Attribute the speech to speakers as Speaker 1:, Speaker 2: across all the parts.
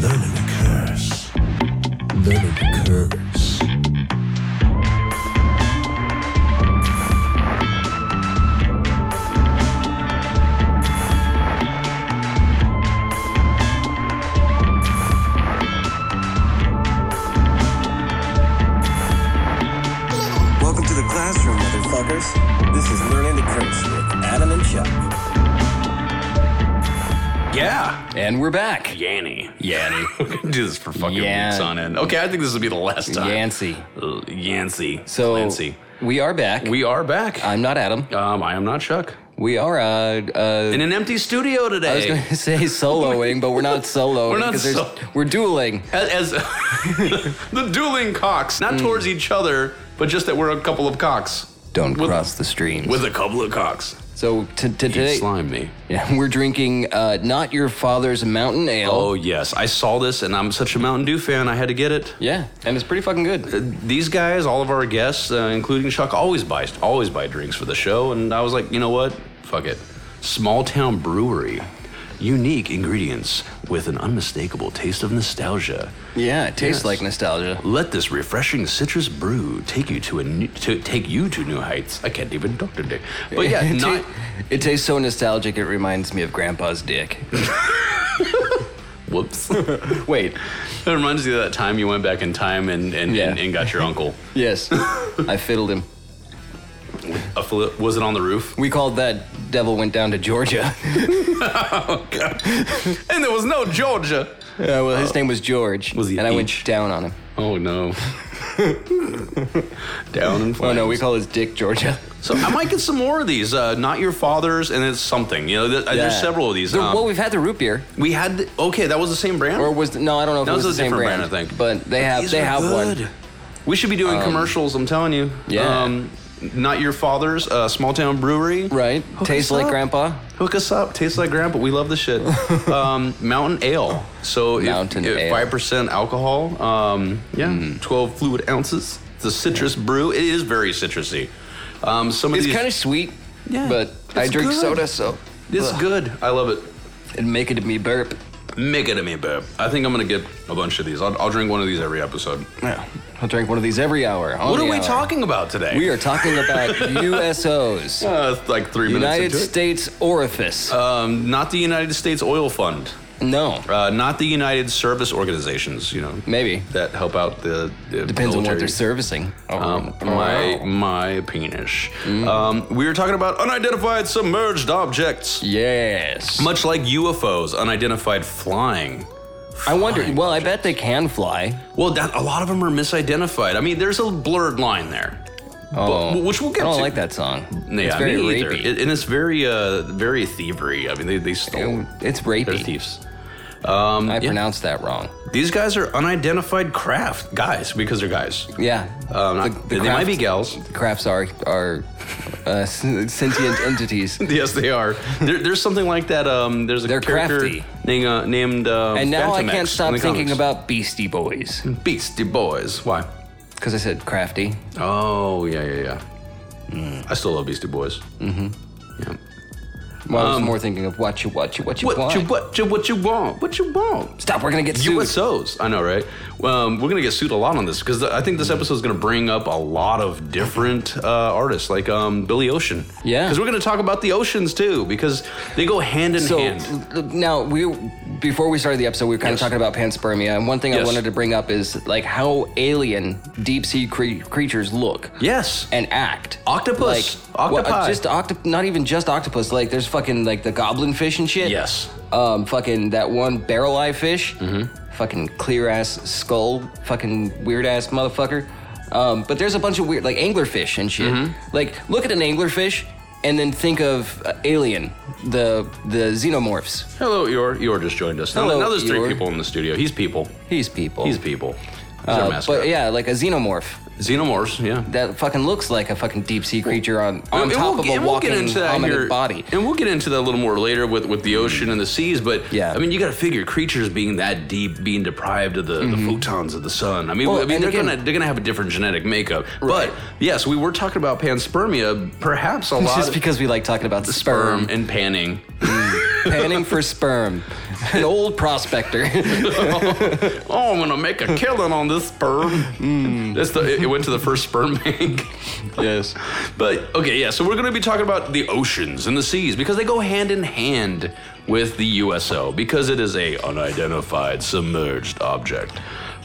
Speaker 1: Learning occurs. Learning occurs.
Speaker 2: Welcome to the classroom, motherfuckers. This is Learning to Curse with Adam and Chuck.
Speaker 3: Yeah,
Speaker 4: And we're back.
Speaker 3: Yanny.
Speaker 4: Yanny.
Speaker 3: We could do this for fucking
Speaker 4: Yan-
Speaker 3: weeks on end. Okay, I think this will be the last time.
Speaker 4: Yancy.
Speaker 3: Uh, Yancy.
Speaker 4: So
Speaker 3: Clancy.
Speaker 4: we are back.
Speaker 3: We are back.
Speaker 4: I'm not Adam.
Speaker 3: um, I am not Chuck.
Speaker 4: We are uh, uh
Speaker 3: In an empty studio
Speaker 4: I was
Speaker 3: today.
Speaker 4: going to say soloing, but we're not soloing.
Speaker 3: We're not
Speaker 4: 'cause there's-
Speaker 3: sol-
Speaker 4: we're dueling.
Speaker 3: as, as the dueling cocks,
Speaker 4: Hmm.
Speaker 3: not towards each other, but just that we're a couple of cocks.
Speaker 4: Don't
Speaker 3: With-
Speaker 4: cross the streams.
Speaker 3: With a couple of cocks.
Speaker 4: so t- t-
Speaker 3: You
Speaker 4: today,
Speaker 3: slime me.
Speaker 4: yeah, we're drinking uh, not your father's mountain ale.
Speaker 3: Oh yes, I saw this, and I'm such a Mountain Dew fan. I had to get it.
Speaker 4: Yeah, and it's pretty fucking good.
Speaker 3: These guys, all of our guests, uh, including Chuck, always buy always buy drinks for the show, and I was like, you know what? Fuck it. Small town brewery, unique ingredients with an unmistakable taste of nostalgia.
Speaker 4: Yeah, it tastes
Speaker 3: Yes.
Speaker 4: like nostalgia.
Speaker 3: Let this refreshing citrus brew take you to a new, to take you to new heights. I can't even talk today, but yeah,
Speaker 4: it,
Speaker 3: not
Speaker 4: ta- it tastes so nostalgic. It reminds me of Grandpa's dick.
Speaker 3: whoops. that
Speaker 4: Wait,
Speaker 3: reminds you of that time you went back in time and and,
Speaker 4: Yeah.
Speaker 3: and, and got your uncle.
Speaker 4: yes, I fiddled him.
Speaker 3: A fli- was it on the roof?
Speaker 4: We called that "Devil Went Down to Georgia."
Speaker 3: Oh, And there was no Georgia.
Speaker 4: Uh, well, his name was George,
Speaker 3: Oh. Was he
Speaker 4: and I
Speaker 3: H?
Speaker 4: went down on him.
Speaker 3: Oh no. Down in
Speaker 4: Oh
Speaker 3: flames.
Speaker 4: no, we call his dick Georgia.
Speaker 3: So I might get some more of these. Uh, not your father's, and it's something. You know, th- uh, there's
Speaker 4: Yeah.
Speaker 3: several of these.
Speaker 4: There-
Speaker 3: Um,
Speaker 4: well, we've had the root beer,
Speaker 3: we had. The, okay, that was the same brand.
Speaker 4: or was the, no, I don't know if
Speaker 3: that
Speaker 4: it was,
Speaker 3: a
Speaker 4: the same
Speaker 3: different
Speaker 4: brand.
Speaker 3: brand, I think.
Speaker 4: But they have
Speaker 3: These
Speaker 4: they
Speaker 3: are
Speaker 4: have
Speaker 3: good.
Speaker 4: one.
Speaker 3: We should be doing commercials. I'm telling you.
Speaker 4: um,
Speaker 3: Um,
Speaker 4: yeah.
Speaker 3: not your father's uh, small town brewery.
Speaker 4: Right,
Speaker 3: Hook
Speaker 4: tastes
Speaker 3: us
Speaker 4: like
Speaker 3: up.
Speaker 4: Grandpa.
Speaker 3: Hook us up. Tastes like grandpa. We love the shit. um, mountain ale. So if-
Speaker 4: Mountain
Speaker 3: if
Speaker 4: ale. Mm.
Speaker 3: five percent alcohol. Um, yeah, twelve fluid ounces. It's a citrus brew. It is very citrusy. Um, some of
Speaker 4: It's
Speaker 3: these.
Speaker 4: kind of sweet,
Speaker 3: Yeah,
Speaker 4: but I
Speaker 3: it's
Speaker 4: drink
Speaker 3: good.
Speaker 4: soda, so
Speaker 3: It's
Speaker 4: Ugh.
Speaker 3: good. I love it.
Speaker 4: It'd make it me burp.
Speaker 3: Make it to me, babe. I think I'm gonna get a bunch of these. I'll, I'll drink one of these every episode.
Speaker 4: Yeah, I'll drink one of these every hour. on
Speaker 3: What
Speaker 4: the
Speaker 3: are we
Speaker 4: hour.
Speaker 3: talking about today?
Speaker 4: We are talking about USOs,
Speaker 3: uh, it's like three
Speaker 4: United
Speaker 3: minutes into it.
Speaker 4: States Orifice.
Speaker 3: Um, not the United States Oil Fund.
Speaker 4: no,
Speaker 3: Uh, not the United Service Organizations. You know.
Speaker 4: maybe
Speaker 3: That help out the, the
Speaker 4: depends on what
Speaker 3: military.
Speaker 4: they're Oh. servicing. Oh.
Speaker 3: Um, my my penis.
Speaker 4: Mm.
Speaker 3: Um, we were talking about unidentified submerged objects,
Speaker 4: yes.
Speaker 3: much like UFOs, unidentified flying.
Speaker 4: I wonder. Well, I bet they can fly.
Speaker 3: Well, that, a lot of them are misidentified. I mean, there's a blurred line there,
Speaker 4: Oh,
Speaker 3: but, which we'll get
Speaker 4: I don't
Speaker 3: to.
Speaker 4: like that song.
Speaker 3: Yeah,
Speaker 4: it's very
Speaker 3: me either.
Speaker 4: rapey.
Speaker 3: It- and it's very uh, very thievery. I mean, they they stole.
Speaker 4: it's
Speaker 3: They're
Speaker 4: rapey.
Speaker 3: thieves.
Speaker 4: I pronounced that wrong.
Speaker 3: These guys are unidentified craft guys because they're guys.
Speaker 4: Yeah.
Speaker 3: Um,
Speaker 4: The-
Speaker 3: I-
Speaker 4: the
Speaker 3: they might
Speaker 4: craft-
Speaker 3: be gals.
Speaker 4: The crafts are are uh, sentient entities.
Speaker 3: Yes, they are. There, there's something like that. Um, there's a
Speaker 4: They're
Speaker 3: character
Speaker 4: crafty.
Speaker 3: named, uh, named um,
Speaker 4: And now I
Speaker 3: Phantom
Speaker 4: can't
Speaker 3: X in
Speaker 4: stop
Speaker 3: the
Speaker 4: thinking
Speaker 3: comics.
Speaker 4: about Beastie Boys
Speaker 3: Beastie Boys. Why?
Speaker 4: because I said crafty.
Speaker 3: Oh yeah, yeah, yeah. Mm, I still love Beastie Boys.
Speaker 4: Mm-hmm. Well, I was more thinking of what you what you what you
Speaker 3: Um, What
Speaker 4: want.
Speaker 3: you what you what you want? What you want?
Speaker 4: Stop. We're gonna get sued.
Speaker 3: USOs. I know, right? Um, we're gonna get sued a lot on this because I think this episode is gonna bring up a lot of different uh, artists, like um, Billy Ocean.
Speaker 4: Yeah.
Speaker 3: Because we're gonna talk about the oceans too, because they go hand in
Speaker 4: So
Speaker 3: hand.
Speaker 4: l- l- now we before we started the episode, we were kind
Speaker 3: Yes.
Speaker 4: of talking about panspermia, and one thing I
Speaker 3: Yes.
Speaker 4: wanted to bring up is like how alien deep sea cre- creatures look.
Speaker 3: Yes.
Speaker 4: and act.
Speaker 3: Octopus.
Speaker 4: Like, well, uh,
Speaker 3: Octopi.
Speaker 4: just octop. Not even just octopus. Like there's fucking like the goblin fish and shit.
Speaker 3: Yes. Mm-hmm.
Speaker 4: Um, fucking that one barrel eye fish. Fucking clear ass skull. Fucking weird ass motherfucker. Um, but there's a bunch of weird like anglerfish and shit.
Speaker 3: Mm-hmm.
Speaker 4: Like look at an anglerfish and then think of uh, Alien, the the xenomorphs.
Speaker 3: Hello, Eeyore. Eeyore just joined us. Now-
Speaker 4: Hello,
Speaker 3: now there's three
Speaker 4: Eeyore.
Speaker 3: people in the studio. He's people.
Speaker 4: He's people.
Speaker 3: He's people. He's our
Speaker 4: Uh,
Speaker 3: mascot.
Speaker 4: but yeah, like a xenomorph.
Speaker 3: Xenomorphs, yeah.
Speaker 4: that fucking looks like a fucking deep sea creature on, on
Speaker 3: And
Speaker 4: top
Speaker 3: we'll-
Speaker 4: of
Speaker 3: and
Speaker 4: a
Speaker 3: we'll
Speaker 4: walking
Speaker 3: get into that
Speaker 4: hominid
Speaker 3: here-
Speaker 4: body.
Speaker 3: And we'll get into that a little more later with, with the ocean and the seas, but
Speaker 4: Yeah.
Speaker 3: I mean, you got to figure creatures being that deep, being deprived of the, the photons of the sun. I mean,
Speaker 4: Mm-hmm. Well,
Speaker 3: I mean
Speaker 4: and
Speaker 3: they're
Speaker 4: again-
Speaker 3: gonna they're gonna have a different genetic makeup.
Speaker 4: Right.
Speaker 3: But yes, we were talking about panspermia, perhaps a lot
Speaker 4: Just
Speaker 3: of
Speaker 4: because we like talking about the
Speaker 3: sperm
Speaker 4: sperm,
Speaker 3: and panning.
Speaker 4: panning for sperm, an old prospector.
Speaker 3: Oh, I'm gonna make a killing on this sperm. That's the it, it went to the first sperm bank.
Speaker 4: Mm. yes.
Speaker 3: But okay, yeah. So we're going to be talking about the oceans and the seas because they go hand in hand with the USO because it is a unidentified submerged object.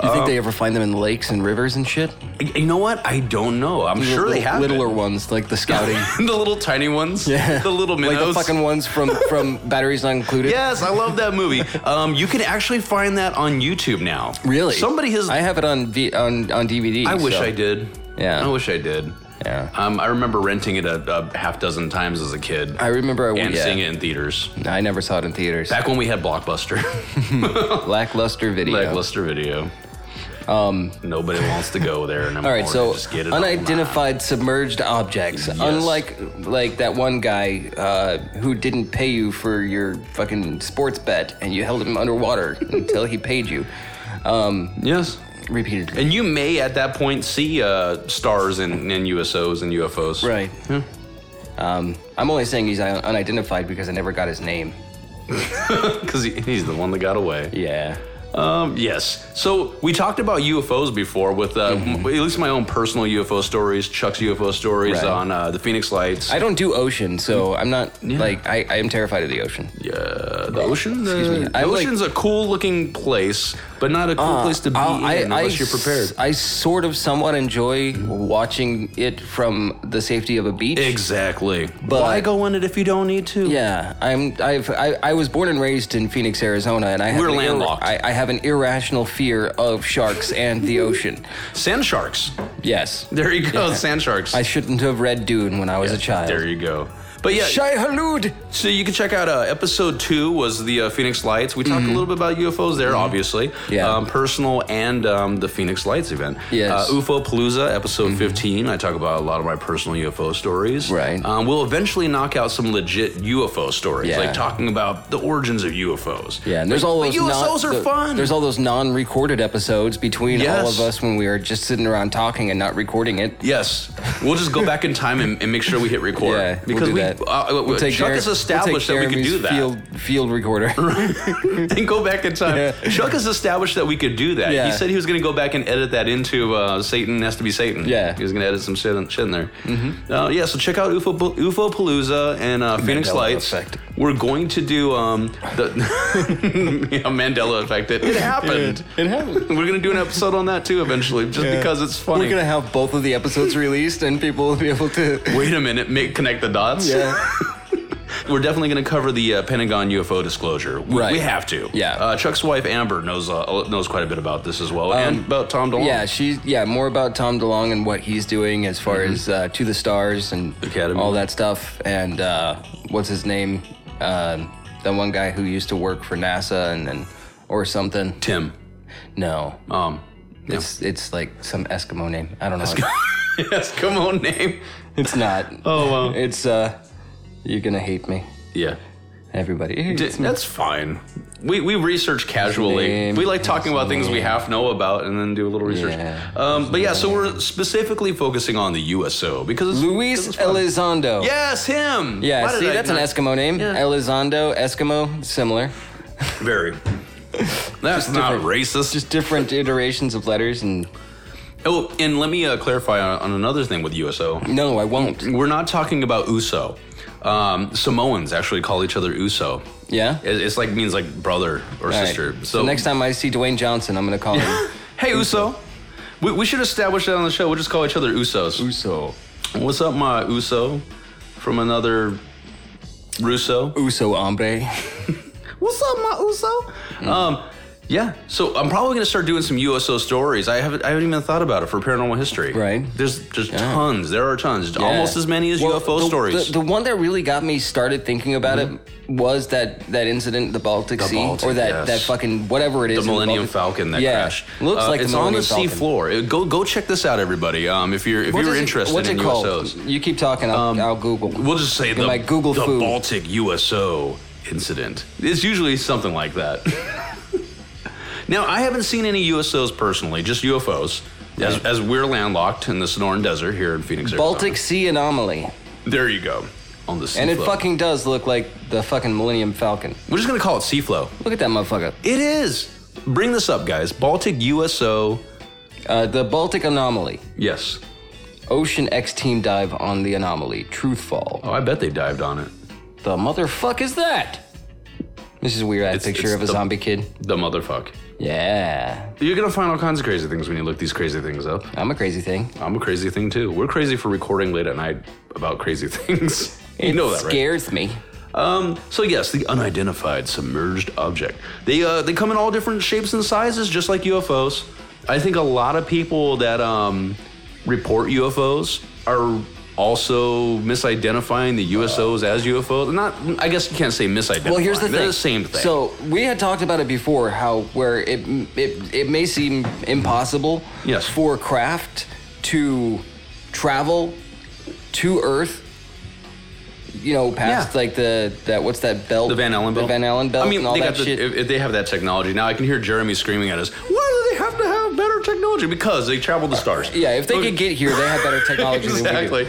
Speaker 4: You think
Speaker 3: Um,
Speaker 4: they ever find them in lakes and rivers and shit?
Speaker 3: Y- You know what? I don't know. I'm sure
Speaker 4: little,
Speaker 3: they have it.
Speaker 4: littler ones like the scouting.
Speaker 3: the little tiny ones.
Speaker 4: Yeah.
Speaker 3: The little minnows.
Speaker 4: Like the fucking ones from from batteries not included.
Speaker 3: Yes, I love that movie. um, you can actually find that on YouTube now.
Speaker 4: Really?
Speaker 3: Somebody has.
Speaker 4: I have it on v- on on DVD.
Speaker 3: I wish
Speaker 4: so-
Speaker 3: I did.
Speaker 4: Yeah.
Speaker 3: I wish I did.
Speaker 4: Yeah.
Speaker 3: Um, I remember renting it a, a half dozen times as a kid.
Speaker 4: I remember I
Speaker 3: and
Speaker 4: would. Yeah.
Speaker 3: seeing it in theaters.
Speaker 4: I never saw it in theaters.
Speaker 3: Back when we had Blockbuster.
Speaker 4: Lackluster video.
Speaker 3: Lackluster video. Um, Nobody wants to go there anymore.
Speaker 4: All right, so
Speaker 3: Just get it
Speaker 4: unidentified submerged objects. Unlike like that one guy uh, who didn't pay you for your fucking sports bet, and you held him underwater until he paid you um,
Speaker 3: online. Yes.
Speaker 4: repeatedly.
Speaker 3: And you may at that point see uh, stars and, and USOs and UFOs.
Speaker 4: Right.
Speaker 3: Hmm.
Speaker 4: Um, I'm only saying he's un- unidentified because I never got his name.
Speaker 3: Because he, he's the one that got away.
Speaker 4: Yeah.
Speaker 3: Um, yes. So we talked about UFOs before with uh, m- at least my own personal UFO stories, Chuck's UFO stories
Speaker 4: Mm-hmm. Right.
Speaker 3: on uh, the Phoenix Lights.
Speaker 4: I don't do ocean, so I'm not like I, I am terrified of the ocean.
Speaker 3: Hmm. yeah, Uh, the ocean. The,
Speaker 4: Excuse me.
Speaker 3: the
Speaker 4: I'm like-
Speaker 3: ocean's a cool looking place, but not a cool place to be
Speaker 4: Uh, I-
Speaker 3: in unless
Speaker 4: I
Speaker 3: you're prepared.
Speaker 4: s- I sort of somewhat enjoy
Speaker 3: Hmm.
Speaker 4: watching it from the safety of a beach.
Speaker 3: Exactly.
Speaker 4: But-
Speaker 3: Why go in it if you don't need to?
Speaker 4: Yeah, I'm. I've. I, I was born and raised in Phoenix, Arizona, and I have
Speaker 3: We're
Speaker 4: an ir-
Speaker 3: landlocked.
Speaker 4: I, I have an irrational fear of sharks and the ocean.
Speaker 3: Sand sharks.
Speaker 4: Yes,
Speaker 3: There you go. Sand sharks.
Speaker 4: I shouldn't have read Dune when I was a child.
Speaker 3: there you go. But yeah,
Speaker 4: Shai Halud.
Speaker 3: so you can check out uh, episode two was the uh, Phoenix Lights. We talked a little bit about UFOs there, obviously.
Speaker 4: Mm-hmm. Yeah.
Speaker 3: Um, personal and um, the Phoenix Lights event.
Speaker 4: Yes. Mm-hmm.
Speaker 3: Uh, UFO Palooza, episode 15. I talk about a lot of my personal UFO stories.
Speaker 4: Right.
Speaker 3: Um, we'll eventually knock out some legit UFO stories,
Speaker 4: Yeah.
Speaker 3: like talking about the origins of UFOs.
Speaker 4: Yeah, and there's all
Speaker 3: But
Speaker 4: those non-
Speaker 3: USOs are
Speaker 4: the-
Speaker 3: fun.
Speaker 4: There's all those non-recorded episodes between all
Speaker 3: Yes.
Speaker 4: of us when we are just sitting around talking and not recording it.
Speaker 3: Yes, we'll just go back in time and, and make sure we hit record.
Speaker 4: Yeah,
Speaker 3: because
Speaker 4: we'll do
Speaker 3: we
Speaker 4: that.
Speaker 3: Uh,
Speaker 4: We'll take
Speaker 3: Chuck
Speaker 4: Jer-
Speaker 3: has
Speaker 4: we'll
Speaker 3: established
Speaker 4: take
Speaker 3: that we could do
Speaker 4: Jeremy's
Speaker 3: that.
Speaker 4: Field field recorder.
Speaker 3: and go back in time.
Speaker 4: Yeah.
Speaker 3: Chuck has established that we could do that.
Speaker 4: Yeah.
Speaker 3: He said he was going to go back and edit that into uh, Satan has to be Satan.
Speaker 4: Yeah. Mm-hmm.
Speaker 3: he was going to edit some shit in, shit in there. Uh, yeah, so check out UFO UFO Palooza and uh, Phoenix
Speaker 4: Mandela
Speaker 3: Lights.
Speaker 4: effect.
Speaker 3: We're going to do um, the yeah, Mandela effect. It, it happened.
Speaker 4: It happened.
Speaker 3: We're going to do an episode on that too eventually, just because it's funny.
Speaker 4: We're gonna have both of the episodes released, and people will be able to.
Speaker 3: Wait a minute, make connect the dots.
Speaker 4: Yeah.
Speaker 3: We're definitely going to cover the uh, Pentagon UFO disclosure. We,
Speaker 4: Right.
Speaker 3: we have to.
Speaker 4: Yeah.
Speaker 3: Uh, Chuck's wife Amber knows uh, knows quite a bit about this as well, and about Tom DeLonge.
Speaker 4: Um, Yeah, she's yeah more about Tom DeLong and what he's doing as far as uh, to the stars and
Speaker 3: Mm-hmm. Academy.
Speaker 4: all that stuff. And uh, what's his name? Um the one guy who used to work for NASA and then or something.
Speaker 3: Tim.
Speaker 4: No,
Speaker 3: Um. yeah.
Speaker 4: it's it's like some Eskimo name. I don't know.
Speaker 3: yes. Come on, name.
Speaker 4: It's not.
Speaker 3: Oh wow.
Speaker 4: It's uh, you're gonna hate me,
Speaker 3: yeah.
Speaker 4: everybody. hates
Speaker 3: D-
Speaker 4: me.
Speaker 3: that's fine. We, we research casually.
Speaker 4: name,
Speaker 3: we like talking about things we half know about and then do a little research.
Speaker 4: Yeah.
Speaker 3: Um, but yeah, so we're specifically focusing on the USO because it's,
Speaker 4: Luis Elizondo.
Speaker 3: yes, him.
Speaker 4: Yeah,
Speaker 3: Why did
Speaker 4: see,
Speaker 3: I
Speaker 4: that's an
Speaker 3: not-
Speaker 4: Eskimo name.
Speaker 3: Yeah.
Speaker 4: Elizondo, Eskimo, similar.
Speaker 3: Very. That's not racist.
Speaker 4: Just different iterations of letters. And
Speaker 3: Oh, and let me uh, clarify on, on another thing with USO.
Speaker 4: no, I won't.
Speaker 3: We're not talking about USO. Um, Samoans actually call each other USO.
Speaker 4: Yeah?
Speaker 3: It- it's like means like brother or
Speaker 4: All right.
Speaker 3: sister.
Speaker 4: So, next time I see Dwayne Johnson, I'm gonna call him
Speaker 3: hey USO. We, we should establish that on the show. We'll just call each other USOs.
Speaker 4: Uso.
Speaker 3: What's up, my USO? From another Russo.
Speaker 4: Uso hombre. Mm.
Speaker 3: What's up, my Uso? Um, Yeah. So I'm probably gonna start doing some USO stories. I haven't I haven't even thought about it for paranormal history.
Speaker 4: Right.
Speaker 3: There's there's tons. There are tons.
Speaker 4: Yeah.
Speaker 3: Almost as many as
Speaker 4: Well,
Speaker 3: UFO
Speaker 4: the-
Speaker 3: stories. Mm-hmm.
Speaker 4: The, the one that really got me started thinking about it was that that incident, in the Baltic
Speaker 3: The
Speaker 4: Sea,
Speaker 3: Baltic,
Speaker 4: or that
Speaker 3: yes.
Speaker 4: that fucking whatever it is,
Speaker 3: the
Speaker 4: in
Speaker 3: Millennium
Speaker 4: Baltic-
Speaker 3: Falcon that
Speaker 4: yeah.
Speaker 3: crashed.
Speaker 4: Looks
Speaker 3: Uh,
Speaker 4: like
Speaker 3: it's
Speaker 4: the
Speaker 3: on the
Speaker 4: Millennium
Speaker 3: sea
Speaker 4: Falcon.
Speaker 3: floor. Uh, Go go check this out, everybody. Um, if you're if
Speaker 4: What
Speaker 3: you're
Speaker 4: is it-
Speaker 3: interested
Speaker 4: what's
Speaker 3: in
Speaker 4: it called?
Speaker 3: USOs,
Speaker 4: You keep talking. I'll,
Speaker 3: Um,
Speaker 4: I'll Google.
Speaker 3: We'll just say
Speaker 4: Get
Speaker 3: the
Speaker 4: my Google
Speaker 3: the
Speaker 4: food.
Speaker 3: Baltic USO incident. It's usually something like that. now I haven't seen any USOs personally, just UFOs. As, as we're landlocked in the Sonoran Desert here in Phoenix, Arizona.
Speaker 4: Baltic Sea anomaly,
Speaker 3: There you go. On the sea
Speaker 4: and it
Speaker 3: flow.
Speaker 4: fucking does look like the fucking Millennium Falcon.
Speaker 3: We're just gonna call it sea flow.
Speaker 4: Look at that motherfucker.
Speaker 3: It is. Bring this up, guys. Baltic USO.
Speaker 4: Uh, the Baltic anomaly.
Speaker 3: Yes.
Speaker 4: Ocean X team dive on the anomaly. Truthfall.
Speaker 3: Oh, I bet they dived on it.
Speaker 4: The motherfuck is that? This is a weird ass
Speaker 3: It's-
Speaker 4: picture
Speaker 3: it's
Speaker 4: of a
Speaker 3: the-
Speaker 4: zombie kid.
Speaker 3: The motherfuck.
Speaker 4: Yeah.
Speaker 3: You're gonna find all kinds of crazy things when you look these crazy things up.
Speaker 4: I'm a crazy thing.
Speaker 3: I'm a crazy thing too. We're crazy for recording late at night about crazy things. you
Speaker 4: it
Speaker 3: know that, right?
Speaker 4: scares me.
Speaker 3: Um, so yes, the unidentified submerged object. They uh, they come in all different shapes and sizes, just like UFOs. I think a lot of people that um, report UFOs are also misidentifying the USOs as UFOs. Not, I guess you can't say misidentifying.
Speaker 4: Well, here's the
Speaker 3: They're
Speaker 4: thing.
Speaker 3: the same thing.
Speaker 4: So we had talked about it before, how where it it, it may seem impossible
Speaker 3: Yes.
Speaker 4: for craft to travel to Earth. You know, past
Speaker 3: Yeah.
Speaker 4: like the that what's that belt?
Speaker 3: the Van Allen belt.
Speaker 4: The Van Allen belt.
Speaker 3: I mean,
Speaker 4: and all
Speaker 3: they
Speaker 4: that
Speaker 3: got the,
Speaker 4: shit.
Speaker 3: If, if they have that technology now, I can hear Jeremy screaming at us. Why do they have to have better technology? Because they travel the stars.
Speaker 4: yeah, if they
Speaker 3: Okay.
Speaker 4: could get here, they have better technology than we do.
Speaker 3: exactly.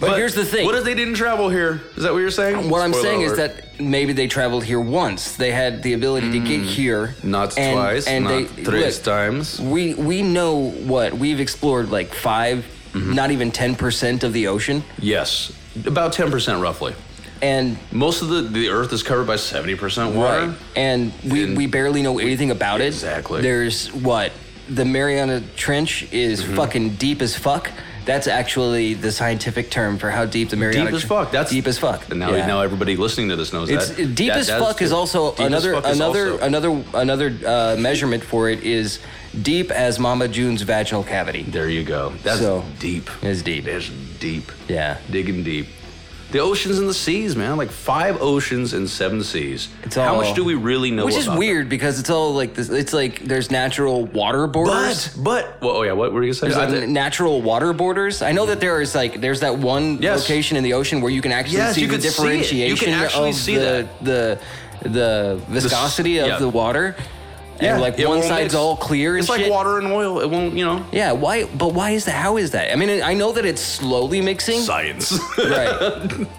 Speaker 4: But here's the thing.
Speaker 3: What if they didn't travel here? Is that what you're saying?
Speaker 4: What I'm
Speaker 3: Spoiler
Speaker 4: saying is
Speaker 3: alert.
Speaker 4: that maybe they traveled here once. They had the ability to get here,
Speaker 3: Mm. Not
Speaker 4: and-
Speaker 3: twice,
Speaker 4: and
Speaker 3: not
Speaker 4: they,
Speaker 3: three
Speaker 4: look,
Speaker 3: times.
Speaker 4: We we know what we've explored like 5
Speaker 3: Mm-hmm.
Speaker 4: not even ten percent of the ocean,
Speaker 3: Yes, about ten percent roughly.
Speaker 4: and
Speaker 3: Most of the the Earth is covered by seventy percent water.
Speaker 4: right, and we
Speaker 3: And-
Speaker 4: we barely know anything about it.
Speaker 3: Exactly.
Speaker 4: There's what the Mariana Trench is
Speaker 3: Mm-hmm.
Speaker 4: fucking deep as fuck. That's actually the scientific term for how deep the Mariana
Speaker 3: Deep as
Speaker 4: Tre-
Speaker 3: fuck. That's
Speaker 4: deep as fuck.
Speaker 3: And now,
Speaker 4: Yeah.
Speaker 3: now everybody listening to this knows
Speaker 4: It's
Speaker 3: that.
Speaker 4: deep
Speaker 3: That-
Speaker 4: as
Speaker 3: that
Speaker 4: fuck is
Speaker 3: true.
Speaker 4: also
Speaker 3: Deep as
Speaker 4: another
Speaker 3: fuck is
Speaker 4: another
Speaker 3: also-
Speaker 4: another another uh, measurement for it is deep as Mama June's vaginal cavity.
Speaker 3: There you go. That's
Speaker 4: So,
Speaker 3: deep.
Speaker 4: it's deep.
Speaker 3: That's deep.
Speaker 4: Yeah.
Speaker 3: Digging deep. The oceans and the seas, man. Like five oceans and seven seas.
Speaker 4: It's
Speaker 3: How
Speaker 4: all-
Speaker 3: much do we really know?
Speaker 4: Which is
Speaker 3: about
Speaker 4: weird because it's all like this. It's like there's natural water borders.
Speaker 3: Them? But but well, oh yeah. What were you gonna say?
Speaker 4: There's
Speaker 3: I-
Speaker 4: like, natural water borders. I know that there is like there's that one
Speaker 3: Yes.
Speaker 4: location in the ocean where you can actually
Speaker 3: Yes,
Speaker 4: see
Speaker 3: you
Speaker 4: the
Speaker 3: can see it. You can
Speaker 4: differentiation
Speaker 3: actually
Speaker 4: of
Speaker 3: see
Speaker 4: the,
Speaker 3: that.
Speaker 4: the the viscosity of
Speaker 3: yeah.
Speaker 4: the water.
Speaker 3: yeah,
Speaker 4: and like
Speaker 3: it
Speaker 4: one
Speaker 3: won't mix.
Speaker 4: side's all clear and
Speaker 3: It's
Speaker 4: shit.
Speaker 3: like water and oil. It won't. You know.
Speaker 4: Yeah, why? But why is that? How is that? I mean, I know that it's slowly mixing.
Speaker 3: Science.
Speaker 4: Right.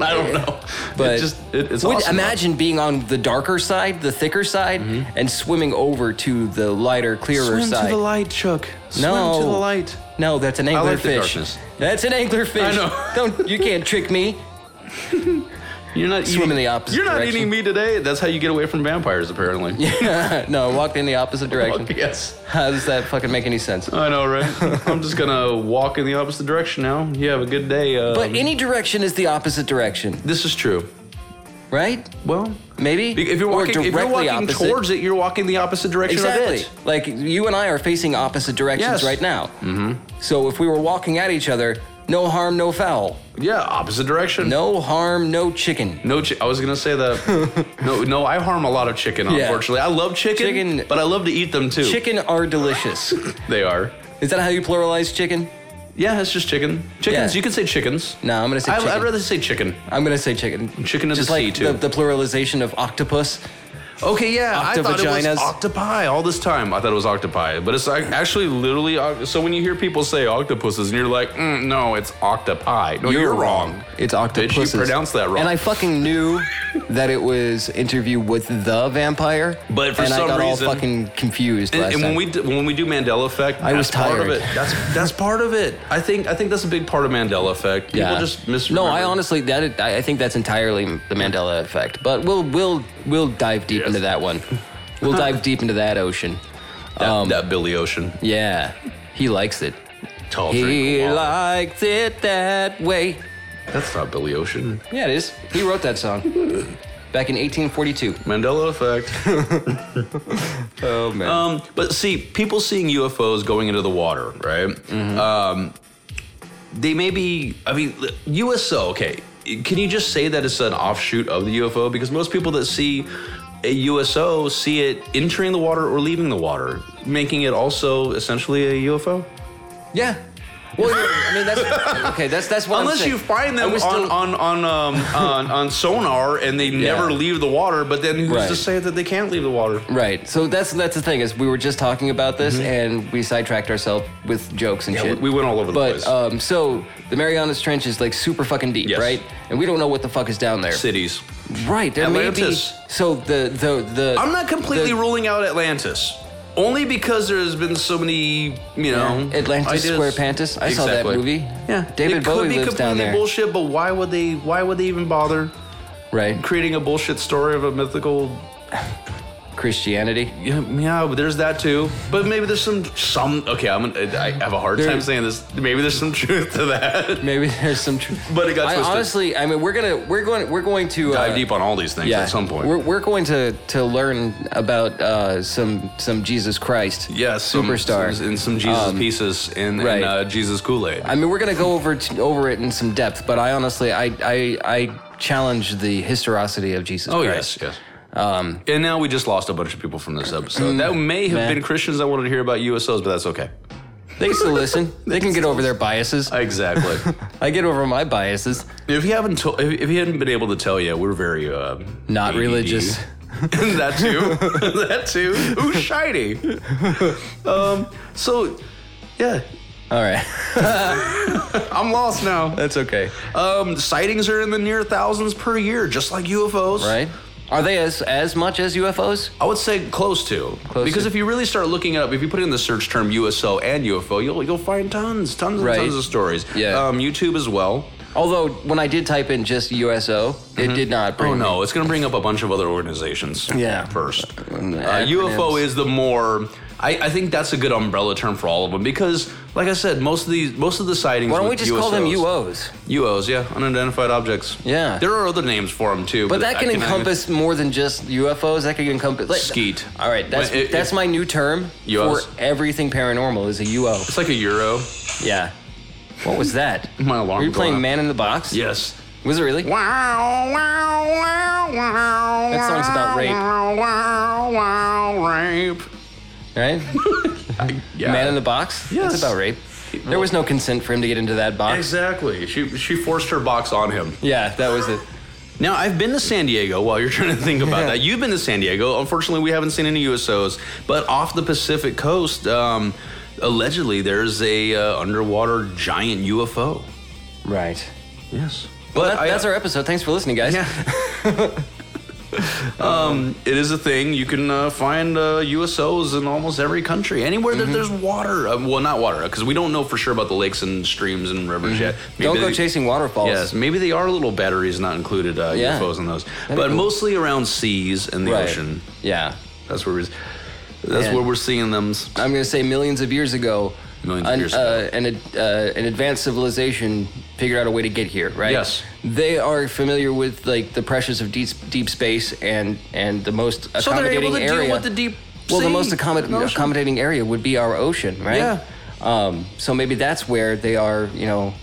Speaker 3: I don't know.
Speaker 4: But
Speaker 3: it just it, it's
Speaker 4: would
Speaker 3: awesome. though.
Speaker 4: imagine being on the darker side, the thicker side, and swimming over to the lighter, clearer
Speaker 3: Mm-hmm. Swim
Speaker 4: side.
Speaker 3: to the light, Chuck.
Speaker 4: no,
Speaker 3: Swim to the light.
Speaker 4: No, that's an
Speaker 3: like the
Speaker 4: anglerfish.
Speaker 3: darkness.
Speaker 4: that's an anglerfish.
Speaker 3: I know.
Speaker 4: Don't you can't trick me.
Speaker 3: You're not
Speaker 4: Swim
Speaker 3: eating,
Speaker 4: in the opposite
Speaker 3: You're not
Speaker 4: direction.
Speaker 3: eating me today. That's how you get away from vampires, apparently.
Speaker 4: no, walked in the opposite direction.
Speaker 3: yes.
Speaker 4: How does that fucking make any sense?
Speaker 3: I know, right? I'm just gonna walk in the opposite direction now. You have a good day. Um,
Speaker 4: But any direction is the opposite direction,
Speaker 3: this is true.
Speaker 4: right?
Speaker 3: Well,
Speaker 4: Maybe.
Speaker 3: if you're
Speaker 4: Or
Speaker 3: walking, if you're
Speaker 4: directly
Speaker 3: walking
Speaker 4: opposite.
Speaker 3: towards it, you're walking the opposite direction of
Speaker 4: Exactly.
Speaker 3: it.
Speaker 4: Like you and I are facing opposite
Speaker 3: Yes.
Speaker 4: directions right now. Mm-hmm. So if we were walking at each other, no harm, no foul.
Speaker 3: Yeah, opposite direction.
Speaker 4: No harm, no chicken.
Speaker 3: No, chi- I was gonna say that. no, no, I harm a lot of chicken.
Speaker 4: Yeah.
Speaker 3: Unfortunately, I love chicken,
Speaker 4: Chicken-
Speaker 3: but I love to eat them too.
Speaker 4: Chicken are delicious.
Speaker 3: They are.
Speaker 4: Is that how you pluralize chicken?
Speaker 3: Yeah, it's just chicken. Chickens.
Speaker 4: Yeah.
Speaker 3: You can say chickens.
Speaker 4: No, I'm gonna say
Speaker 3: I,
Speaker 4: chicken.
Speaker 3: I'd rather say chicken.
Speaker 4: I'm gonna say chicken.
Speaker 3: Chicken of
Speaker 4: Just
Speaker 3: the sea,
Speaker 4: like
Speaker 3: too.
Speaker 4: The, the pluralization of octopus.
Speaker 3: Okay, yeah, I thought it was
Speaker 4: Octavaginas.
Speaker 3: octopi all this time. I thought it was octopi, but it's like actually literally. oc- So when you hear people say octopuses, and you're like, mm, no, it's octopi. No, Oh, you're, wrong. Bitch,
Speaker 4: It's
Speaker 3: you
Speaker 4: octopus.
Speaker 3: pronounced that wrong.
Speaker 4: And I fucking knew that it was interview with the vampire.
Speaker 3: But for
Speaker 4: and
Speaker 3: some
Speaker 4: I got
Speaker 3: reason-
Speaker 4: all fucking confused.
Speaker 3: And,
Speaker 4: last
Speaker 3: and when
Speaker 4: time.
Speaker 3: we d- when we do Mandela effect,
Speaker 4: I was
Speaker 3: that's part of
Speaker 4: tired.
Speaker 3: it. That's that's part of it. I think I think that's a big part of Mandela effect. People
Speaker 4: Yeah.
Speaker 3: just miss.
Speaker 4: No, I honestly that I I think that's entirely the Mandela effect. But we'll we'll we'll dive deep
Speaker 3: Yes.
Speaker 4: into that one. We'll dive deep into that ocean.
Speaker 3: that,
Speaker 4: Um,
Speaker 3: that Billy Ocean
Speaker 4: Yeah, he likes it.
Speaker 3: tall drink.
Speaker 4: He
Speaker 3: of water.
Speaker 4: likes it that way.
Speaker 3: That's not Billy Ocean.
Speaker 4: Yeah, it is. He wrote that song. back in 1842.
Speaker 3: Mandela effect.
Speaker 4: Oh man.
Speaker 3: um, but see, people seeing UFOs going into the water, right?
Speaker 4: Mm-hmm.
Speaker 3: Um, they may be. I mean, the USO. Okay, can you just say that it's an offshoot of the UFO? Because most people that see a USO see it entering the water or leaving the water, making it also essentially a UFO.
Speaker 4: yeah. Well, I mean that's okay. That's that's what. I'm
Speaker 3: Unless
Speaker 4: saying.
Speaker 3: you find them
Speaker 4: I
Speaker 3: on,
Speaker 4: was still-
Speaker 3: on on um on, on sonar and they never leave the water, but then who's to
Speaker 4: Right.
Speaker 3: say that they can't leave the water?
Speaker 4: Right. So that's that's the thing is we were just talking about this and we sidetracked ourselves with jokes and
Speaker 3: Mm-hmm. Yeah,
Speaker 4: shit.
Speaker 3: we- we went all over the
Speaker 4: but,
Speaker 3: place.
Speaker 4: um, so the Marianas Trench is like super fucking deep,
Speaker 3: Yes.
Speaker 4: right? And we don't know what the fuck is down there.
Speaker 3: Cities.
Speaker 4: Right. There
Speaker 3: Atlantis.
Speaker 4: may be. So the the the.
Speaker 3: I'm not completely
Speaker 4: the-
Speaker 3: ruling out Atlantis. Only because there's been so many, you know,
Speaker 4: Yeah, Atlantis
Speaker 3: ideas.
Speaker 4: Square Pantis. I saw that movie.
Speaker 3: Yeah,
Speaker 4: David
Speaker 3: it
Speaker 4: Bowie
Speaker 3: could be
Speaker 4: lives
Speaker 3: completely
Speaker 4: down there.
Speaker 3: Bullshit, but why would they? Why would they even bother
Speaker 4: Right.
Speaker 3: creating a bullshit story of a mythical?
Speaker 4: Christianity.
Speaker 3: Yeah, yeah, but there's that too. But maybe there's some some. Okay, I'm. Gonna, I have a hard
Speaker 4: There-
Speaker 3: time saying this. Maybe there's some truth to that.
Speaker 4: Maybe there's some truth.
Speaker 3: But it got
Speaker 4: I,
Speaker 3: twisted.
Speaker 4: honestly, I mean, we're gonna we're going we're going to
Speaker 3: Dive
Speaker 4: uh,
Speaker 3: deep on all these things at some point.
Speaker 4: We're, we're going to to learn about uh, some some Jesus Christ.
Speaker 3: Yes, some-
Speaker 4: superstar.
Speaker 3: some- and some Jesus
Speaker 4: Um,
Speaker 3: pieces and, and,
Speaker 4: right.
Speaker 3: uh, Jesus Kool Aid.
Speaker 4: I mean, we're gonna go over t over it in some depth, but I honestly, I I, I challenge the historicity of Jesus.
Speaker 3: Oh
Speaker 4: Christ.
Speaker 3: yes, yes.
Speaker 4: Um,
Speaker 3: and now we just lost a bunch of people from this episode. that may have
Speaker 4: Mm, man.
Speaker 3: been Christians that wanted to hear about USOs, but that's okay.
Speaker 4: They can still listen. They can get over their biases. I,
Speaker 3: Exactly.
Speaker 4: get over my biases.
Speaker 3: if you haven't, to- if, if you hadn't been able to tell yet, we're very uh,
Speaker 4: Not
Speaker 3: ADD.
Speaker 4: religious.
Speaker 3: that too. that too. Ooh, shiny. Um. So, yeah,
Speaker 4: All right,
Speaker 3: I'm lost now.
Speaker 4: that's okay,
Speaker 3: Um, sightings are in the near thousands per year, just like UFOs.
Speaker 4: right? Are they as as much as UFOs?
Speaker 3: I would say close to.
Speaker 4: Close
Speaker 3: because
Speaker 4: to.
Speaker 3: if you really start looking it up, if you put in the search term USO and UFO, you'll you'll find tons, tons and
Speaker 4: Right.
Speaker 3: tons of stories.
Speaker 4: Yeah.
Speaker 3: Um, YouTube as well.
Speaker 4: Although when I did type in just USO, it did not bring.
Speaker 3: Oh
Speaker 4: me-
Speaker 3: no, it's gonna bring up a bunch of other organizations.
Speaker 4: Yeah.
Speaker 3: First, uh,
Speaker 4: acronyms.
Speaker 3: UFO is the more. I, I think that's a good umbrella term for all of them because, like I said, most of these, most of the sightings.
Speaker 4: Why don't we
Speaker 3: with
Speaker 4: just call them
Speaker 3: USOs
Speaker 4: UOs?
Speaker 3: UOs, yeah, unidentified objects.
Speaker 4: Yeah.
Speaker 3: There are other names for them too.
Speaker 4: But that
Speaker 3: I
Speaker 4: can encompass more than just UFOs. That can encompass like,
Speaker 3: Skeet.
Speaker 4: All right, that's
Speaker 3: Wait, it-
Speaker 4: that's
Speaker 3: it-
Speaker 4: my new term
Speaker 3: UFOs?
Speaker 4: for everything paranormal is a UO.
Speaker 3: It's like a euro.
Speaker 4: Yeah. What was that?
Speaker 3: My alarm
Speaker 4: Were you
Speaker 3: going
Speaker 4: playing
Speaker 3: off.
Speaker 4: Man in the Box?
Speaker 3: Yes.
Speaker 4: Was it really?
Speaker 3: Wow, wow, wow, wow.
Speaker 4: That song's about rape.
Speaker 3: Wow, wow, wow, rape.
Speaker 4: Right?
Speaker 3: Yeah.
Speaker 4: Man in the Box.
Speaker 3: Yes.
Speaker 4: That's about rape. There was no consent for him to get into that box.
Speaker 3: Exactly. She she forced her box on him.
Speaker 4: Yeah, that was it.
Speaker 3: Now I've been to San Diego. While you're trying to think about that, you've been to San Diego. Unfortunately, we haven't seen any USOs. But off the Pacific coast, um, allegedly there's a uh, underwater giant UFO.
Speaker 4: Right.
Speaker 3: Yes. But
Speaker 4: Well, that,
Speaker 3: I- uh,
Speaker 4: that's our episode. Thanks for listening, guys.
Speaker 3: um, it is a thing. You can uh, find uh, USOs in almost every country. Anywhere that
Speaker 4: Mm-hmm.
Speaker 3: there's water. Uh, well, not water, because we don't know for sure about the lakes and streams and rivers yet.
Speaker 4: Mm-hmm. Don't go
Speaker 3: they-
Speaker 4: chasing waterfalls.
Speaker 3: Yes, maybe they are little batteries not included, uh,
Speaker 4: Yeah.
Speaker 3: UFOs in those.
Speaker 4: be
Speaker 3: but
Speaker 4: cool.
Speaker 3: mostly around seas and the
Speaker 4: Right.
Speaker 3: ocean.
Speaker 4: Yeah.
Speaker 3: That's where we're, that's
Speaker 4: Yeah.
Speaker 3: where we're seeing them.
Speaker 4: I'm going to say millions of years ago,
Speaker 3: Millions of
Speaker 4: an,
Speaker 3: years
Speaker 4: uh, an, ad- uh, an advanced civilization figured out a way to get here, right?
Speaker 3: Yes.
Speaker 4: They are familiar with like the pressures of deep, deep space and and the most accommodating
Speaker 3: So they're able to
Speaker 4: area.
Speaker 3: deal with the deep.
Speaker 4: well, the
Speaker 3: sea
Speaker 4: most accommod-
Speaker 3: and ocean.
Speaker 4: accommodating area would be our ocean, right?
Speaker 3: Yeah.
Speaker 4: Um, so maybe that's where they are, you know,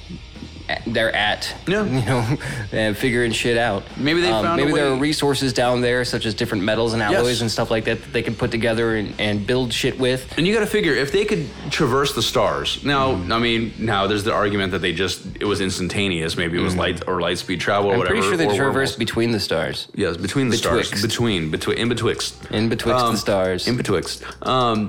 Speaker 4: at, they're at.
Speaker 3: Yeah.
Speaker 4: You know, and figuring shit out.
Speaker 3: Maybe they
Speaker 4: um,
Speaker 3: found a
Speaker 4: maybe there
Speaker 3: way-
Speaker 4: are resources down there, such as different metals and alloys
Speaker 3: Yes.
Speaker 4: and stuff like that, that they can put together and, and build shit with.
Speaker 3: And you got to figure if they could traverse the stars. Now,
Speaker 4: Mm-hmm.
Speaker 3: I mean, now there's the argument that they just it was instantaneous. Maybe it was light or light speed travel. or
Speaker 4: Mm-hmm. I'm
Speaker 3: whatever,
Speaker 4: pretty sure they
Speaker 3: or
Speaker 4: traverse
Speaker 3: wormholes.
Speaker 4: between the stars.
Speaker 3: Yes, between the stars.
Speaker 4: Betwixt.
Speaker 3: Between, between, in betwixt.
Speaker 4: In betwixt
Speaker 3: Um,
Speaker 4: the stars.
Speaker 3: In betwixt. Um,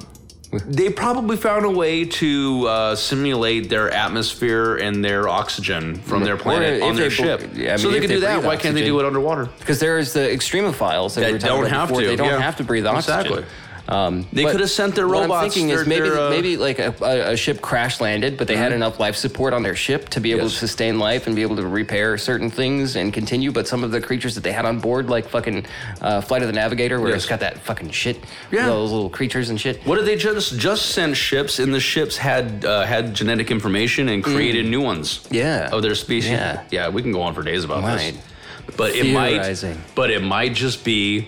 Speaker 3: they probably found a way to uh, simulate their atmosphere and their oxygen from their planet
Speaker 4: Or
Speaker 3: on
Speaker 4: if
Speaker 3: their
Speaker 4: they
Speaker 3: ship.
Speaker 4: bel- yeah, I
Speaker 3: so
Speaker 4: mean,
Speaker 3: they
Speaker 4: if
Speaker 3: could
Speaker 4: they
Speaker 3: do that.
Speaker 4: breathe
Speaker 3: Why can't they do it
Speaker 4: oxygen.
Speaker 3: underphiles?
Speaker 4: Because there's the extremophiles that
Speaker 3: That
Speaker 4: we were talking
Speaker 3: don't
Speaker 4: about
Speaker 3: have
Speaker 4: before.
Speaker 3: to,
Speaker 4: They don't
Speaker 3: yeah.
Speaker 4: have to breathe oxygen.
Speaker 3: Exactly.
Speaker 4: Um,
Speaker 3: They
Speaker 4: but
Speaker 3: could have sent their
Speaker 4: what
Speaker 3: robots,
Speaker 4: I'm thinking
Speaker 3: their-
Speaker 4: is maybe
Speaker 3: their, uh, Mm-hmm.
Speaker 4: maybe like a, a, a ship crash landed, but they had enough life support on their ship to be able
Speaker 3: Yes.
Speaker 4: to sustain life and be able to repair certain things and continue. But some of the creatures that they had on board, like fucking uh, Flight of the Navigator, where
Speaker 3: Yes.
Speaker 4: it's got that fucking shit, with
Speaker 3: Yeah.
Speaker 4: all those little creatures and shit.
Speaker 3: What if they just just sent ships and the ships had uh, had genetic information and created new ones?
Speaker 4: Mm. Yeah.
Speaker 3: Of their species.
Speaker 4: Yeah.
Speaker 3: we can go on for days about
Speaker 4: Right.
Speaker 3: this. But it might.
Speaker 4: Theorizing.
Speaker 3: But it might just be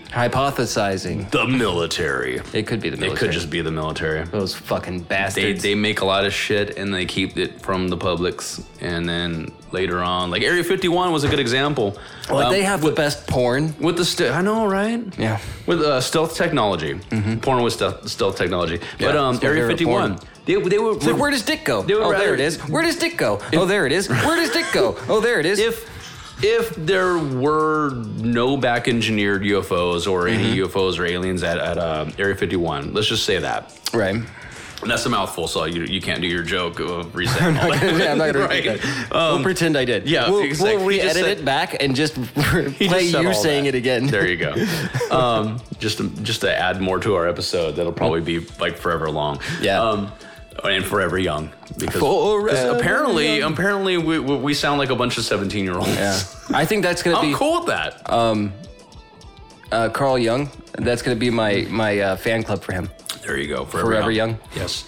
Speaker 4: Hypothesizing.
Speaker 3: the military.
Speaker 4: It could be the military.
Speaker 3: It could just be the military.
Speaker 4: those fucking
Speaker 3: They,
Speaker 4: bastards.
Speaker 3: they make a lot of shit and they keep it from the publics. And then later on, like Area 51 was a good example.
Speaker 4: Well,
Speaker 3: Um,
Speaker 4: they have the best porn.
Speaker 3: with the st- I know, right?
Speaker 4: Yeah. Mm-hmm.
Speaker 3: With uh, stealth technology, porn with stealth, stealth technology. but um,
Speaker 4: that's my
Speaker 3: Area
Speaker 4: favorite
Speaker 3: 51, they, they were.
Speaker 4: It's like, where does Dick go?
Speaker 3: They were
Speaker 4: oh, there
Speaker 3: rather-
Speaker 4: it is. Where does Dick go? oh, there it is. Where does Dick go? Oh, there it is.
Speaker 3: if if there were no back engineered UFOs or
Speaker 4: Mm-hmm.
Speaker 3: any UFOs or aliens at, at uh, Area 51, let's just say that.
Speaker 4: right.
Speaker 3: And that's a mouthful, so you, you can't do your joke of reset. I'm
Speaker 4: not gonna- yeah, I'm not gonna repeat
Speaker 3: right.
Speaker 4: we'll pretend I did.
Speaker 3: Um, yeah,
Speaker 4: We'll,
Speaker 3: exactly.
Speaker 4: we'll
Speaker 3: He just
Speaker 4: re-edit
Speaker 3: said-
Speaker 4: it back and just
Speaker 3: He just
Speaker 4: play
Speaker 3: said
Speaker 4: you
Speaker 3: all
Speaker 4: saying
Speaker 3: that.
Speaker 4: it again.
Speaker 3: There you go. um, just to, just to add more to our episode, that'll probably be like forever long.
Speaker 4: Yeah.
Speaker 3: Um, and forever young because
Speaker 4: Forever
Speaker 3: apparently apparently we, we we sound like a bunch of 17 year olds.
Speaker 4: Yeah. I think that's gonna
Speaker 3: I'm
Speaker 4: be
Speaker 3: cool with that.
Speaker 4: uh, Carl Young. That's gonna be my my uh, fan club for him.
Speaker 3: there you go. Forever,
Speaker 4: Forever
Speaker 3: young.
Speaker 4: Young.
Speaker 3: Yes.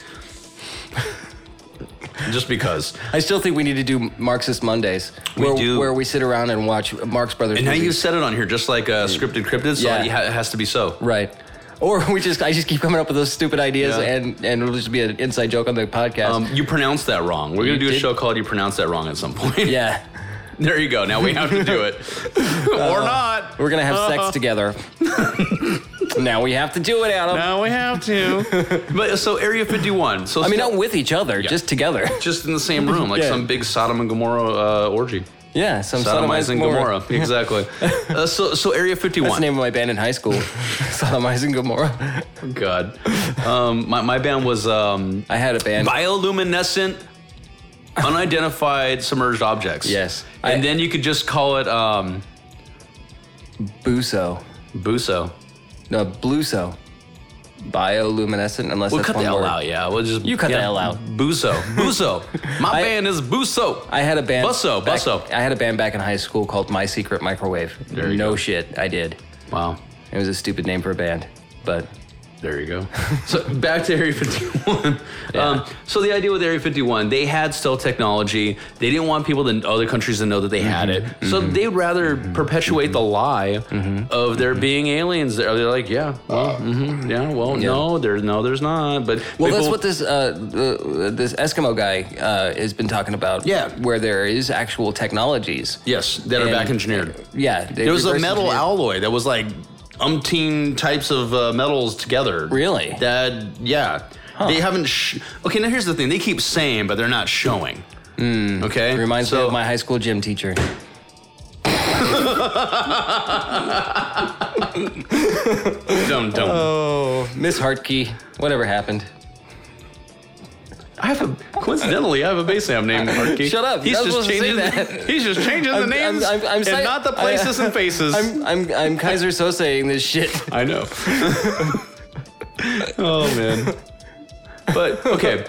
Speaker 3: just because.
Speaker 4: I still think we need to do Marxist Mondays, where,
Speaker 3: do.
Speaker 4: where we sit around and watch Marx Brothers.
Speaker 3: And now you
Speaker 4: movies.
Speaker 3: said it on here, just like uh, scripted cryptids. So
Speaker 4: Mm. Yeah.
Speaker 3: it ha- it has to be so.
Speaker 4: right? Or we just I just keep coming up with those stupid ideas,
Speaker 3: Yeah.
Speaker 4: and and it'll just be an inside joke on the podcast.
Speaker 3: Um, you pronounced that wrong. We're gonna
Speaker 4: You
Speaker 3: do a
Speaker 4: did?
Speaker 3: show called "You Pronounced That Wrong" at some point.
Speaker 4: yeah,
Speaker 3: There you go. Now we have to do it, or not.
Speaker 4: we're gonna have sex together. now we have to do it, Adam.
Speaker 3: Now we have to. but so Area 51. So
Speaker 4: I mean,
Speaker 3: still-
Speaker 4: not with each other, just together.
Speaker 3: just in the same room, like
Speaker 4: Yeah.
Speaker 3: some big Sodom and Gomorrah uh, orgy.
Speaker 4: Yeah, some
Speaker 3: Sodomizing
Speaker 4: sodomizing
Speaker 3: Gomorrah,
Speaker 4: Gomorrah.
Speaker 3: exactly. uh, so, so Area 51.
Speaker 4: That's the name of my band in high school. sodomizing Gomorrah.
Speaker 3: God, um, my, my band was um,
Speaker 4: I had a band.
Speaker 3: bioluminescent, unidentified submerged objects.
Speaker 4: Yes.
Speaker 3: and
Speaker 4: I-
Speaker 3: then you could just call it um,
Speaker 4: Buso.
Speaker 3: Buso.
Speaker 4: No, Bluso. Bioluminescent, unless
Speaker 3: We'll
Speaker 4: that's
Speaker 3: cut
Speaker 4: one
Speaker 3: the L
Speaker 4: word.
Speaker 3: out. Yeah, we'll just
Speaker 4: You cut
Speaker 3: yeah,
Speaker 4: the L out.
Speaker 3: Buso, Buso. My
Speaker 4: I-
Speaker 3: band is Buso.
Speaker 4: I had a band.
Speaker 3: Busso,
Speaker 4: back-
Speaker 3: Busso.
Speaker 4: I had a band back in high school called My Secret Microwave.
Speaker 3: There you
Speaker 4: no
Speaker 3: go.
Speaker 4: shit, I did.
Speaker 3: wow,
Speaker 4: It was a stupid name for a band, but
Speaker 3: there you go. so back to Area 51. Um, so the idea with Area 51, they had stealth technology. They didn't want people in other countries to know that they had it. So
Speaker 4: Mm-hmm.
Speaker 3: they'd rather perpetuate the lie of
Speaker 4: Mm-hmm.
Speaker 3: there being aliens. There, they're like, yeah,
Speaker 4: Oh.
Speaker 3: well, mhm, yeah, well, no, there's no, there's not. But people-
Speaker 4: well, that's what this uh, uh, this Eskimo guy uh, has been talking about.
Speaker 3: Yeah.
Speaker 4: where there is actual technologies.
Speaker 3: yes, that are
Speaker 4: And-
Speaker 3: back engineered.
Speaker 4: Yeah, they
Speaker 3: There was a
Speaker 4: reverse
Speaker 3: metal
Speaker 4: engineered-
Speaker 3: alloy that was like umpteen types of uh, metals together.
Speaker 4: Really?
Speaker 3: That yeah. They haven't. Sh- okay, now here's the thing. They keep saying, but they're not showing. okay.
Speaker 4: Hmm. Reminds me
Speaker 3: So-
Speaker 4: of my high school gym teacher.
Speaker 3: Dum, dum.
Speaker 4: Oh, Miss Hartke, whatever happened?
Speaker 3: I have a coincidentally, I have a bass amp named Marky.
Speaker 4: Shut up,
Speaker 3: He's
Speaker 4: you're not
Speaker 3: just
Speaker 4: supposed to say
Speaker 3: changing.
Speaker 4: that.
Speaker 3: He's just changing the
Speaker 4: I'm-
Speaker 3: names
Speaker 4: I'm- I'm- I'm
Speaker 3: and
Speaker 4: saying-
Speaker 3: not the
Speaker 4: I-
Speaker 3: places and faces.
Speaker 4: I'm I'm I'm Kaiser Sosaing this shit.
Speaker 3: I know. oh man. But okay.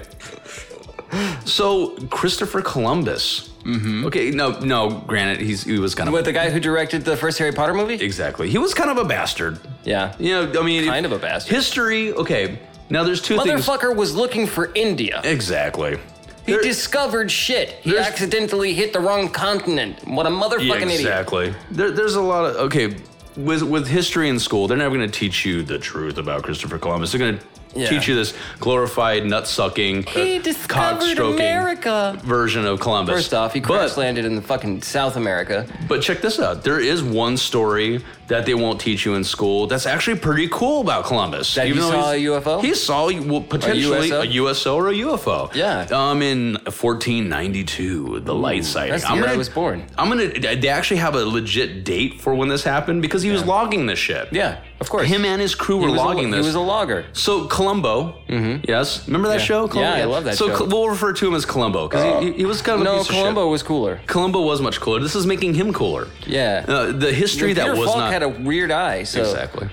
Speaker 3: So Christopher Columbus. Mm-hmm. Okay, no, no. Granted, he's he was kind of
Speaker 4: What the guy who directed the first Harry Potter movie?
Speaker 3: exactly. He was kind of a bastard.
Speaker 4: Yeah.
Speaker 3: You know, I mean,
Speaker 4: Kind of a bastard.
Speaker 3: History. Okay. Now there's two things.
Speaker 4: Motherfucker was looking for India.
Speaker 3: Exactly.
Speaker 4: He
Speaker 3: There-
Speaker 4: discovered shit. He
Speaker 3: there's-
Speaker 4: accidentally hit the wrong continent. What a motherfucking
Speaker 3: Yeah,
Speaker 4: idiot.
Speaker 3: exactly. There, there's a lot of okay with with history in school. They're never going to teach you the truth about Christopher Columbus. They're going to
Speaker 4: Yeah.
Speaker 3: teach you this glorified nut sucking,
Speaker 4: He discovered America.
Speaker 3: version of Columbus.
Speaker 4: First off, he crash
Speaker 3: but,
Speaker 4: landed in the fucking South America.
Speaker 3: but check this out. There is one story that they won't teach you in school that's actually pretty cool about Columbus.
Speaker 4: That he
Speaker 3: though
Speaker 4: saw
Speaker 3: he's-
Speaker 4: a UFO?
Speaker 3: He saw well, potentially
Speaker 4: USO?
Speaker 3: a USO or a UFO.
Speaker 4: Yeah.
Speaker 3: Um, in 1492, the light sighting.
Speaker 4: that's the year I was born.
Speaker 3: I'm gonna. They actually have a legit date for when this happened because he was logging this shit.
Speaker 4: Yeah, of course.
Speaker 3: Him and his crew
Speaker 4: he
Speaker 3: were
Speaker 4: was
Speaker 3: logging
Speaker 4: a,
Speaker 3: this.
Speaker 4: He was a logger.
Speaker 3: So Columbo, yes, remember that
Speaker 4: Yeah.
Speaker 3: show? Columbo?
Speaker 4: Yeah, I love that
Speaker 3: so
Speaker 4: show.
Speaker 3: Col- we'll refer to him as Columbo because he, he was kind of a
Speaker 4: No,
Speaker 3: piece Of
Speaker 4: Columbo
Speaker 3: shit.
Speaker 4: was cooler.
Speaker 3: Columbo was much cooler. This is making him cooler.
Speaker 4: Yeah.
Speaker 3: Uh, the history
Speaker 4: Peter
Speaker 3: that was
Speaker 4: Falk
Speaker 3: not
Speaker 4: had a weird eye. So.
Speaker 3: exactly.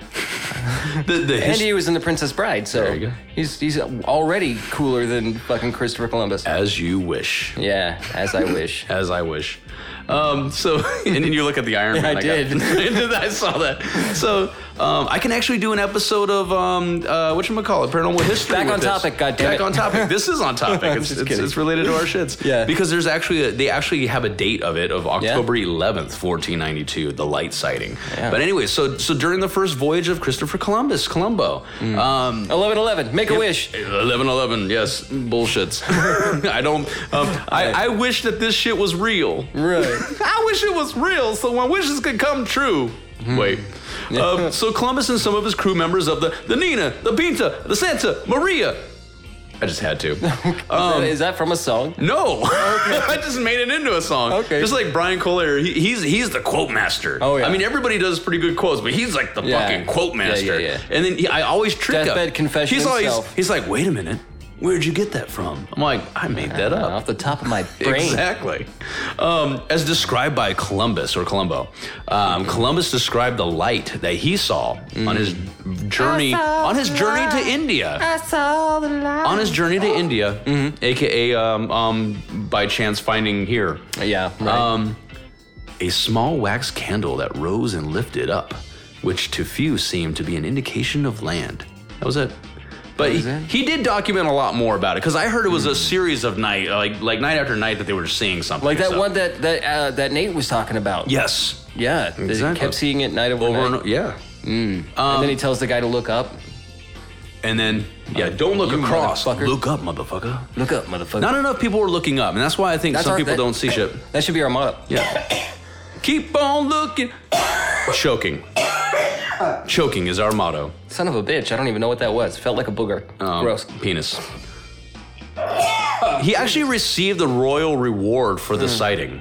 Speaker 3: the the
Speaker 4: And
Speaker 3: history.
Speaker 4: he was in The Princess Bride, so
Speaker 3: There you go.
Speaker 4: he's he's already cooler than fucking Christopher Columbus.
Speaker 3: As you wish.
Speaker 4: Yeah, as I wish.
Speaker 3: As I wish. Um, so, and then you look at the Iron Man.
Speaker 4: I
Speaker 3: got-
Speaker 4: did.
Speaker 3: I saw that. So, Um, I can actually do an episode of um, uh, what call it, paranormal history.
Speaker 4: Back
Speaker 3: with
Speaker 4: on
Speaker 3: this.
Speaker 4: topic, goddammit.
Speaker 3: Back on topic. This is on topic. It's,
Speaker 4: just
Speaker 3: it's,
Speaker 4: kidding.
Speaker 3: it's related to our shits.
Speaker 4: Yeah.
Speaker 3: Because there's actually a, they actually have a date of it of October 11th, 1492, the light sighting.
Speaker 4: Yeah.
Speaker 3: But anyway, so so during the first voyage of Christopher Columbus, Columbo.
Speaker 4: Mm.
Speaker 3: Um,
Speaker 4: 1111, make a wish.
Speaker 3: Eleven eleven, yes, bullshits. I don't. Um, I, I wish that this shit was real.
Speaker 4: Right.
Speaker 3: I wish it was real, so my wishes could come true. Wait. Um, so Columbus and some of his crew members of the the Nina, the Pinta, the Santa Maria. I just had to.
Speaker 4: is, that, is that from a song?
Speaker 3: No, I just made it into a song.
Speaker 4: Okay.
Speaker 3: just like Brian Kohler, he, he's he's the quote master.
Speaker 4: Oh, yeah.
Speaker 3: I mean, everybody does pretty good quotes, but he's like the
Speaker 4: Yeah.
Speaker 3: fucking quote
Speaker 4: Yeah, yeah,
Speaker 3: master.
Speaker 4: yeah.
Speaker 3: And then he, I always trick him.
Speaker 4: Deathbed confession
Speaker 3: He's always
Speaker 4: himself.
Speaker 3: he's like, wait a minute, where'd you get that from? I'm like, I made that up.
Speaker 4: Off the top of my brain.
Speaker 3: Exactly. Um, as described by Columbus or Columbo, um, Columbus described the light that he saw on his
Speaker 4: Mm.
Speaker 3: journey on his journey to India. I saw the light on his journey to India, aka um, um, by chance finding here
Speaker 4: Yeah. Right.
Speaker 3: Um, a small wax candle that rose and lifted up, which to few seemed to be an indication of land. That was it. But he,
Speaker 4: it?
Speaker 3: he did document a lot more about it because I heard it was a series of night, like like night after night, that they were seeing something.
Speaker 4: like that
Speaker 3: so-
Speaker 4: one that that uh, that Nate was talking about.
Speaker 3: Yes.
Speaker 4: Yeah. they
Speaker 3: Exactly.
Speaker 4: kept seeing it night over,
Speaker 3: Over um,
Speaker 4: night.
Speaker 3: and yeah.
Speaker 4: and then he tells the guy to look up.
Speaker 3: And then yeah, don't look
Speaker 4: Uh, you
Speaker 3: across.
Speaker 4: motherfucker.
Speaker 3: Look up, motherfucker.
Speaker 4: Look up, motherfucker.
Speaker 3: Not enough people were looking up, and that's why I think
Speaker 4: That's
Speaker 3: some
Speaker 4: our-
Speaker 3: people
Speaker 4: that-
Speaker 3: don't see shit.
Speaker 4: That should be our motto.
Speaker 3: Yeah. Keep on looking. Choking. Choking is our motto.
Speaker 4: Son of a bitch. I don't even know what that was. Felt like a booger.
Speaker 3: Um,
Speaker 4: Gross.
Speaker 3: Penis. He actually received the royal reward for the sighting.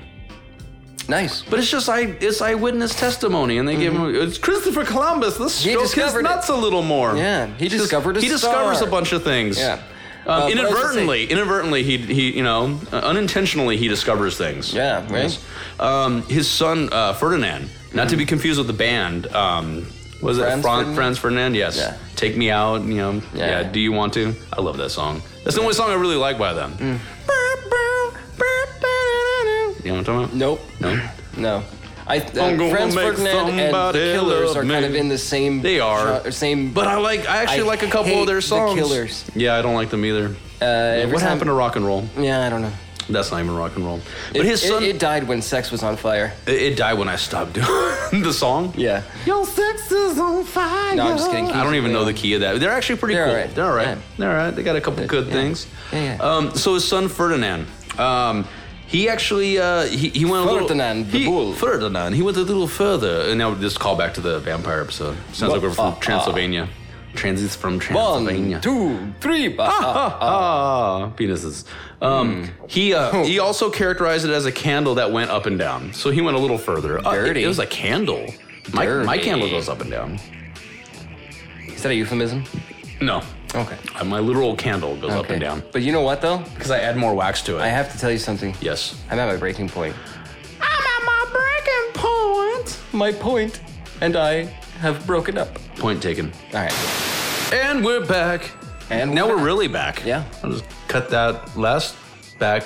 Speaker 4: Nice.
Speaker 3: But it's just I it's eyewitness testimony, and they give him it's Christopher Columbus. Let's
Speaker 4: Mm-hmm. He
Speaker 3: stroke his
Speaker 4: discovered it.
Speaker 3: nuts a little more.
Speaker 4: Yeah, he
Speaker 3: Just-
Speaker 4: discovered a
Speaker 3: He discovers
Speaker 4: star.
Speaker 3: a bunch of things.
Speaker 4: Yeah.
Speaker 3: Um,
Speaker 4: Uh, but I was gonna
Speaker 3: inadvertently, inadvertently, he he you know uh, unintentionally he discovers things.
Speaker 4: Yeah, right.
Speaker 3: Yes. Um, his son uh, Ferdinand, not to be confused with the band. Um, was it
Speaker 4: Mm-hmm.
Speaker 3: Fran-
Speaker 4: Franz Ferdinand?
Speaker 3: Franz Ferdinand? Yes.
Speaker 4: Yeah.
Speaker 3: Take me out. You know.
Speaker 4: Yeah.
Speaker 3: Yeah. Do you want to? I love that song. That's the only song I really like by them.
Speaker 4: Mm.
Speaker 3: You know what I'm talking about?
Speaker 4: Nope.
Speaker 3: No.
Speaker 4: No. I, uh,
Speaker 3: I'm gonna
Speaker 4: Franz
Speaker 3: make
Speaker 4: Ferdinand and the
Speaker 3: somebody
Speaker 4: Killers
Speaker 3: love
Speaker 4: are kind
Speaker 3: me.
Speaker 4: of in the same.
Speaker 3: They are.
Speaker 4: genre- same.
Speaker 3: But I like. I actually
Speaker 4: I
Speaker 3: like a couple
Speaker 4: hate
Speaker 3: of their
Speaker 4: the
Speaker 3: songs.
Speaker 4: Killers. Uh,
Speaker 3: Yeah, I don't like them either.
Speaker 4: every
Speaker 3: what
Speaker 4: time-
Speaker 3: happened to rock and roll?
Speaker 4: yeah, I don't know.
Speaker 3: That's not even rock and roll. But
Speaker 4: It-
Speaker 3: his
Speaker 4: it-
Speaker 3: son,
Speaker 4: It,
Speaker 3: it,
Speaker 4: died when sex was on fire.
Speaker 3: it died when I stopped doing the song.
Speaker 4: Yeah.
Speaker 3: Your sex is on fire.
Speaker 4: No, I'm just kidding.
Speaker 3: I don't even know the key of that. They're actually pretty
Speaker 4: They're
Speaker 3: cool.
Speaker 4: alright.
Speaker 3: They're all right.
Speaker 4: Yeah.
Speaker 3: They're all right. They got a couple good
Speaker 4: yeah.
Speaker 3: things.
Speaker 4: Yeah, yeah.
Speaker 3: Um, so his son Ferdinand, um, he actually uh, he, he went a little
Speaker 4: Ferdinand the
Speaker 3: he,
Speaker 4: bull.
Speaker 3: Ferdinand. He went a little further, and now this call back to the vampire episode. Sounds like we're from
Speaker 4: Ah, ah.
Speaker 3: Transylvania. Transits from Transylvania.
Speaker 4: One, two, three. bah, ah.
Speaker 3: Ah, penises. Um,
Speaker 4: Hmm.
Speaker 3: He
Speaker 4: Oh.
Speaker 3: uh, he also characterized it as a candle that went up and down. So he went a little further. Uh, it-
Speaker 4: Dirty.
Speaker 3: it, was a candle. My, my
Speaker 4: Dirty.
Speaker 3: candle goes up and down.
Speaker 4: Is that a euphemism?
Speaker 3: No.
Speaker 4: Okay.
Speaker 3: Uh, My literal candle goes up
Speaker 4: Oh. Okay.
Speaker 3: and down
Speaker 4: But you know what though?
Speaker 3: because I add more wax to it.
Speaker 4: I have to tell you something.
Speaker 3: yes.
Speaker 4: I'm at my breaking point.
Speaker 3: I'm at my breaking point.
Speaker 4: My point and I have broken up.
Speaker 3: Point taken.
Speaker 4: All right.
Speaker 3: And we're back.
Speaker 4: And
Speaker 3: now
Speaker 4: we're
Speaker 3: we're really back.
Speaker 4: Yeah.
Speaker 3: I'll just cut that last back.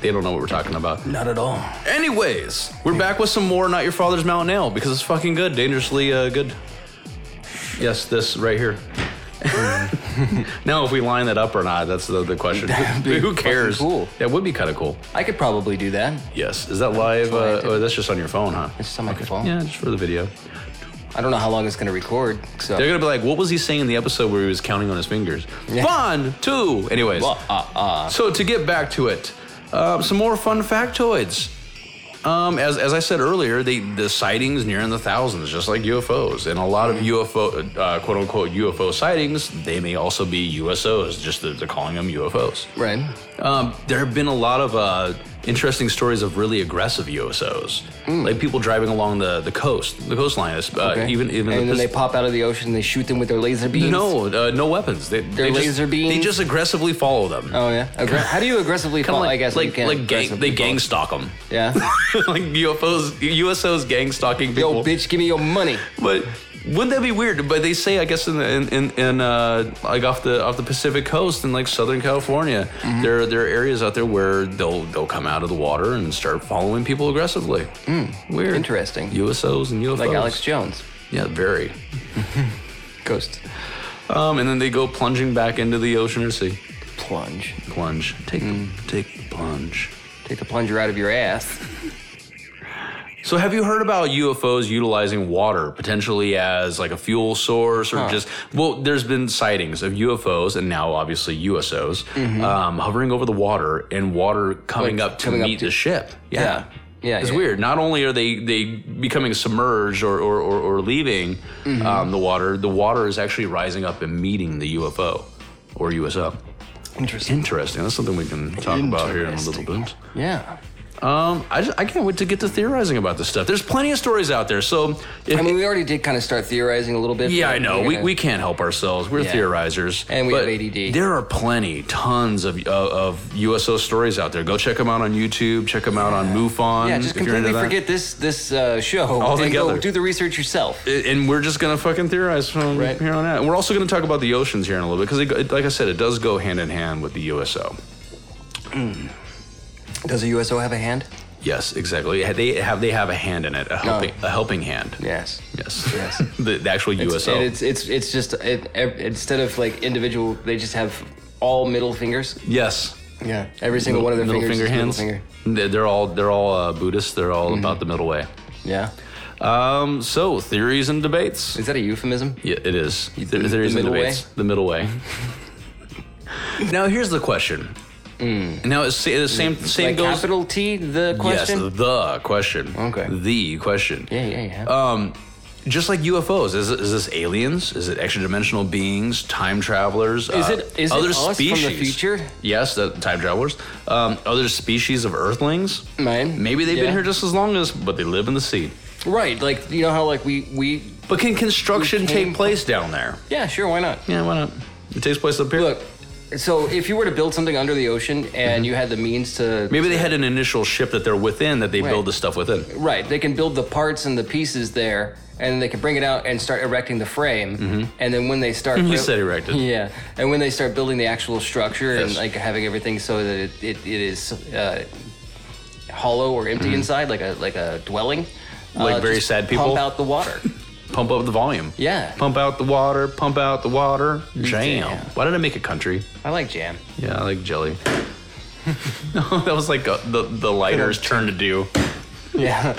Speaker 3: They don't know what we're talking about.
Speaker 4: Not at all.
Speaker 3: Anyways, we're back with some more Not Your Father's Mountain Ale because it's fucking good, dangerously uh, good. Yes, this right here. now, if we line that up or not, that's the, the question.
Speaker 4: be
Speaker 3: Who cares?
Speaker 4: fucking cool.
Speaker 3: That would be kind of cool.
Speaker 4: I could probably do that.
Speaker 3: Yes. Is that live?
Speaker 4: what I
Speaker 3: Uh,
Speaker 4: did.
Speaker 3: oh, that's just on your phone, huh?
Speaker 4: It's just on my phone.
Speaker 3: Yeah, just for the video.
Speaker 4: I don't know how long it's gonna record. So
Speaker 3: They're gonna be like, what was he saying in the episode where he was counting on his fingers?
Speaker 4: Yeah.
Speaker 3: One, two. Anyways,
Speaker 4: Well, uh, uh.
Speaker 3: so to get back to it, uh, some more fun factoids. Um, as, as I said earlier, they, the sightings near in the thousands, just like UFOs, and a lot of
Speaker 4: Mm-hmm.
Speaker 3: UFO uh, quote unquote UFO sightings, they may also be USOs. Just that they're calling them UFOs.
Speaker 4: Right.
Speaker 3: Um, there have been a lot of uh, interesting stories of really aggressive USOs, like people driving along the, the coast, the coastline, uh,
Speaker 4: Mm. Okay.
Speaker 3: even even
Speaker 4: and
Speaker 3: the
Speaker 4: then they
Speaker 3: Pac-
Speaker 4: pop out of the ocean. and They shoot them with their laser beams.
Speaker 3: no, uh, no weapons. They,
Speaker 4: They're
Speaker 3: they
Speaker 4: laser
Speaker 3: just,
Speaker 4: beams?
Speaker 3: They just aggressively follow them.
Speaker 4: Oh yeah. Aggra- how do you aggressively
Speaker 3: Kinda
Speaker 4: fall? I guess you
Speaker 3: like
Speaker 4: can't
Speaker 3: like gang,
Speaker 4: aggressively
Speaker 3: they gang
Speaker 4: fall.
Speaker 3: stalk them.
Speaker 4: Yeah.
Speaker 3: like UFOs, USOs gang stalking people.
Speaker 4: Yo, bitch, give me your money.
Speaker 3: But wouldn't that be weird? But they say, I guess, in the, in in, in uh, like off the off the Pacific coast in like Southern California,
Speaker 4: Mm-hmm.
Speaker 3: there there are areas out there where they'll they'll come out of the water and start following people aggressively. Weird,
Speaker 4: Mm, Interesting.
Speaker 3: USOs and UFOs,
Speaker 4: Like Alex Jones.
Speaker 3: Yeah, very.
Speaker 4: Ghost
Speaker 3: Um, and then they go plunging back into the ocean or sea.
Speaker 4: plunge.
Speaker 3: Plunge. Take
Speaker 4: Mm.
Speaker 3: the, take the plunge.
Speaker 4: Take the plunger out of your ass.
Speaker 3: So have you heard about UFOs utilizing water potentially as like a fuel source or
Speaker 4: Huh.
Speaker 3: just well there's been sightings of UFOs and now obviously USOs um, hovering over the water and water coming
Speaker 4: Mm-hmm. Like,
Speaker 3: up to
Speaker 4: coming up
Speaker 3: meet
Speaker 4: to-
Speaker 3: the ship. Yeah.
Speaker 4: Yeah. Yeah,
Speaker 3: It's
Speaker 4: yeah.
Speaker 3: weird. Not only are they they becoming submerged or or, or, or leaving
Speaker 4: Mm-hmm.
Speaker 3: um, the water, the water is actually rising up and meeting the UFO or USO.
Speaker 4: Interesting.
Speaker 3: Interesting. That's something we can talk about here in a little bit.
Speaker 4: Yeah.
Speaker 3: Um, I, just, I can't wait to get to theorizing about this stuff. There's plenty of stories out there. So, if,
Speaker 4: I mean, we already did kind of start theorizing a little bit.
Speaker 3: yeah,
Speaker 4: but
Speaker 3: I know.
Speaker 4: we're
Speaker 3: We,
Speaker 4: gonna-
Speaker 3: we can't help ourselves. We're
Speaker 4: Yeah.
Speaker 3: theorizers.
Speaker 4: And we
Speaker 3: but
Speaker 4: have ADD.
Speaker 3: There are plenty, tons of, uh, of USO stories out there. Go check them out on YouTube. Check them out on MUFON.
Speaker 4: Yeah, just
Speaker 3: if you're into
Speaker 4: completely
Speaker 3: that.
Speaker 4: forget this this uh, show and
Speaker 3: Altogether.
Speaker 4: go do the research yourself.
Speaker 3: and we're just gonna fucking theorize from
Speaker 4: Right.
Speaker 3: here on out. And we're also gonna talk about the oceans here in a little bit because, like I said, it does go hand in hand with the USO.
Speaker 4: Does a USO have a hand?
Speaker 3: Yes, exactly. They have they have a hand in it, a helping, a helping hand.
Speaker 4: Yes.
Speaker 3: Yes.
Speaker 4: Oh. Yes.
Speaker 3: the, the actual USO.
Speaker 4: And it's it's it's just it, ev- instead of like individual, they just have all middle fingers.
Speaker 3: yes.
Speaker 4: Yeah. Every single one of their
Speaker 3: middle
Speaker 4: fingers.
Speaker 3: finger
Speaker 4: is
Speaker 3: hands.
Speaker 4: Middle finger. Mm-hmm.
Speaker 3: They- They're all they're all uh, Buddhists. They're all about the middle way.
Speaker 4: Yeah.
Speaker 3: Um, so theories and debates.
Speaker 4: Is that a euphemism?
Speaker 3: Yeah, it is the,
Speaker 4: the
Speaker 3: theories and
Speaker 4: middle way?
Speaker 3: debates. The middle way. now here's the question. Now it's the the same same
Speaker 4: Mm. like
Speaker 3: goes.
Speaker 4: capital T, the question.
Speaker 3: Yes, the question.
Speaker 4: Okay.
Speaker 3: The question.
Speaker 4: yeah, yeah, yeah.
Speaker 3: Um, just like UFOs, is, it- is this aliens? Is it extra dimensional beings? Time travelers? uh,
Speaker 4: Is it- is it
Speaker 3: other
Speaker 4: us from the
Speaker 3: species?
Speaker 4: future?
Speaker 3: Yes, the time travelers. Um, other species of Earthlings?
Speaker 4: Right.
Speaker 3: Maybe they've
Speaker 4: Yeah.
Speaker 3: been here just as long as, but they live in the sea.
Speaker 4: right. Like you know how like we we
Speaker 3: But can construction
Speaker 4: We came
Speaker 3: take
Speaker 4: from-
Speaker 3: place down there?
Speaker 4: yeah sure why not
Speaker 3: Yeah, why not? It takes place up here.
Speaker 4: look. So if you were to build something under the ocean and you had the means to
Speaker 3: Mm-hmm. Maybe they had an initial ship that they're within that they
Speaker 4: Right.
Speaker 3: build the stuff within.
Speaker 4: Right. They can build the parts and the pieces there, and they can bring it out and start erecting the frame. And then when they start,
Speaker 3: Mm-hmm. You said erected.
Speaker 4: Yeah. And when they start building the actual structure and
Speaker 3: Yes.
Speaker 4: like having everything so that it, it, it is uh, hollow or empty inside, like a like a dwelling.
Speaker 3: Mm-hmm.
Speaker 4: uh,
Speaker 3: Like very
Speaker 4: just
Speaker 3: sad people?
Speaker 4: Pump out the water.
Speaker 3: Pump up the volume.
Speaker 4: Yeah.
Speaker 3: Pump out the water. Pump out the water. Jam.
Speaker 4: Jam.
Speaker 3: Why did I make a country?
Speaker 4: I like jam.
Speaker 3: Yeah, I like jelly. no, that was like uh the the lighter's turn to do.
Speaker 4: Yeah.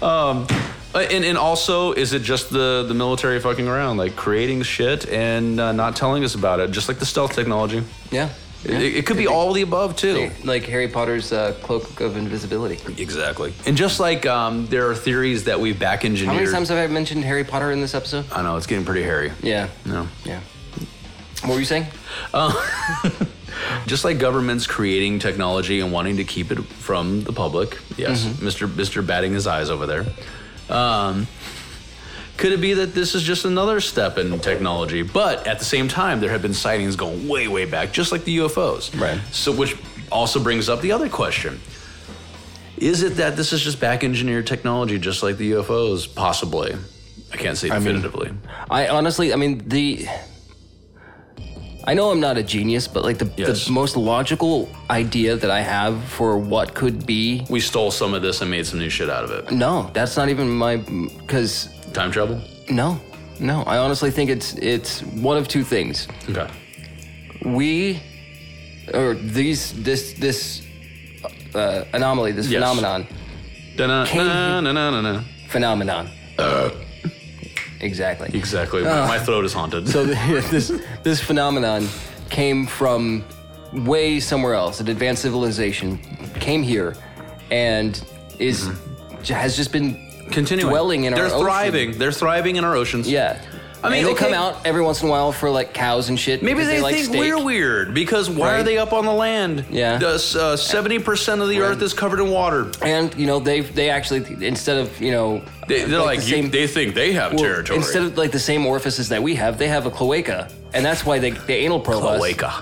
Speaker 3: Uh, And and also, is it just the the military fucking around, like creating shit and uh, not telling us about it, just like the stealth technology?
Speaker 4: yeah.
Speaker 3: It, it could be all of the above too.
Speaker 4: Like Harry Potter's uh, cloak of invisibility.
Speaker 3: Exactly. And just like um, there are theories that we've back
Speaker 4: How
Speaker 3: engineered.
Speaker 4: many times have I mentioned Harry Potter in this episode?
Speaker 3: I know it's getting pretty hairy.
Speaker 4: Yeah.
Speaker 3: Uh, No.
Speaker 4: Yeah. What were you saying?
Speaker 3: Just like governments creating technology and wanting to keep it from the public. Yes, Mr. Mr. Batting his eyes over there. Um, could it be that this is just another step in technology? But at the same time, there have been sightings going way, way back, just like the UFOs.
Speaker 4: Right.
Speaker 3: So, which also brings up the other question: Is it that this is just back engineered technology, just like the UFOs? Possibly. I can't say
Speaker 4: mean-
Speaker 3: definitively.
Speaker 4: I honestly, I mean, the. I know I'm not a genius, but like the,
Speaker 3: Yes.
Speaker 4: the most logical idea that I have for what could be.
Speaker 3: we stole some of this and made some new shit out of it.
Speaker 4: No, that's not even my. Because,
Speaker 3: Time travel.
Speaker 4: no, no. I honestly think it's it's one of two things.
Speaker 3: Okay.
Speaker 4: We. Or these. This. This. Uh, anomaly, this
Speaker 3: Yes.
Speaker 4: phenomenon.
Speaker 3: Na na
Speaker 4: Can-
Speaker 3: na na na.
Speaker 4: Phenomenon.
Speaker 3: Uh.
Speaker 4: Exactly.
Speaker 3: Exactly. My, my throat is haunted.
Speaker 4: So th- this this phenomenon came from way somewhere else. An advanced civilization came here, and is
Speaker 3: Mm-hmm.
Speaker 4: j has just been
Speaker 3: continuing.
Speaker 4: dwelling in
Speaker 3: They're
Speaker 4: our ocean.
Speaker 3: thriving. They're thriving in our oceans.
Speaker 4: Yeah,
Speaker 3: I mean,
Speaker 4: And they'll
Speaker 3: okay.
Speaker 4: come out every once in a while for like cows and shit.
Speaker 3: Maybe
Speaker 4: because
Speaker 3: they,
Speaker 4: like
Speaker 3: think
Speaker 4: steak.
Speaker 3: we're weird because why are
Speaker 4: Right.
Speaker 3: they up on the land?
Speaker 4: Yeah.
Speaker 3: Seventy percent of the
Speaker 4: Right.
Speaker 3: earth is covered in water.
Speaker 4: And you know they they actually instead of you know
Speaker 3: They, they're like,
Speaker 4: the
Speaker 3: you-
Speaker 4: same-
Speaker 3: they think they have
Speaker 4: well,
Speaker 3: territory.
Speaker 4: instead of like the same orifices that we have, they have a cloaca, and that's why they they anal probe us.
Speaker 3: Cloaca.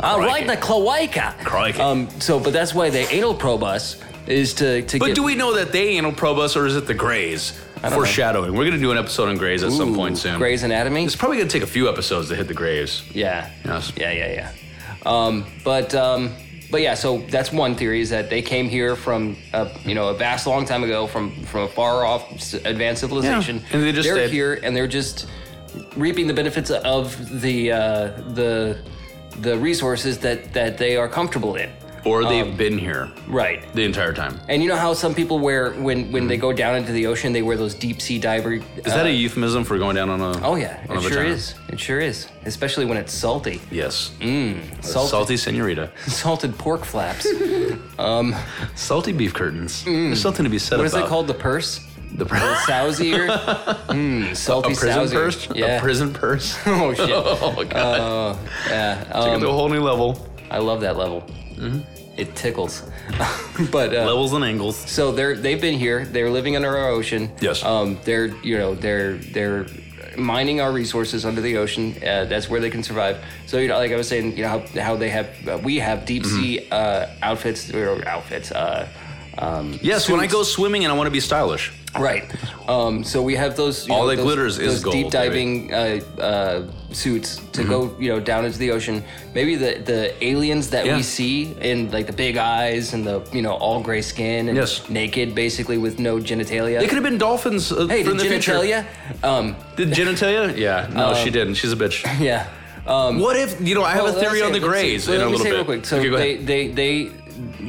Speaker 4: I
Speaker 3: Crikey.
Speaker 4: like the cloaca.
Speaker 3: Crikey.
Speaker 4: Um, so, but that's why they anal probe us is to to
Speaker 3: But
Speaker 4: get.
Speaker 3: do we know that they anal probe us or is it the Greys?
Speaker 4: know.
Speaker 3: Foreshadowing. We're gonna do an episode on Greys at some
Speaker 4: Ooh,
Speaker 3: point soon.
Speaker 4: Grey's Anatomy.
Speaker 3: It's probably gonna take a few episodes to hit the Greys.
Speaker 4: Yeah.
Speaker 3: Yes.
Speaker 4: Yeah, yeah, yeah. Um, but um, But yeah, so that's one theory is that they came here from a, you know a vast long time ago from from a far off s- advanced civilization.
Speaker 3: and they just
Speaker 4: are
Speaker 3: stayed.
Speaker 4: here and they're just reaping the benefits of the uh, the the resources that that they are comfortable in.
Speaker 3: Or they've
Speaker 4: Um,
Speaker 3: been here
Speaker 4: Right.
Speaker 3: the entire time.
Speaker 4: And you know how some people wear when when they go down into the ocean, they wear those deep sea diver.
Speaker 3: Mm-hmm.
Speaker 4: uh,
Speaker 3: Is that a euphemism for going down on a?
Speaker 4: Oh yeah,
Speaker 3: on
Speaker 4: it
Speaker 3: a
Speaker 4: sure
Speaker 3: vagina?
Speaker 4: is. It sure is, especially when it's salty,
Speaker 3: Yes.
Speaker 4: Mm. salty,
Speaker 3: Salty senorita.
Speaker 4: salted pork flaps.
Speaker 3: Salty beef curtains. There's something to be said
Speaker 4: Mm. what is
Speaker 3: about.
Speaker 4: it called? The purse,
Speaker 3: The pr-
Speaker 4: sow's ear, mm,
Speaker 3: a
Speaker 4: salty
Speaker 3: prison
Speaker 4: sow's ear.
Speaker 3: purse.
Speaker 4: Yeah.
Speaker 3: A prison purse.
Speaker 4: oh shit.
Speaker 3: oh my god.
Speaker 4: Yeah.
Speaker 3: Took
Speaker 4: um,
Speaker 3: it to a whole new level.
Speaker 4: I love that level.
Speaker 3: Mm-hmm.
Speaker 4: It tickles. but uh,
Speaker 3: Levels and angles.
Speaker 4: so they're they've been here. They're living under our ocean.
Speaker 3: Yes.
Speaker 4: Um, they're you know they're they're mining our resources under the ocean. Uh, that's where they can survive. So you know, like I was saying, you know how, how they have uh, we have deep
Speaker 3: Mm-hmm.
Speaker 4: sea uh, outfits or outfits. Uh, um,
Speaker 3: Yes, when I
Speaker 4: suits.
Speaker 3: go swimming and I want to be stylish.
Speaker 4: Right. Um, so we have those. you
Speaker 3: All
Speaker 4: know,
Speaker 3: that
Speaker 4: those-
Speaker 3: glitters is
Speaker 4: those
Speaker 3: gold, Mm-hmm.
Speaker 4: Deep diving uh, uh, suits to go, you know, down into the ocean. Maybe the the aliens that
Speaker 3: Yeah.
Speaker 4: we see in like the big eyes and the you know all gray skin and
Speaker 3: Yes.
Speaker 4: naked, basically with no genitalia.
Speaker 3: They could have been dolphins uh,
Speaker 4: hey,
Speaker 3: from
Speaker 4: did
Speaker 3: the future. Uh,
Speaker 4: genitalia? Um,
Speaker 3: Did genitalia? Yeah. No, she didn't. She's a bitch.
Speaker 4: yeah. Um,
Speaker 3: What if you know? I have
Speaker 4: well,
Speaker 3: a
Speaker 4: let's
Speaker 3: theory
Speaker 4: say-
Speaker 3: on the
Speaker 4: let's say-
Speaker 3: Greys
Speaker 4: well,
Speaker 3: in a
Speaker 4: let me
Speaker 3: little
Speaker 4: say
Speaker 3: bit.
Speaker 4: Real quick. So
Speaker 3: Okay, go
Speaker 4: they,
Speaker 3: ahead.
Speaker 4: they they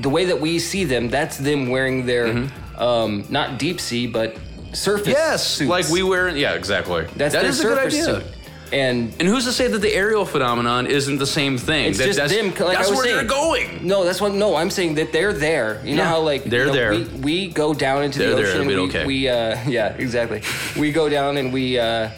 Speaker 4: the way that we see them, that's them wearing their um, not deep sea but surface.
Speaker 3: Mm-hmm. yes,
Speaker 4: suits.
Speaker 3: like we wear. Yeah, exactly.
Speaker 4: That's
Speaker 3: That
Speaker 4: their
Speaker 3: is a good
Speaker 4: surface
Speaker 3: idea.
Speaker 4: suit. And
Speaker 3: And who's to say that the aerial phenomenon isn't the same thing?
Speaker 4: It's
Speaker 3: that,
Speaker 4: just
Speaker 3: that's,
Speaker 4: them. Like I
Speaker 3: that's
Speaker 4: was
Speaker 3: where
Speaker 4: saying,
Speaker 3: they're going.
Speaker 4: No, that's what. No, I'm saying that they're there. You know
Speaker 3: Yeah.
Speaker 4: how like you
Speaker 3: They're
Speaker 4: know,
Speaker 3: there.
Speaker 4: We, we go down into
Speaker 3: They're
Speaker 4: the
Speaker 3: there,
Speaker 4: ocean.
Speaker 3: and we don't care.
Speaker 4: We uh, yeah, exactly. we go down and we uh,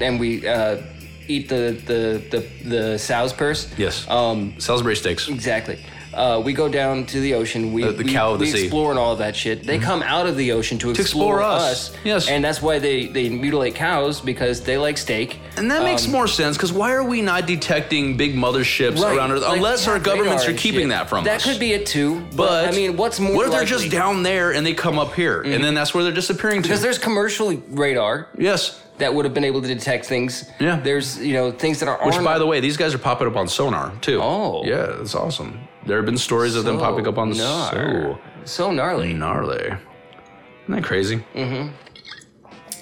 Speaker 4: and we uh, eat the the the the sow's purse.
Speaker 3: Yes.
Speaker 4: Um.
Speaker 3: Salisbury steaks.
Speaker 4: Exactly. Uh, we go down to the ocean. We
Speaker 3: Uh, The- the
Speaker 4: we,
Speaker 3: cow of the
Speaker 4: we
Speaker 3: sea. Mm-hmm.
Speaker 4: explore and all that shit. They come out of the ocean to
Speaker 3: explore
Speaker 4: explore,
Speaker 3: us. Yes.
Speaker 4: And that's why they they mutilate cows because they like steak.
Speaker 3: And that makes
Speaker 4: Um,
Speaker 3: more sense because why are we not detecting big motherships
Speaker 4: Right,
Speaker 3: around Earth
Speaker 4: like
Speaker 3: unless our
Speaker 4: radar
Speaker 3: governments are
Speaker 4: and
Speaker 3: keeping
Speaker 4: shit.
Speaker 3: that from us?
Speaker 4: That could be it too. But,
Speaker 3: But
Speaker 4: I mean, what's more?
Speaker 3: What if they're
Speaker 4: likely? Mm-hmm.
Speaker 3: just down there and they come up here, and then that's where they're disappearing
Speaker 4: Because
Speaker 3: to?
Speaker 4: there's commercial radar
Speaker 3: Yes.
Speaker 4: that would have been able to detect things.
Speaker 3: Yeah.
Speaker 4: There's you know things that are
Speaker 3: Which,
Speaker 4: on-
Speaker 3: by the way, these guys are popping up on sonar too.
Speaker 4: Oh.
Speaker 3: yeah, that's awesome. There have been stories of them
Speaker 4: So
Speaker 3: popping up on
Speaker 4: gnar-
Speaker 3: so
Speaker 4: so
Speaker 3: Mm.
Speaker 4: gnarly.
Speaker 3: gnarly. Isn't that crazy?
Speaker 4: Mm.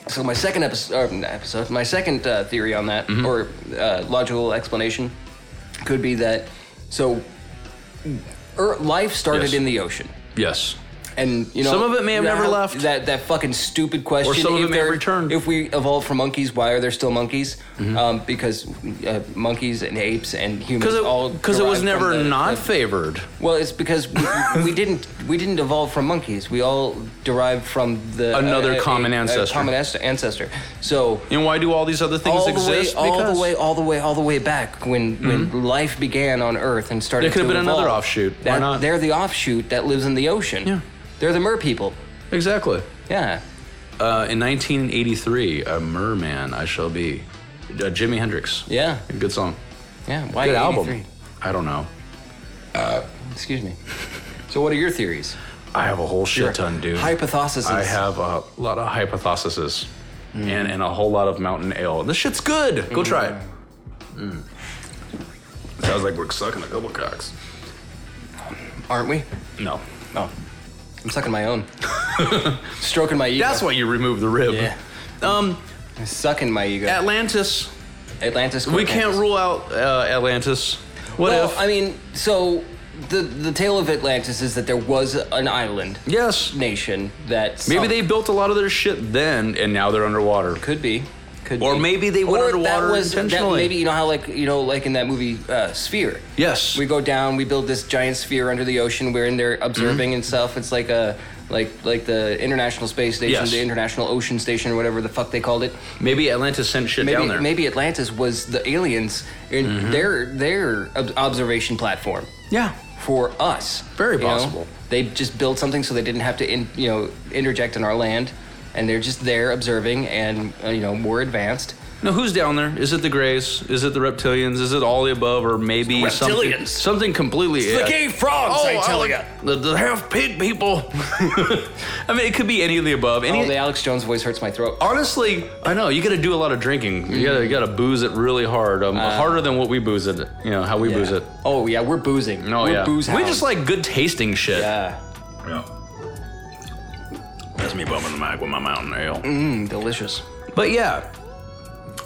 Speaker 4: So my second episode, episode my second uh, theory on that
Speaker 3: Mm-hmm.
Speaker 4: or uh, logical explanation could be that so er, life started
Speaker 3: Yes.
Speaker 4: in the ocean.
Speaker 3: Yes.
Speaker 4: And you know
Speaker 3: Some of it may have
Speaker 4: that-
Speaker 3: never left.
Speaker 4: That that fucking stupid question.
Speaker 3: some of
Speaker 4: if
Speaker 3: it may have
Speaker 4: there-
Speaker 3: returned. Mm-hmm.
Speaker 4: If we evolved from monkeys, why are there still monkeys? Um, because uh, monkeys and apes and humans all
Speaker 3: Because it, 'cause it was
Speaker 4: derived from
Speaker 3: never
Speaker 4: the-
Speaker 3: not
Speaker 4: the-
Speaker 3: favored.
Speaker 4: Well, it's because we, we didn't we didn't evolve from monkeys. We all derived from the
Speaker 3: Another common ancestor.
Speaker 4: common ans- ancestor. So
Speaker 3: And why do all these other things
Speaker 4: all the way,
Speaker 3: exist?
Speaker 4: all
Speaker 3: Because- Hmm.
Speaker 4: the way, all the way, all the way back when when life began on Earth and started.
Speaker 3: There could have
Speaker 4: to
Speaker 3: been another
Speaker 4: evolve,
Speaker 3: offshoot. Why
Speaker 4: That,
Speaker 3: not?
Speaker 4: They're the offshoot that lives in the ocean.
Speaker 3: Yeah.
Speaker 4: They're the mer people.
Speaker 3: Exactly.
Speaker 4: Yeah.
Speaker 3: Uh, in 1983, a merman I shall be. Uh, Jimi Hendrix.
Speaker 4: Yeah.
Speaker 3: Good song.
Speaker 4: Yeah. Why
Speaker 3: Good
Speaker 4: 83?
Speaker 3: album. I don't know.
Speaker 4: Excuse me. So, what are your theories?
Speaker 3: I have a whole shit ton, dude.
Speaker 4: Hypothesis.
Speaker 3: I have a lot of hypotheses
Speaker 4: Mm.
Speaker 3: and, and a whole lot of mountain ale. This shit's good. Go try it. Mm. Sounds like we're sucking a couple cocks.
Speaker 4: Aren't we?
Speaker 3: No.
Speaker 4: Oh. I'm sucking my own. Stroking my ego.
Speaker 3: That's why you remove the rib.
Speaker 4: Yeah.
Speaker 3: Um,
Speaker 4: I'm sucking my ego.
Speaker 3: Atlantis.
Speaker 4: Atlantis.
Speaker 3: We
Speaker 4: Atlantis.
Speaker 3: can't rule out uh, Atlantis. What
Speaker 4: well,
Speaker 3: if?
Speaker 4: I mean, so the the tale of Atlantis is that there was an island
Speaker 3: yes.
Speaker 4: nation that
Speaker 3: Maybe
Speaker 4: sunk.
Speaker 3: they built a lot of their shit then, and now they're underwater.
Speaker 4: could be. Could
Speaker 3: Or
Speaker 4: be.
Speaker 3: maybe they went
Speaker 4: Or
Speaker 3: underwater
Speaker 4: that was, that
Speaker 3: intentionally.
Speaker 4: maybe you know how like you know like in that movie uh, Sphere.
Speaker 3: Yes.
Speaker 4: We go down. We build this giant sphere under the ocean. We're in there
Speaker 3: Mm-hmm.
Speaker 4: observing and stuff. It's like a like like the International Space Station,
Speaker 3: Yes.
Speaker 4: the International Ocean Station, or whatever the fuck they called it.
Speaker 3: Maybe Atlantis sent shit
Speaker 4: Maybe
Speaker 3: down there. Mm-hmm.
Speaker 4: maybe Atlantis was the aliens in their their ob- observation platform.
Speaker 3: Yeah.
Speaker 4: for us.
Speaker 3: Very
Speaker 4: you know?
Speaker 3: possible.
Speaker 4: They just built something so they didn't have to, in, you know, interject in our land. and they're just there observing and uh, you know more advanced.
Speaker 3: Now, who's down there? Is it the Greys? Is it the Reptilians? Is it all the above, or maybe something,
Speaker 5: reptilians.
Speaker 3: something completely?
Speaker 5: It's the
Speaker 3: yeah. Oh,
Speaker 5: gay frogs, I tell
Speaker 3: like-
Speaker 5: ya.
Speaker 3: the, the half pig people. I mean, it could be any of the above. Any,
Speaker 4: Oh, the Alex Jones voice hurts my throat.
Speaker 3: honestly, I know you got to do a lot of drinking. You got to you got to booze it really hard, um, harder than what we booze it. You know how we booze it.
Speaker 4: Oh Uh. yeah, we're boozing.
Speaker 3: No,
Speaker 4: we're
Speaker 3: yeah,
Speaker 4: booze
Speaker 3: we
Speaker 4: hounds.
Speaker 3: just like good tasting shit.
Speaker 4: yeah,
Speaker 3: Yeah. That's me bumming the mic with my mountain ale.
Speaker 4: Mm, delicious.
Speaker 3: Mm-hmm. But yeah,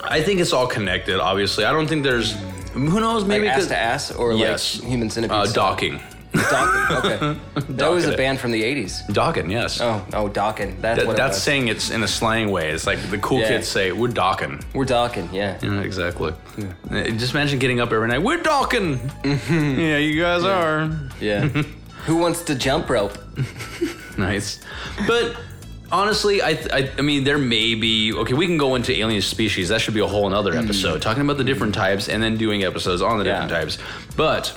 Speaker 3: I think it's all connected. Obviously, I don't think there's. Who knows? Maybe
Speaker 4: Like ass
Speaker 3: 'cause-
Speaker 4: to ass or
Speaker 3: Yes.
Speaker 4: like human centipede.
Speaker 3: Uh,
Speaker 4: style?
Speaker 3: docking.
Speaker 4: Docking. Okay, that was
Speaker 3: Docking
Speaker 4: a
Speaker 3: it.
Speaker 4: band from the '80s.
Speaker 3: Docking, yes.
Speaker 4: Oh, oh, docking. That's
Speaker 3: That-
Speaker 4: what it
Speaker 3: that's
Speaker 4: was.
Speaker 3: saying it's in a slang way. It's like the cool
Speaker 4: Yeah.
Speaker 3: kids say, "We're docking."
Speaker 4: We're docking. Yeah.
Speaker 3: Yeah, exactly. Uh, Just imagine getting up every night. We're docking. yeah, you guys are.
Speaker 4: Mm-hmm. Yeah. Who wants to jump rope?
Speaker 3: Nice. But honestly, I, th- I I mean there may be okay, we can go into alien species. That should be a whole another episode talking about the different types and then doing episodes on the
Speaker 4: Hmm. Yeah.
Speaker 3: different types. But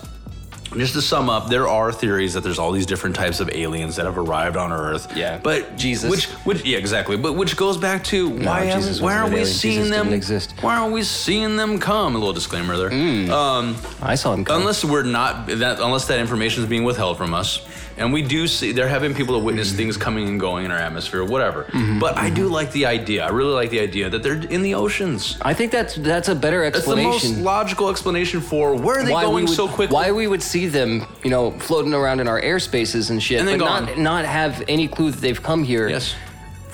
Speaker 3: just to sum up, there are theories that there's all these different types of aliens that have arrived on Earth.
Speaker 4: Yeah.
Speaker 3: but
Speaker 4: Jesus.
Speaker 3: which which yeah, exactly. But which goes back to why haven't-
Speaker 4: Jesus
Speaker 3: why
Speaker 4: wasn't
Speaker 3: aren't
Speaker 4: an
Speaker 3: we
Speaker 4: alien.
Speaker 3: seeing
Speaker 4: Jesus
Speaker 3: them
Speaker 4: didn't exist. Hmm.
Speaker 3: Why aren't we seeing them come? A little disclaimer there. Um,
Speaker 4: I saw him. Come.
Speaker 3: unless we're not that unless that information is being withheld from us and we do see there have been people that
Speaker 4: Mm-hmm.
Speaker 3: witness things coming and going in our atmosphere whatever but i do like the idea i really like the idea that they're in the oceans
Speaker 4: I think that's that's a better
Speaker 3: that's the most
Speaker 4: explanation.
Speaker 3: logical explanation for where are they
Speaker 4: we
Speaker 3: going
Speaker 4: would,
Speaker 3: so quickly
Speaker 4: Why we would see them, you know, floating around in our airspaces and shit,
Speaker 3: And then
Speaker 4: but
Speaker 3: gone.
Speaker 4: not not have any clue that they've come here.
Speaker 3: yes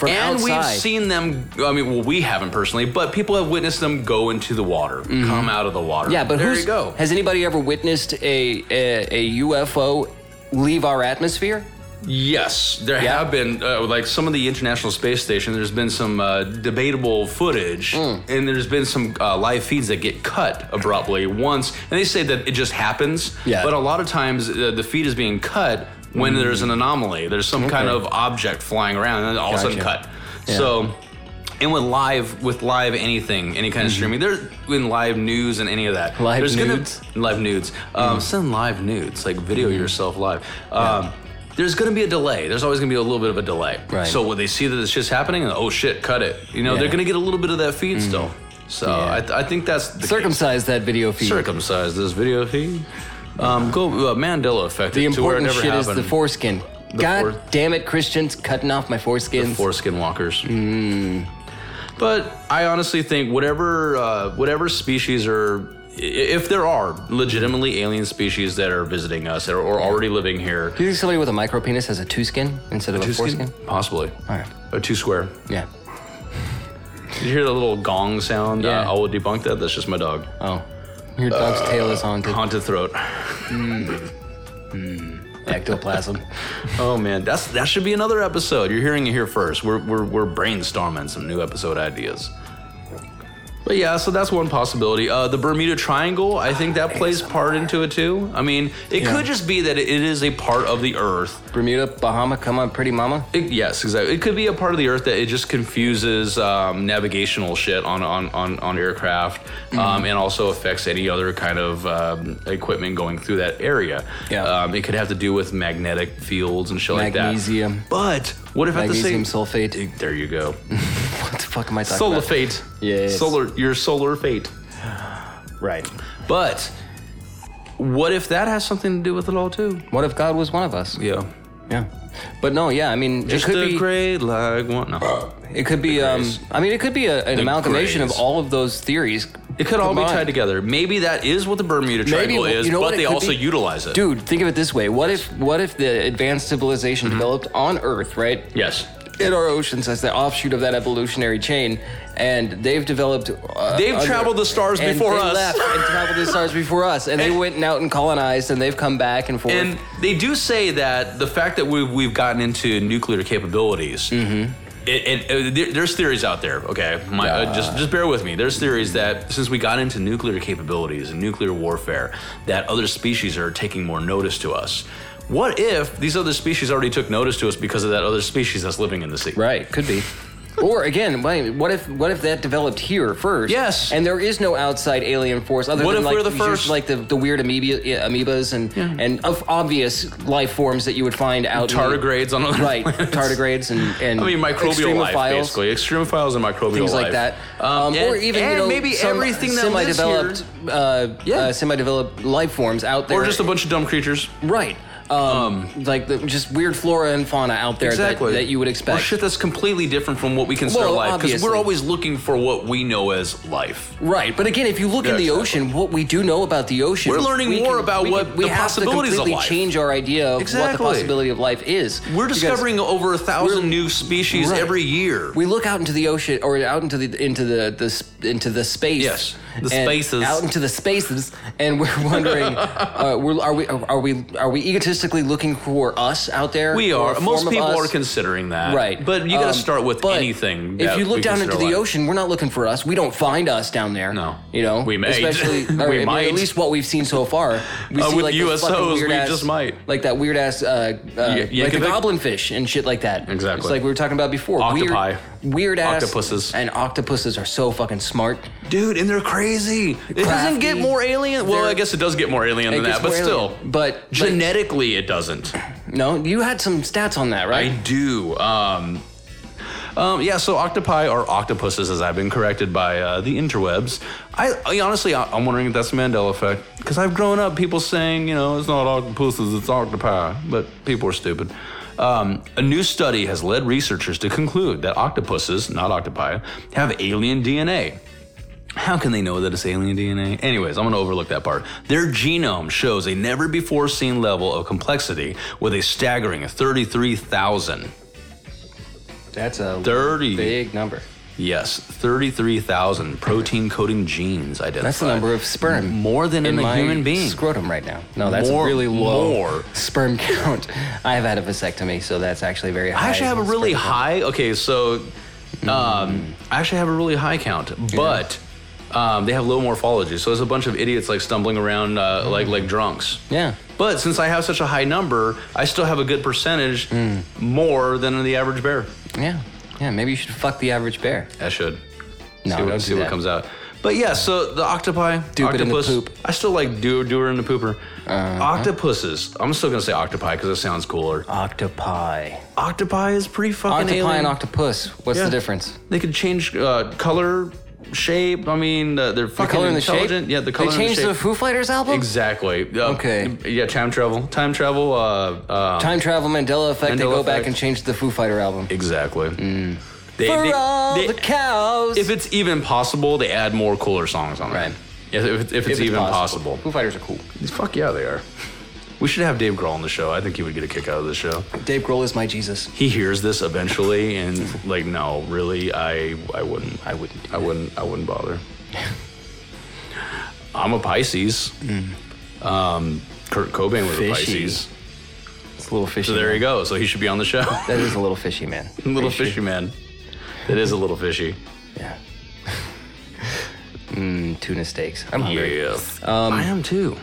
Speaker 4: from
Speaker 3: and
Speaker 4: outside.
Speaker 3: we've seen them i mean well we haven't personally but people have witnessed them go into the water come out of the water
Speaker 4: Mm-hmm. Yeah, but
Speaker 3: there
Speaker 4: who's,
Speaker 3: you go
Speaker 4: has anybody ever witnessed a a, a UFO leave our atmosphere?
Speaker 3: Yes, there
Speaker 4: Yeah.
Speaker 3: have been uh, like some of the International Space Station. There's been some uh, debatable footage,
Speaker 4: Hmm.
Speaker 3: and there's been some uh, live feeds that get cut abruptly once, and they say that it just happens.
Speaker 4: Yeah. Hmm.
Speaker 3: But a lot of times uh, the feed is being cut when there's an anomaly. There's some kind
Speaker 4: Okay.
Speaker 3: of object flying around, and then all of a sudden
Speaker 4: Gotcha.
Speaker 3: cut. So. And with live, with live anything, any kind of streaming, there in live news and any of that.
Speaker 4: Mm-hmm. Live
Speaker 3: there's gonna-
Speaker 4: nudes?
Speaker 3: live nudes.
Speaker 4: Mm.
Speaker 3: Um, Send live nudes, like video
Speaker 4: Mm-hmm.
Speaker 3: yourself live. Um, There's going to be a delay. There's always going to be a little bit of a delay.
Speaker 4: Right.
Speaker 3: So when they see that it's just happening, and, oh shit, cut it. You know,
Speaker 4: Yeah. Mm-hmm.
Speaker 3: they're going to get a little bit of that feed still. So I, th- I think that's the
Speaker 4: Circumcise that video feed.
Speaker 3: case. circumcised this video feed. Um, go uh, Mandela effect.
Speaker 4: the
Speaker 3: it to where it
Speaker 4: important
Speaker 3: never
Speaker 4: shit
Speaker 3: happened.
Speaker 4: is the foreskin. God
Speaker 3: fore-
Speaker 4: damn it, Christians cutting off my foreskins.
Speaker 3: foreskin walkers. Hmm. But I honestly think whatever uh, whatever species are, i- if there are legitimately alien species that are visiting us or, or already living here, uh,
Speaker 4: Do you think somebody with a micro penis has a two skin instead of a foreskin?
Speaker 3: possibly,
Speaker 4: All right.
Speaker 3: or two square.
Speaker 4: Yeah.
Speaker 3: Did you hear the little gong sound?
Speaker 4: Yeah.
Speaker 3: Uh, I will debunk that. That's just my dog.
Speaker 4: Oh. Your dog's tail is haunted.
Speaker 3: Uh, Haunted throat.
Speaker 4: Ectoplasm.
Speaker 3: Oh man, that's that should be another episode. You're hearing it here first. We're we're, we're brainstorming some new episode ideas. But yeah, so that's one possibility. Uh, the Bermuda Triangle, I think that plays part into it too. I mean, it could just be that it is a part of the Earth.
Speaker 4: Bermuda, Bahama, come on, pretty mama.
Speaker 3: It, yes, exactly. It could be a part of the Earth that it just confuses um, navigational shit on on on, on aircraft,
Speaker 4: Mm-hmm.
Speaker 3: um, and also affects any other kind of um, equipment going through that area.
Speaker 4: Yeah.
Speaker 3: um, it could have to do with magnetic fields and shit
Speaker 4: Magnesium.
Speaker 3: like that. But what if
Speaker 4: Magnesium
Speaker 3: at the same
Speaker 4: sulfate.
Speaker 3: There you go.
Speaker 4: What the fuck am I talking
Speaker 3: solar
Speaker 4: about?
Speaker 3: fate.
Speaker 4: Yes.
Speaker 3: Solar. Your solar fate.
Speaker 4: Right.
Speaker 3: But what if that has something to do with it all too?
Speaker 4: What if God was one of us?
Speaker 3: Yeah.
Speaker 4: Yeah. But no, yeah, I mean,
Speaker 3: Just
Speaker 4: it could
Speaker 3: a
Speaker 4: be.
Speaker 3: great like one. No.
Speaker 4: It could be. Um,
Speaker 3: Grays.
Speaker 4: I mean, it could be a, an
Speaker 3: The
Speaker 4: amalgamation
Speaker 3: Grays.
Speaker 4: of all of those theories.
Speaker 3: It could all be
Speaker 4: combined.
Speaker 3: tied together. Maybe that is what the Bermuda Triangle
Speaker 4: w-
Speaker 3: is,
Speaker 4: you know what
Speaker 3: but
Speaker 4: it
Speaker 3: they
Speaker 4: could
Speaker 3: also
Speaker 4: be?
Speaker 3: utilize it.
Speaker 4: Dude, think of it this way: What if, what if the advanced civilization
Speaker 3: Mm-hmm.
Speaker 4: developed on Earth, right?
Speaker 3: Yes.
Speaker 4: In our oceans, as the offshoot of that evolutionary chain, and they've developed. Uh,
Speaker 3: They've traveled the stars
Speaker 4: and
Speaker 3: before
Speaker 4: they
Speaker 3: us.
Speaker 4: Left and traveled the stars before us, and, they
Speaker 3: And-
Speaker 4: went out and colonized, and they've come back and forth.
Speaker 3: And they do say that the fact that we've, we've gotten into nuclear capabilities.
Speaker 4: Mm-hmm.
Speaker 3: It, it, uh, there, there's theories out there, okay? My, uh, just just bear with me. There's theories that since we got into nuclear capabilities and nuclear warfare, that other species are taking more notice to us. What if these other species already took notice to us because of that other species that's living in the sea?
Speaker 4: right, could be. Or again, wait, what if what if that developed here first?
Speaker 3: Yes.
Speaker 4: And there is no outside alien force other
Speaker 3: What
Speaker 4: than
Speaker 3: if
Speaker 4: like
Speaker 3: we're the
Speaker 4: just
Speaker 3: first?
Speaker 4: like the, the weird amoeba, yeah, amoebas and and of obvious life forms that you would find out in the-
Speaker 3: Tardigrades on other
Speaker 4: right
Speaker 3: planets.
Speaker 4: tardigrades and and
Speaker 3: I mean, microbial life,
Speaker 4: extremophiles.
Speaker 3: basically. Extremophiles and microbial
Speaker 4: things
Speaker 3: life.
Speaker 4: like that,
Speaker 3: Um,
Speaker 4: or
Speaker 3: and-
Speaker 4: even you
Speaker 3: and
Speaker 4: know,
Speaker 3: maybe
Speaker 4: some
Speaker 3: everything that lives
Speaker 4: semi-developed,
Speaker 3: here,
Speaker 4: uh,
Speaker 3: Yeah.
Speaker 4: uh, semi-developed life forms out there,
Speaker 3: or just a bunch of dumb creatures.
Speaker 4: right? Um, like the, just weird flora and fauna out there that, that you would expect.
Speaker 3: Or shit that's completely different from what we consider
Speaker 4: Well,
Speaker 3: life. Because
Speaker 4: obviously.
Speaker 3: we're always looking for what we know as life.
Speaker 4: Right, but again, if you look
Speaker 3: Yeah,
Speaker 4: in the
Speaker 3: exactly.
Speaker 4: ocean, what we do know about the ocean,
Speaker 3: We're learning
Speaker 4: we
Speaker 3: more about
Speaker 4: we
Speaker 3: what
Speaker 4: we
Speaker 3: the
Speaker 4: have
Speaker 3: possibilities
Speaker 4: to
Speaker 3: of
Speaker 4: completely
Speaker 3: life.
Speaker 4: change our idea of what the
Speaker 3: Exactly.
Speaker 4: possibility of life is.
Speaker 3: We're
Speaker 4: because
Speaker 3: discovering over a thousand new species
Speaker 4: Right.
Speaker 3: every year.
Speaker 4: We look out into the ocean, or out into the into the, the s- into the space.
Speaker 3: Yes, the
Speaker 4: and
Speaker 3: spaces.
Speaker 4: Out into the spaces, and we're wondering, uh, we're, are we are we are we egotistically looking for us out there?
Speaker 3: We
Speaker 4: or
Speaker 3: are.
Speaker 4: a
Speaker 3: Most
Speaker 4: form of
Speaker 3: people
Speaker 4: us?
Speaker 3: are considering that.
Speaker 4: Right.
Speaker 3: But you got to
Speaker 4: Um,
Speaker 3: start with
Speaker 4: but
Speaker 3: anything.
Speaker 4: If
Speaker 3: that
Speaker 4: you
Speaker 3: we
Speaker 4: look down
Speaker 3: consider
Speaker 4: into the
Speaker 3: life.
Speaker 4: ocean, we're not looking for us. We don't find us down there.
Speaker 3: No.
Speaker 4: You know?
Speaker 3: We may.
Speaker 4: Especially,
Speaker 3: We
Speaker 4: or, I mean,
Speaker 3: might.
Speaker 4: At least what we've seen so far. We
Speaker 3: Uh, with
Speaker 4: like, those fucking
Speaker 3: USOs, we
Speaker 4: weird-ass-
Speaker 3: just might.
Speaker 4: Like that weird ass, uh, uh,
Speaker 3: Ye-
Speaker 4: like the
Speaker 3: Yankovic?
Speaker 4: goblin fish and shit like that.
Speaker 3: Exactly.
Speaker 4: It's like we were talking about before.
Speaker 3: Octopi.
Speaker 4: Weird, weird ass.
Speaker 3: Octopuses.
Speaker 4: And octopuses are so fucking smart.
Speaker 3: Dude, and they're crazy. It doesn't
Speaker 4: Crafty.
Speaker 3: get more alien. Well,
Speaker 4: They're-
Speaker 3: I guess it does get more alien
Speaker 4: It
Speaker 3: than
Speaker 4: gets
Speaker 3: that, but
Speaker 4: more alien.
Speaker 3: still.
Speaker 4: But- but-
Speaker 3: genetically, it doesn't.
Speaker 4: No, you had some stats on that,
Speaker 3: I
Speaker 4: right?
Speaker 3: do. Um, um, yeah, so octopi are octopuses, as I've been corrected by uh, the interwebs. I, I honestly, I, I'm wondering if that's the Mandela effect because I've grown up people saying, you know, it's not octopuses, it's octopi, but people are stupid. Um, a new study has led researchers to conclude that octopuses, not octopi, have alien DNA. How can they know that it's alien DNA? Anyways, I'm gonna overlook that part. Their genome shows a never before seen level of complexity with a staggering 33,000.
Speaker 4: That's a
Speaker 3: 30.
Speaker 4: big number.
Speaker 3: Yes, 33,000 protein coding genes identified.
Speaker 4: That's the number of sperm.
Speaker 3: More than in,
Speaker 4: in
Speaker 3: a
Speaker 4: my
Speaker 3: human being.
Speaker 4: Scrotum right now. No, that's
Speaker 3: More-
Speaker 4: a really low
Speaker 3: more.
Speaker 4: sperm count. I've had a vasectomy, so that's actually very high.
Speaker 3: I actually have a
Speaker 4: in
Speaker 3: really
Speaker 4: sperm count.
Speaker 3: high. Okay, so
Speaker 4: Mm-hmm.
Speaker 3: um, I actually have a really high count, but um, they have low morphology. So there's a bunch of idiots like stumbling around uh, like like drunks.
Speaker 4: Mm-hmm. Yeah.
Speaker 3: But since I have such a high number, I still have a good percentage
Speaker 4: Mm.
Speaker 3: more than the average bear.
Speaker 4: Yeah, yeah. Maybe you should fuck the average bear.
Speaker 3: I should.
Speaker 4: No,
Speaker 3: see what,
Speaker 4: don't
Speaker 3: see
Speaker 4: do
Speaker 3: what
Speaker 4: that.
Speaker 3: comes out. But yeah, so the octopi,
Speaker 4: Dupe it in the
Speaker 3: octopus.
Speaker 4: poop. Uh-huh.
Speaker 3: I still like do doer in the pooper. Octopuses. I'm still gonna say octopi because it sounds cooler.
Speaker 4: Octopi.
Speaker 3: Octopi is pretty fucking
Speaker 4: Octopi
Speaker 3: alien.
Speaker 4: and octopus. What's
Speaker 3: Yeah.
Speaker 4: the difference?
Speaker 3: They could change uh, color, shape. I mean, uh, they're
Speaker 4: The
Speaker 3: fucking
Speaker 4: color and the shape.
Speaker 3: intelligent. Yeah, the color
Speaker 4: They
Speaker 3: and the
Speaker 4: changed
Speaker 3: shape.
Speaker 4: the Foo Fighters album.
Speaker 3: exactly. Uh,
Speaker 4: Okay.
Speaker 3: Yeah, time travel. Time travel. Uh, uh,
Speaker 4: Time travel, Mandela effect. they
Speaker 3: Mandela
Speaker 4: go back
Speaker 3: effect.
Speaker 4: and change the Foo Fighter album.
Speaker 3: exactly. They-
Speaker 4: Mm. For
Speaker 3: they-
Speaker 4: all
Speaker 3: they-
Speaker 4: the cows.
Speaker 3: if it's even possible, they add more cooler songs on it.
Speaker 4: Right.
Speaker 3: If, if, it's- if it's even possible.
Speaker 4: Foo Fighters are cool.
Speaker 3: Fuck yeah, they are. We should have Dave Grohl on the show. I think he would get a kick out of the show.
Speaker 4: Dave Grohl is my Jesus.
Speaker 3: He hears this eventually, and like, no, really, I, I wouldn't, I wouldn't, I wouldn't, I wouldn't bother. I'm a Pisces. Um, Kurt Cobain was
Speaker 4: Fishy.
Speaker 3: a Pisces,
Speaker 4: It's a little fishy.
Speaker 3: so there
Speaker 4: man.
Speaker 3: you go. So he should be on the show.
Speaker 4: That is a little fishy, man.
Speaker 3: little fishy man. That is a little fishy.
Speaker 4: Yeah. mm, tuna steaks. I'm
Speaker 3: Oh,
Speaker 4: hungry.
Speaker 3: Yes, I am too.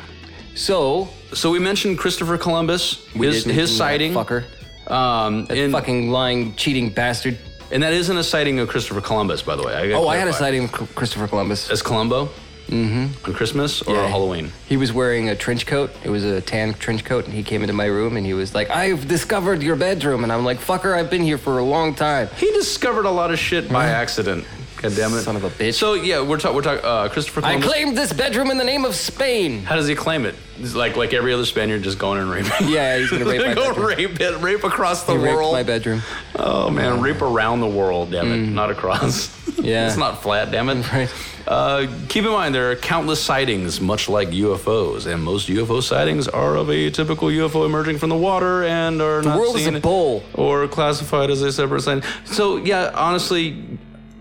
Speaker 4: So
Speaker 3: Um, So we mentioned Christopher Columbus, his,
Speaker 4: did mention
Speaker 3: his
Speaker 4: that
Speaker 3: sighting.
Speaker 4: fucker,
Speaker 3: Um, and,
Speaker 4: fucking lying, cheating bastard.
Speaker 3: and that isn't a sighting of Christopher Columbus, by the way. gotta
Speaker 4: Oh, I had a
Speaker 3: clarify.
Speaker 4: sighting of C- Christopher Columbus.
Speaker 3: As Columbo? Mm-hmm. On Christmas or
Speaker 4: Yeah.
Speaker 3: Halloween?
Speaker 4: He was wearing a trench coat. It was a tan trench coat, and he came into my room and he was like, "I've discovered your bedroom," and I'm like, "Fucker, I've been here for a long time."
Speaker 3: He discovered a lot of shit by accident. God damn it.
Speaker 4: Mm-hmm. Son of a bitch.
Speaker 3: So, yeah, we're talking, we're talking, uh, Christopher
Speaker 4: I
Speaker 3: Columbus.
Speaker 4: claimed this bedroom in the name of Spain.
Speaker 3: How does he claim it? It's like, like every other Spaniard, just going and raping.
Speaker 4: Yeah, he's gonna rape my
Speaker 3: Go
Speaker 4: bedroom.
Speaker 3: rape it, rape across the
Speaker 4: He raped
Speaker 3: world.
Speaker 4: my bedroom.
Speaker 3: Oh man, rape around the world, damn it, not across.
Speaker 4: Mm. Yeah.
Speaker 3: it's not flat, damn it.
Speaker 4: Right.
Speaker 3: Uh, keep in mind there are countless sightings, much like UFOs, and most UFO sightings are of a typical UFO emerging from the water and are not
Speaker 4: world is a
Speaker 3: seen
Speaker 4: bowl.
Speaker 3: or classified as a separate sign. So yeah, honestly,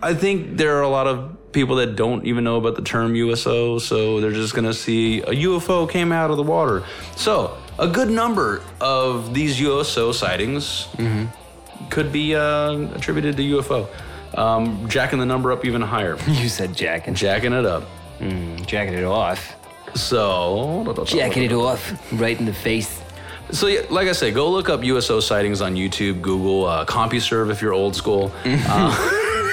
Speaker 3: I think there are a lot of people that don't even know about the term USO, so they're just gonna see a UFO came out of the water. So a good number of these USO sightings
Speaker 4: Mm-hmm.
Speaker 3: could be uh, attributed to UFO. Um, jacking the number up even higher,
Speaker 4: You said jack and
Speaker 3: jacking it up.
Speaker 4: jacking it off.
Speaker 3: So
Speaker 4: Jacking it off right in the face.
Speaker 3: So, yeah, like I said, go look up USO sightings on YouTube, Google, uh, CompuServe if you're old school. Uh,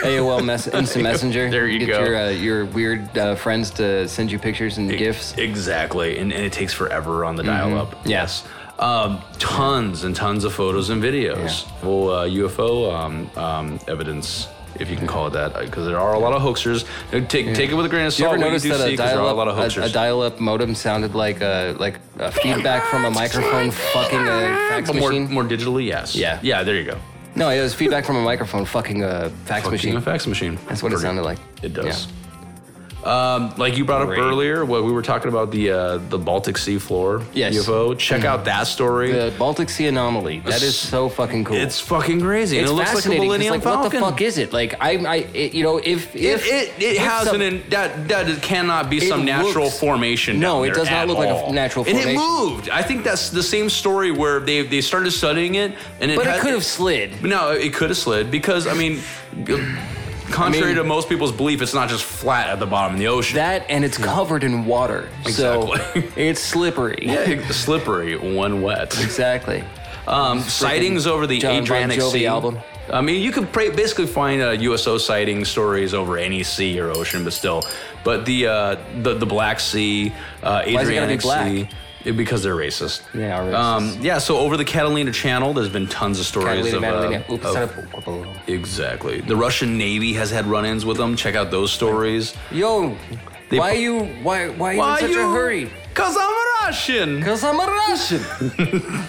Speaker 4: AOL mess- Instant Messenger.
Speaker 3: There you
Speaker 4: get
Speaker 3: go.
Speaker 4: Your, uh, your weird uh, friends to send you pictures and gifs.
Speaker 3: Exactly, and, and it takes forever on the dial-up.
Speaker 4: Mm-hmm. Yeah.
Speaker 3: Yes, um, tons and tons of photos and videos. Full uh, UFO um, um, evidence, if you can call it that, because there are a lot of hoaxers. Uh, Take take it with a grain of
Speaker 4: you
Speaker 3: salt.
Speaker 4: ever
Speaker 3: what
Speaker 4: notice
Speaker 3: do
Speaker 4: that
Speaker 3: see,
Speaker 4: a
Speaker 3: 'cause there are a lot of
Speaker 4: dial-up a,
Speaker 3: hoaxers.
Speaker 4: a dial-up modem sounded like a like a feedback from a microphone fucking a fax
Speaker 3: but more,
Speaker 4: machine?
Speaker 3: more digitally, yes.
Speaker 4: Yeah.
Speaker 3: Yeah, there you go.
Speaker 4: No, it was feedback from a microphone fucking a fax
Speaker 3: Fucking
Speaker 4: machine.
Speaker 3: a fax machine.
Speaker 4: That's what it
Speaker 3: Pretty-
Speaker 4: sounded like.
Speaker 3: It does.
Speaker 4: Yeah.
Speaker 3: Um, like you brought up
Speaker 4: Great.
Speaker 3: earlier, what we were talking about the uh, the Baltic Sea floor
Speaker 4: Yes.
Speaker 3: UFO. Check out that story.
Speaker 4: The Baltic Sea anomaly. That is so fucking cool.
Speaker 3: It's fucking crazy.
Speaker 4: It's
Speaker 3: and it looks like a
Speaker 4: fascinating. 'cause,
Speaker 3: Millennium
Speaker 4: like, what the
Speaker 3: Falcon.
Speaker 4: fuck is it? Like I, I, it, you know, if
Speaker 3: It
Speaker 4: if
Speaker 3: it, it
Speaker 4: if
Speaker 3: has
Speaker 4: some-
Speaker 3: an in, that that is- cannot be
Speaker 4: It
Speaker 3: some natural
Speaker 4: looks-
Speaker 3: formation.
Speaker 4: No,
Speaker 3: down
Speaker 4: it
Speaker 3: there
Speaker 4: does not
Speaker 3: at
Speaker 4: look like a
Speaker 3: all.
Speaker 4: natural
Speaker 3: And it
Speaker 4: formation.
Speaker 3: moved. I think that's the same story where they they started studying it, and it
Speaker 4: but
Speaker 3: had-
Speaker 4: it could have slid.
Speaker 3: No, it could have slid because I mean, contrary
Speaker 4: I mean-
Speaker 3: to most people's belief, it's not just flat at the bottom of the ocean.
Speaker 4: That and it's covered in water,
Speaker 3: Exactly.
Speaker 4: so it's slippery.
Speaker 3: yeah, slippery when wet.
Speaker 4: exactly.
Speaker 3: Um, sightings over the
Speaker 4: John Bon
Speaker 3: Adriatic
Speaker 4: Jovi
Speaker 3: Sea.
Speaker 4: album.
Speaker 3: I mean, you could pra- basically find uh, USO sighting stories over any sea or ocean, but still. But the uh, the, the Black Sea, uh,
Speaker 4: gotta be
Speaker 3: Adriatic
Speaker 4: black?
Speaker 3: Sea, it- because they're racist.
Speaker 4: They are racist.
Speaker 3: Um, yeah. So over the Catalina Channel, there's been tons of stories
Speaker 4: Catalina,
Speaker 3: of.
Speaker 4: Catalina.
Speaker 3: uh,
Speaker 4: Oops,
Speaker 3: of-
Speaker 4: son of a-
Speaker 3: exactly. The Russian Navy has had run-ins with them. Check out those stories.
Speaker 4: Yo,
Speaker 3: They-
Speaker 4: why you why why you in such a hurry?
Speaker 3: Cause I'm Russian.
Speaker 4: Cause I'm a Russian.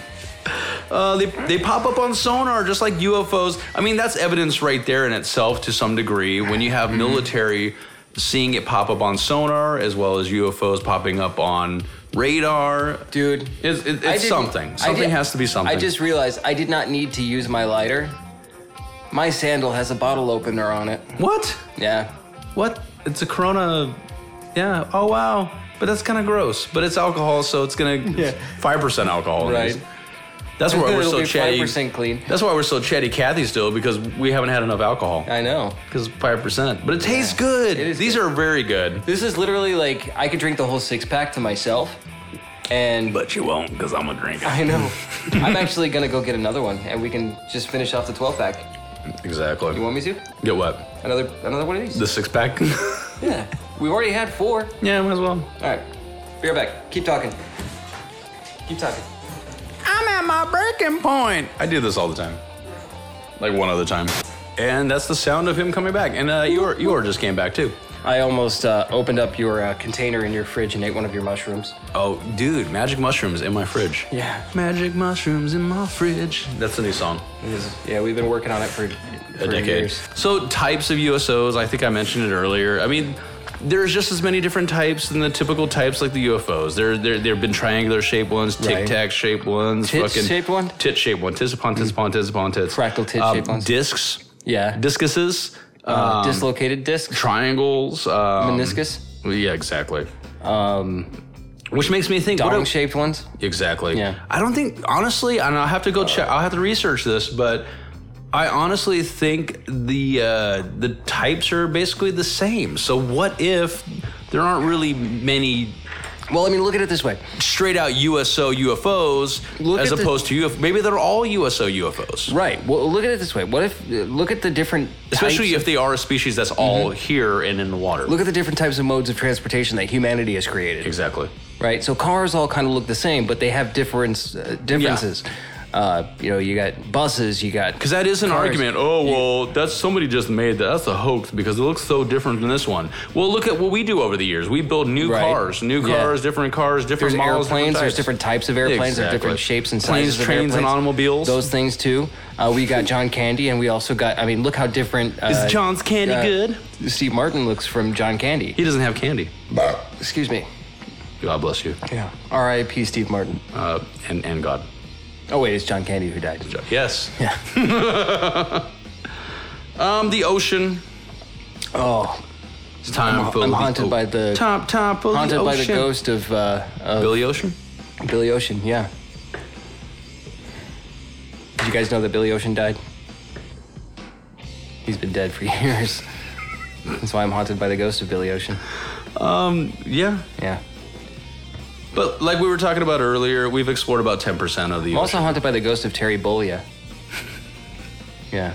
Speaker 3: Uh, they, they pop up on sonar just like UFOs. I mean, that's evidence right there in itself to some degree when you
Speaker 4: Mm-hmm.
Speaker 3: have military seeing it pop up on sonar as well as UFOs popping up on radar.
Speaker 4: Dude,
Speaker 3: It's, it-
Speaker 4: I
Speaker 3: it's
Speaker 4: didn't- I
Speaker 3: something. Something
Speaker 4: did-
Speaker 3: has to be something.
Speaker 4: I just realized I did not need to use my lighter. My sandal has a bottle opener on it.
Speaker 3: What?
Speaker 4: Yeah.
Speaker 3: What? It's a Corona. Yeah. Oh, wow. But that's kind of gross. But it's alcohol, so it's going to. 5% alcohol. in
Speaker 4: Right.
Speaker 3: these. Oh, That's why we're
Speaker 4: It'll
Speaker 3: so
Speaker 4: be
Speaker 3: chatty.
Speaker 4: 5% clean.
Speaker 3: That's why we're so chatty Cathy still because we haven't had enough alcohol.
Speaker 4: I know.
Speaker 3: because five percent. But it tastes good.
Speaker 4: It is
Speaker 3: These
Speaker 4: good.
Speaker 3: are very good.
Speaker 4: This is literally like I could drink the whole six pack to myself. And
Speaker 3: But you won't, because I'm gonna drink
Speaker 4: I know. I'm actually gonna go get another one and we can just finish off the 12 pack.
Speaker 3: Exactly.
Speaker 4: You want me to?
Speaker 3: Get what?
Speaker 4: Another another one of these?
Speaker 3: The six pack.
Speaker 4: Yeah. We've already had four.
Speaker 3: yeah, might as well.
Speaker 4: Alright. Be right back. Keep talking. Keep talking.
Speaker 3: I'm at my breaking point. I do this all the time. Like one other time. And that's the sound of him coming back. And uh, Eeyore, Eeyore just came back too.
Speaker 4: I almost uh, opened up your uh, container in your fridge and ate one of your mushrooms.
Speaker 3: Oh, dude, magic mushrooms in my fridge.
Speaker 4: Yeah.
Speaker 3: Magic mushrooms in my fridge. That's a new song.
Speaker 4: Yeah, we've been working on it for,
Speaker 3: a
Speaker 4: for
Speaker 3: decade.
Speaker 4: years.
Speaker 3: So types of USOs, I think I mentioned it earlier. I mean, there's just as many different types than the typical types like the UFOs. There, there, there have been triangular shaped ones, tic
Speaker 4: Right.
Speaker 3: tac shaped ones,
Speaker 4: Tits
Speaker 3: fucking
Speaker 4: shaped one? Mm-hmm.
Speaker 3: tit shaped one, tis upon tis upon tis upon tis,
Speaker 4: Fractal tit
Speaker 3: Um,
Speaker 4: shaped ones.
Speaker 3: discs,
Speaker 4: Yeah.
Speaker 3: discuses,
Speaker 4: Uh,
Speaker 3: um,
Speaker 4: dislocated disc,
Speaker 3: triangles, um,
Speaker 4: meniscus,
Speaker 3: Yeah, exactly.
Speaker 4: um,
Speaker 3: Which makes me think, what
Speaker 4: dong
Speaker 3: if-
Speaker 4: shaped ones.
Speaker 3: Exactly.
Speaker 4: Yeah.
Speaker 3: I don't think honestly, and I'll have to go check. I'll have to research this, but I honestly think the uh, the types are basically the same. So what if there aren't really many
Speaker 4: Well, I mean, look at it this way.
Speaker 3: straight out USO UFOs
Speaker 4: Look
Speaker 3: as
Speaker 4: at the-
Speaker 3: opposed to UFO? Maybe they're all USO UFOs.
Speaker 4: Right. Well, look at it this way. What if, look at the different.
Speaker 3: Especially
Speaker 4: types Mm-hmm.
Speaker 3: if they are a species that's all here and in the water.
Speaker 4: Look at the different types of modes of transportation that humanity has created.
Speaker 3: exactly.
Speaker 4: right? So cars all kind of look the same, but they have difference uh, differences. Uh, you know, you got buses, you got
Speaker 3: Because that is an
Speaker 4: cars.
Speaker 3: argument. Oh well, that's somebody just made that. That's a hoax because it looks so different than this one. Well, look at what we do over the years. We build new
Speaker 4: Right.
Speaker 3: cars, new
Speaker 4: Yeah.
Speaker 3: cars, different cars, different
Speaker 4: There's
Speaker 3: models,
Speaker 4: airplanes.
Speaker 3: Different
Speaker 4: there's
Speaker 3: types.
Speaker 4: different types of airplanes. There's
Speaker 3: Exactly.
Speaker 4: different shapes and
Speaker 3: Planes,
Speaker 4: sizes of
Speaker 3: trains, and
Speaker 4: airplanes.
Speaker 3: automobiles.
Speaker 4: Those things too. Uh, we got John Candy, and we also got. I mean, look how different. Uh,
Speaker 3: is John's candy
Speaker 4: uh,
Speaker 3: good?
Speaker 4: Steve Martin looks from John Candy.
Speaker 3: He doesn't have candy.
Speaker 4: Excuse me.
Speaker 3: God bless you,
Speaker 4: Yeah. R.I.P. Steve Martin.
Speaker 3: uh, and and God.
Speaker 4: Oh wait, it's John Candy who died.
Speaker 3: Yes.
Speaker 4: Yeah.
Speaker 3: Um, the ocean.
Speaker 4: Oh,
Speaker 3: It's time
Speaker 4: I'm-
Speaker 3: for
Speaker 4: I'm
Speaker 3: the
Speaker 4: haunted
Speaker 3: o-
Speaker 4: by the-
Speaker 3: Time, time for
Speaker 4: haunted
Speaker 3: the
Speaker 4: by the
Speaker 3: ocean.
Speaker 4: ghost of, uh, of
Speaker 3: Billy Ocean.
Speaker 4: Billy Ocean, yeah. Did you guys know that Billy Ocean died? He's been dead for years. That's why I'm haunted by the ghost of Billy Ocean.
Speaker 3: Yeah.
Speaker 4: Yeah.
Speaker 3: But like we were talking about earlier, we've explored about ten percent of the
Speaker 4: I'm
Speaker 3: ocean.
Speaker 4: also haunted by the ghost of Terry Bollea. Yeah.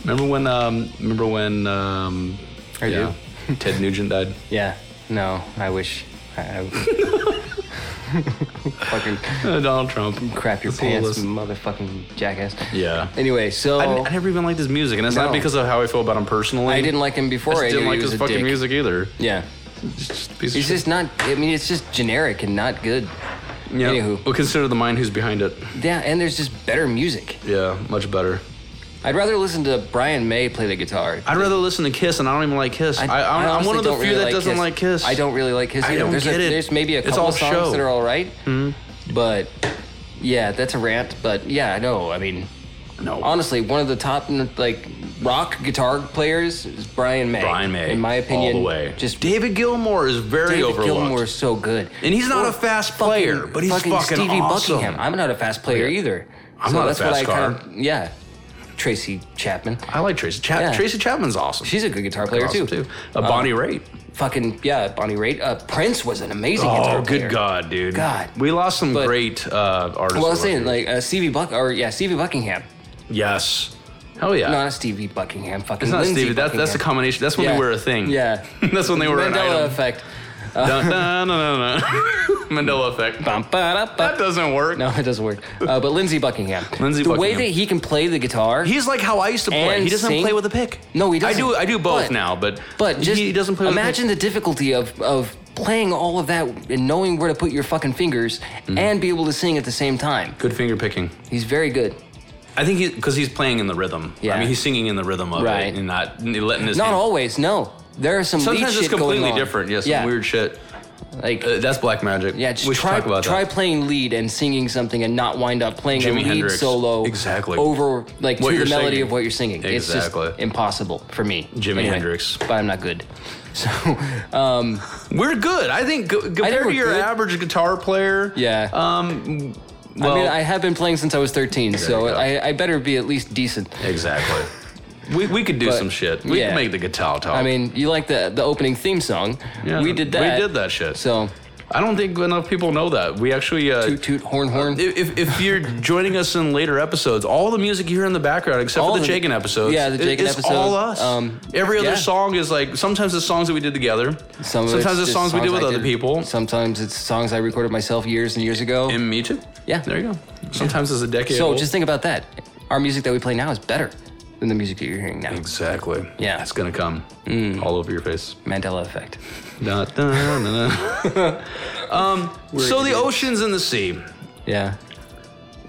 Speaker 3: Remember when? Um, remember when? Um,
Speaker 4: I do.
Speaker 3: Ted Nugent died.
Speaker 4: Yeah. No, I wish. I, I fucking
Speaker 3: Uh, Donald Trump.
Speaker 4: crap your
Speaker 3: That's all it
Speaker 4: pants,
Speaker 3: is.
Speaker 4: motherfucking jackass.
Speaker 3: Yeah.
Speaker 4: Anyway, so
Speaker 3: I, I never even liked his music, and it's
Speaker 4: No.
Speaker 3: not because of how I feel about him personally.
Speaker 4: I didn't like him
Speaker 3: I
Speaker 4: before.
Speaker 3: just
Speaker 4: I
Speaker 3: didn't
Speaker 4: knew
Speaker 3: like
Speaker 4: he
Speaker 3: his
Speaker 4: was a
Speaker 3: fucking
Speaker 4: dick.
Speaker 3: music either.
Speaker 4: Yeah.
Speaker 3: It's just a piece of
Speaker 4: It's
Speaker 3: shit.
Speaker 4: just not. I mean, it's just generic and not good.
Speaker 3: Yeah.
Speaker 4: Anywho.
Speaker 3: Well, consider the mind who's behind it.
Speaker 4: Yeah, and there's just better music.
Speaker 3: Yeah, much better.
Speaker 4: I'd rather listen to Brian May play the guitar.
Speaker 3: I'd rather listen to Kiss, and I don't even like Kiss. I, I, am
Speaker 4: honestly
Speaker 3: one of the
Speaker 4: don't
Speaker 3: few
Speaker 4: really
Speaker 3: that doesn't like Kiss.
Speaker 4: I don't really like Kiss.
Speaker 3: I
Speaker 4: either.
Speaker 3: don't
Speaker 4: there's
Speaker 3: get
Speaker 4: a,
Speaker 3: it.
Speaker 4: There's maybe a
Speaker 3: It's
Speaker 4: couple
Speaker 3: all
Speaker 4: of songs
Speaker 3: show. Mm-hmm.
Speaker 4: that are all right, but yeah, that's a rant. But yeah, I know. I mean,
Speaker 3: No.
Speaker 4: honestly, one of the top like rock guitar players is Brian May.
Speaker 3: Brian May.
Speaker 4: in my opinion,
Speaker 3: all the way.
Speaker 4: Just
Speaker 3: David Gilmour is very
Speaker 4: David
Speaker 3: overlooked.
Speaker 4: Gilmour is so good,
Speaker 3: And he's not
Speaker 4: Or
Speaker 3: a fast
Speaker 4: fucking-
Speaker 3: player, but he's fucking
Speaker 4: Stevie
Speaker 3: awesome.
Speaker 4: Buckingham. I'm not a fast player either.
Speaker 3: I'm
Speaker 4: so
Speaker 3: not a
Speaker 4: that's
Speaker 3: fast
Speaker 4: what I
Speaker 3: car.
Speaker 4: Kind of, yeah, Tracy Chapman.
Speaker 3: I like Tracy. Chap-
Speaker 4: Yeah.
Speaker 3: Tracy Chapman's awesome.
Speaker 4: She's a good guitar player
Speaker 3: awesome
Speaker 4: too.
Speaker 3: Uh,
Speaker 4: Um,
Speaker 3: Bonnie Raitt.
Speaker 4: fucking yeah, Bonnie Raitt. Uh, Prince was an amazing guitar
Speaker 3: Oh,
Speaker 4: player.
Speaker 3: good God, dude.
Speaker 4: God.
Speaker 3: We lost some
Speaker 4: But-
Speaker 3: great uh, artists.
Speaker 4: Well, I was
Speaker 3: over
Speaker 4: saying
Speaker 3: here.
Speaker 4: like uh, Stevie Buck or yeah, Stevie Buckingham.
Speaker 3: Yes. Hell yeah.
Speaker 4: No, Not Stevie Buckingham. Fucking.
Speaker 3: it's not
Speaker 4: Lindsey
Speaker 3: Stevie. That's, that's a
Speaker 4: Buckingham.
Speaker 3: combination. That's when
Speaker 4: Yeah.
Speaker 3: they were a thing.
Speaker 4: Yeah.
Speaker 3: that's when they were an
Speaker 4: Mandela
Speaker 3: item.
Speaker 4: effect.
Speaker 3: Dun, dun, dun, dun, dun. Mandela effect.
Speaker 4: Bum, ba, da, ba.
Speaker 3: That doesn't work.
Speaker 4: No, it doesn't work. Uh, but Lindsey Buckingham.
Speaker 3: Lindsey
Speaker 4: the way
Speaker 3: Buckingham.
Speaker 4: that he can play the guitar.
Speaker 3: He's like how I used to play.
Speaker 4: And
Speaker 3: He doesn't
Speaker 4: sing.
Speaker 3: play with a pick.
Speaker 4: No, he doesn't.
Speaker 3: I do. I do both
Speaker 4: But-
Speaker 3: now, but
Speaker 4: but just
Speaker 3: he doesn't play. With
Speaker 4: imagine
Speaker 3: a
Speaker 4: the difficulty of of playing all of that and knowing where to put your fucking fingers
Speaker 3: Mm-hmm.
Speaker 4: and be able to sing at the same time.
Speaker 3: pick. good finger picking.
Speaker 4: He's very good.
Speaker 3: I think he because he's playing in the rhythm.
Speaker 4: Yeah.
Speaker 3: I mean, he's singing in the rhythm of
Speaker 4: Right.
Speaker 3: it and not letting his.
Speaker 4: Not
Speaker 3: hand-
Speaker 4: always. No, there are some. lead
Speaker 3: Sometimes it's
Speaker 4: shit going
Speaker 3: completely
Speaker 4: on.
Speaker 3: different. Yeah, some weird shit.
Speaker 4: Like
Speaker 3: Uh, that's black magic.
Speaker 4: Yeah, just
Speaker 3: we should
Speaker 4: try
Speaker 3: talk about
Speaker 4: try
Speaker 3: that.
Speaker 4: playing lead and singing something and not wind up playing
Speaker 3: Jimi
Speaker 4: a lead
Speaker 3: Hendrix.
Speaker 4: solo
Speaker 3: Exactly.
Speaker 4: over like
Speaker 3: What
Speaker 4: to
Speaker 3: you're
Speaker 4: the melody
Speaker 3: singing.
Speaker 4: of what you're singing. It's just
Speaker 3: Exactly.
Speaker 4: impossible for me.
Speaker 3: Jimi Hendrix.
Speaker 4: but I'm not good. So um,
Speaker 3: We're good. I think g- compared
Speaker 4: we're
Speaker 3: to your
Speaker 4: good.
Speaker 3: average guitar player.
Speaker 4: yeah,
Speaker 3: Um. Well,
Speaker 4: I mean I have been playing since I was 13, so
Speaker 3: you go.
Speaker 4: I, I better be at least decent.
Speaker 3: exactly. We, we could do
Speaker 4: But,
Speaker 3: some shit. We
Speaker 4: yeah.
Speaker 3: could make the guitar talk.
Speaker 4: I mean, you like the the opening theme song?
Speaker 3: Yeah,
Speaker 4: we did that.
Speaker 3: We did that shit.
Speaker 4: So
Speaker 3: I don't think enough people know that. We actually uh,
Speaker 4: toot toot horn horn.
Speaker 3: If, if, if you're joining us in later episodes, all the music you hear in the background, except
Speaker 4: All
Speaker 3: for the,
Speaker 4: the-
Speaker 3: Jagan episodes,
Speaker 4: yeah, the
Speaker 3: i-
Speaker 4: Jagan
Speaker 3: is
Speaker 4: episode,
Speaker 3: all us.
Speaker 4: um,
Speaker 3: Every other
Speaker 4: yeah.
Speaker 3: song is like sometimes it's songs that we did together.
Speaker 4: Some of
Speaker 3: sometimes
Speaker 4: it's
Speaker 3: it's
Speaker 4: just
Speaker 3: songs, we did
Speaker 4: songs
Speaker 3: with
Speaker 4: I
Speaker 3: other
Speaker 4: did.
Speaker 3: people.
Speaker 4: Sometimes it's songs I recorded myself years and years ago.
Speaker 3: And me too.
Speaker 4: Yeah.
Speaker 3: there you go. Sometimes it's a decade.
Speaker 4: So
Speaker 3: old.
Speaker 4: just think about that. Our music that we play now is better than the music that you're hearing now.
Speaker 3: exactly.
Speaker 4: Yeah. Mm.
Speaker 3: it's gonna come all over your face.
Speaker 4: Mandela effect.
Speaker 3: Da, da, da, da. um, so the oceans and the sea,
Speaker 4: Yeah.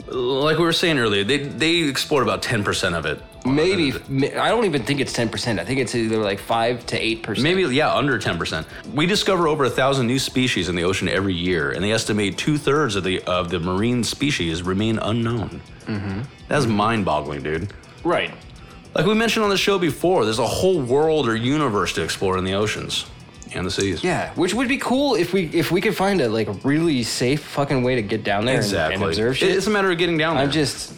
Speaker 3: like we were saying earlier, they they explored about ten percent of it.
Speaker 4: Maybe ma- I don't even think it's ten percent. I think it's either like five to eight percent.
Speaker 3: Maybe, yeah, under 10%. We discover over a thousand new species in the ocean every year, and they estimate two thirds of the, of the marine species remain unknown.
Speaker 4: Mm-hmm.
Speaker 3: That's mind boggling, dude.
Speaker 4: right.
Speaker 3: Like we mentioned on the show before, there's a whole world or universe to explore in the oceans and the seas.
Speaker 4: Yeah, which would be cool if we if we could find a like really safe fucking way to get down there and-
Speaker 3: exactly.
Speaker 4: and, observe
Speaker 3: It-
Speaker 4: shit.
Speaker 3: It's a matter of getting down there.
Speaker 4: I'm just.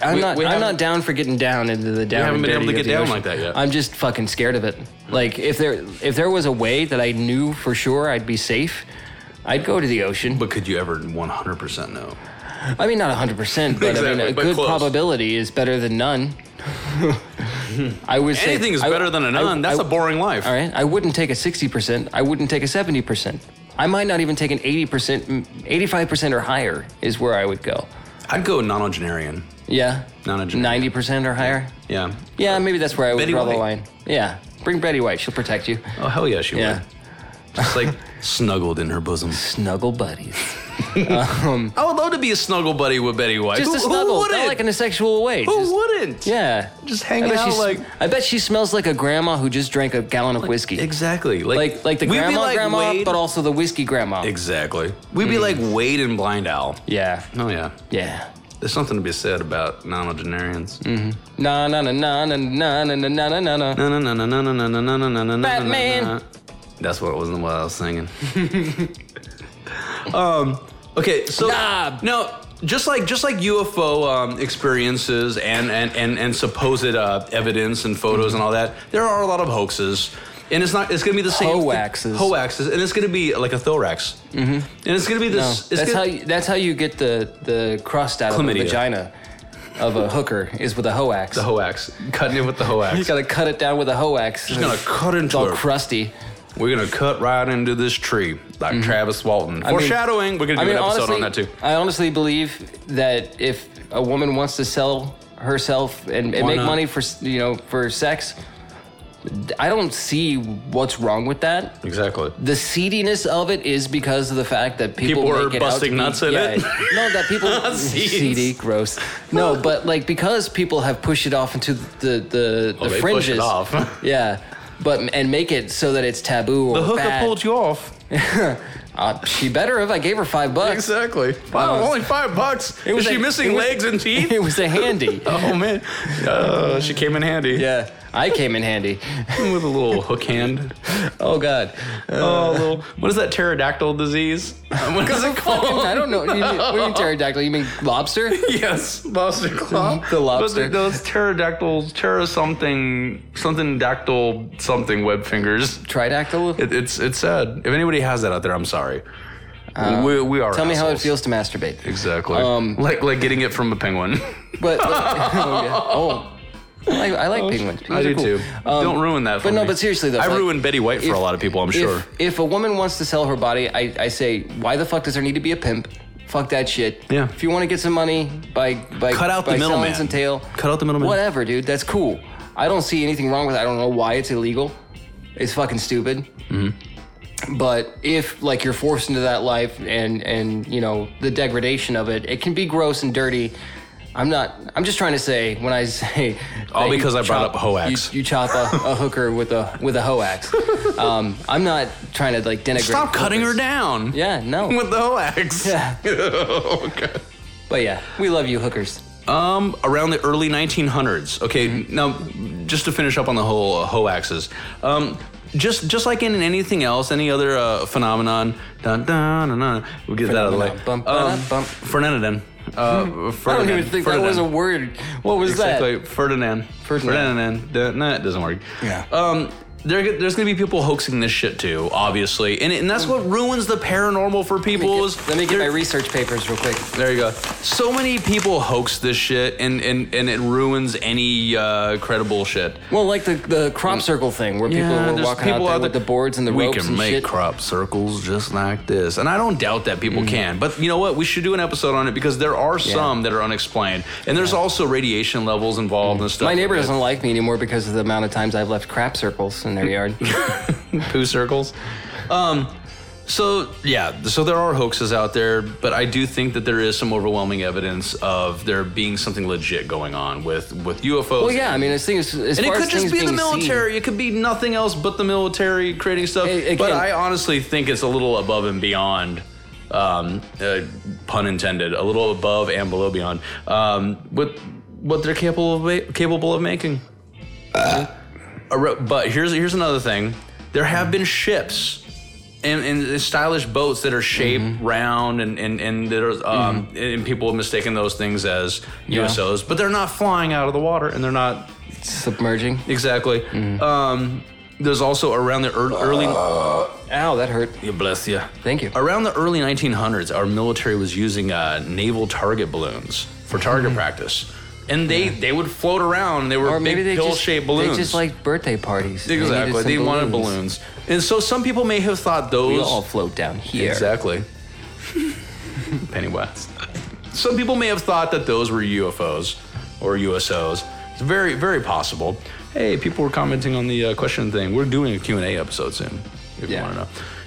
Speaker 4: I'm
Speaker 3: We-
Speaker 4: not.
Speaker 3: we
Speaker 4: I'm
Speaker 3: haven't-
Speaker 4: not down for getting down into the down.
Speaker 3: haven't
Speaker 4: and
Speaker 3: been able
Speaker 4: dirty
Speaker 3: to get
Speaker 4: of the
Speaker 3: down
Speaker 4: ocean.
Speaker 3: like that yet.
Speaker 4: I'm just fucking scared of it. Like if there if there was a way that I knew for sure I'd be safe, I'd go to the ocean.
Speaker 3: but could you ever 100% know?
Speaker 4: I mean, not 100%, but I mean,
Speaker 3: Exactly,
Speaker 4: a
Speaker 3: but
Speaker 4: good
Speaker 3: close.
Speaker 4: probability is better than none. I would say
Speaker 3: Anything is
Speaker 4: I-
Speaker 3: better than a none. That's
Speaker 4: a
Speaker 3: a boring life.
Speaker 4: All right. I wouldn't take a 60%. I wouldn't take a 70%. I might not even take an 80%. mm, 85% or higher is where I would go.
Speaker 3: I'd go nonagenarian.
Speaker 4: Yeah.
Speaker 3: Not a-
Speaker 4: 90% or higher.
Speaker 3: Yeah.
Speaker 4: Yeah, maybe that's where I would
Speaker 3: Betty
Speaker 4: draw the
Speaker 3: White.
Speaker 4: line. Yeah. Bring Betty White. She'll protect you.
Speaker 3: Oh, hell yeah, she
Speaker 4: Yeah.
Speaker 3: would. Just like snuggled in her bosom.
Speaker 4: Snuggle buddies.
Speaker 3: I would love to be a snuggle buddy with Betty White.
Speaker 4: Just
Speaker 3: who,
Speaker 4: a snuggle.
Speaker 3: Who
Speaker 4: not
Speaker 3: wouldn't?
Speaker 4: like in a sexual way.
Speaker 3: who
Speaker 4: just-
Speaker 3: wouldn't?
Speaker 4: Yeah.
Speaker 3: Just
Speaker 4: I
Speaker 3: hanging
Speaker 4: bet,
Speaker 3: out
Speaker 4: she's,
Speaker 3: like.
Speaker 4: I bet she smells like a grandma who just drank a gallon of whiskey.
Speaker 3: Exactly. Like,
Speaker 4: like like the
Speaker 3: we'd be
Speaker 4: grandma
Speaker 3: like
Speaker 4: grandma,
Speaker 3: Wade-
Speaker 4: but Mm-hmm. also the whiskey grandma.
Speaker 3: Exactly. We'd be like Wade and Blind Owl.
Speaker 4: yeah,
Speaker 3: Oh, yeah.
Speaker 4: yeah.
Speaker 3: There's something to be said about nonagenarians.
Speaker 4: Na na na na na na na na na na na.
Speaker 3: No, no, no, no, no, no, no, no, no, no, no, no, no,
Speaker 4: Batman.
Speaker 3: no, no. That's what wasn't what I was singing. um. Okay. So
Speaker 4: Nah.
Speaker 3: no. Just like just like UFO um, experiences and and and, and supposed uh, evidence and photos and all that, there are a lot of hoaxes. And it's not. It's gonna be the same.
Speaker 4: Hoaxes.
Speaker 3: Hoaxes, and it's gonna be like a thorax. Mm-hmm. And it's gonna be
Speaker 4: No,
Speaker 3: this. it's
Speaker 4: that's
Speaker 3: gonna,
Speaker 4: how you, that's how you get the the crust out of the
Speaker 3: Chlamydia.
Speaker 4: vagina. of a hooker is with a hoax.
Speaker 3: The hoax. Cutting it with the
Speaker 4: You
Speaker 3: hoax.
Speaker 4: gotta cut it down with a hoax. Just
Speaker 3: gonna cut
Speaker 4: It's
Speaker 3: into
Speaker 4: all
Speaker 3: it.
Speaker 4: crusty.
Speaker 3: We're gonna cut right into this tree, like Travis Walton.
Speaker 4: Mm-hmm. mean-
Speaker 3: Foreshadowing. We're gonna do
Speaker 4: I mean,
Speaker 3: an episode
Speaker 4: honestly,
Speaker 3: on that too.
Speaker 4: I honestly believe that if a woman wants to sell herself and, and
Speaker 3: Why
Speaker 4: make
Speaker 3: not?
Speaker 4: money for s- you know for sex, I don't see what's wrong with that.
Speaker 3: Exactly.
Speaker 4: The seediness of it is because of the fact that
Speaker 3: People
Speaker 4: people, make
Speaker 3: are
Speaker 4: it out to
Speaker 3: busting
Speaker 4: be-
Speaker 3: nuts in
Speaker 4: yeah,
Speaker 3: it?
Speaker 4: No, that people
Speaker 3: Seeds.
Speaker 4: seedy, gross. No, but like because people have pushed it off into the the, the
Speaker 3: Oh, they push
Speaker 4: fringes.
Speaker 3: it off.
Speaker 4: Yeah, but and make it so that it's taboo or
Speaker 3: The hooker
Speaker 4: bad.
Speaker 3: pulled you off.
Speaker 4: Uh, she better if I gave her five bucks.
Speaker 3: Exactly. Wow,
Speaker 4: was-
Speaker 3: only five bucks.
Speaker 4: It was
Speaker 3: Is she
Speaker 4: a-
Speaker 3: missing
Speaker 4: it was-
Speaker 3: legs and teeth?
Speaker 4: It was a handy.
Speaker 3: oh man, uh, she came in handy.
Speaker 4: yeah, I came in handy.
Speaker 3: with a little hook hand.
Speaker 4: Oh God,
Speaker 3: Oh, little. What is that pterodactyl disease? What is it called?
Speaker 4: I don't know. You mean, what do you mean pterodactyl? You mean lobster?
Speaker 3: Yes, lobster claw.
Speaker 4: The lobster.
Speaker 3: Those, those pterodactyls, ptero something, something dactyl something web fingers.
Speaker 4: Tridactyl?
Speaker 3: It, it's it's sad. If anybody has that out there, I'm sorry. we we are.
Speaker 4: Uh, Tell me how it
Speaker 3: assholes.
Speaker 4: feels to masturbate.
Speaker 3: Exactly.
Speaker 4: Um,
Speaker 3: like like getting it from a penguin.
Speaker 4: But oh, yeah. oh. I, I like penguins.
Speaker 3: Oh, I
Speaker 4: These
Speaker 3: do
Speaker 4: are cool.
Speaker 3: too.
Speaker 4: Um,
Speaker 3: Don't ruin that. For
Speaker 4: but no,
Speaker 3: me.
Speaker 4: but seriously though,
Speaker 3: I
Speaker 4: like,
Speaker 3: ruined Betty White for
Speaker 4: if-
Speaker 3: a lot of people. I'm
Speaker 4: if-
Speaker 3: sure.
Speaker 4: If a woman wants to sell her body, I, I say, why the fuck does there need to be a pimp? Fuck that shit.
Speaker 3: Yeah.
Speaker 4: If you want to get some money by by
Speaker 3: Cut out the
Speaker 4: by selling
Speaker 3: middleman.
Speaker 4: some tail,
Speaker 3: Cut out the middleman.
Speaker 4: Whatever, dude. That's cool. I don't see anything wrong with. it. I don't know why it's illegal. It's fucking stupid. But if like you're forced into that life and and you know the degradation of it, it can be gross and dirty. I'm not. I'm just trying to say when I say
Speaker 3: All
Speaker 4: that you
Speaker 3: because I brought
Speaker 4: chop-
Speaker 3: up hoax.
Speaker 4: You, you chop a, a hooker with a with a hoax. Um, I'm not trying to like denigrate.
Speaker 3: Stop cutting her
Speaker 4: hookers.
Speaker 3: down.
Speaker 4: Yeah, no.
Speaker 3: With the hoax.
Speaker 4: Yeah. But yeah, we love you hookers.
Speaker 3: Um, around the early 1900s. Okay,
Speaker 4: Mm-hmm.
Speaker 3: now just to finish up on the whole uh, hoaxes. Um, just just like in anything else, any other uh, phenomenon. Dun, dun, dun, dun, we get that out of the way.
Speaker 4: Phenomenon. Bum,
Speaker 3: Um,
Speaker 4: ba-dum, bum.
Speaker 3: Fernandan. Uh, Ferdinand.
Speaker 4: I don't even think that was a word. What was
Speaker 3: exactly.
Speaker 4: that?
Speaker 3: Ferdinand.
Speaker 4: Ferdinand.
Speaker 3: Ferdinand. Dun- No, it doesn't work.
Speaker 4: Yeah.
Speaker 3: Um, there, there's gonna be people hoaxing this shit too, obviously, and, and that's what ruins the paranormal for people.
Speaker 4: Let me
Speaker 3: is
Speaker 4: get, let me get my
Speaker 3: they're-
Speaker 4: research papers real quick.
Speaker 3: there you go. So many people hoax this shit, and and and it ruins any uh, credible shit.
Speaker 4: Well, like the, the crop circle thing where people were
Speaker 3: Mm. there's
Speaker 4: walking out there with the boards and the
Speaker 3: we
Speaker 4: ropes
Speaker 3: can
Speaker 4: and
Speaker 3: make
Speaker 4: shit.
Speaker 3: crop circles just like this, and I don't doubt that people
Speaker 4: Mm-hmm.
Speaker 3: can. But you know what? We should do an episode on it because there are some that are unexplained, and there's also radiation levels involved and stuff.
Speaker 4: My neighbor
Speaker 3: like that.
Speaker 4: doesn't like me anymore because of the amount of times I've left crap circles in their yard.
Speaker 3: poo circles. Um, so yeah, so there are hoaxes out there, but I do think that there is some overwhelming evidence of there being something legit going on with with UFOs.
Speaker 4: well, yeah, I mean, as things as
Speaker 3: And it
Speaker 4: far
Speaker 3: could
Speaker 4: as
Speaker 3: just
Speaker 4: things
Speaker 3: be the
Speaker 4: being
Speaker 3: military. It could be nothing else but the military creating stuff.
Speaker 4: It- it
Speaker 3: but
Speaker 4: can-
Speaker 3: I honestly think it's a little above and beyond, um, uh, pun intended, a little above and below beyond um, what what they're capable of ma- capable of making. Uh, A ro- but here's here's another thing. There have been ships. And, and stylish boats that are shaped
Speaker 4: Mm-hmm.
Speaker 3: round and and and, that are, um, and people have mistaken those things as USOs, but they're not flying out of the water and they're not
Speaker 4: seen, submerging.
Speaker 3: Exactly. Um, there's also around the ear- early.
Speaker 4: Ow, that hurt.
Speaker 3: bless you.
Speaker 4: Thank you.
Speaker 3: Around the early 1900s, our military was using uh, naval target balloons for target practice, and they they would float around. They were
Speaker 4: Mm-hmm. Or maybe
Speaker 3: big
Speaker 4: they just,
Speaker 3: pill-shaped balloons.
Speaker 4: they just like birthday parties. They needed
Speaker 3: exactly.
Speaker 4: some
Speaker 3: They, wanted balloons, and so some people may have thought
Speaker 4: We
Speaker 3: those
Speaker 4: all float down here.
Speaker 3: Exactly. Pennywise. Some people may have thought that those were UFOs or USOs. It's very, very possible. Hey, people were commenting on the uh, question thing. We're doing a Q&A episode soon, if
Speaker 4: Yeah.
Speaker 3: you want to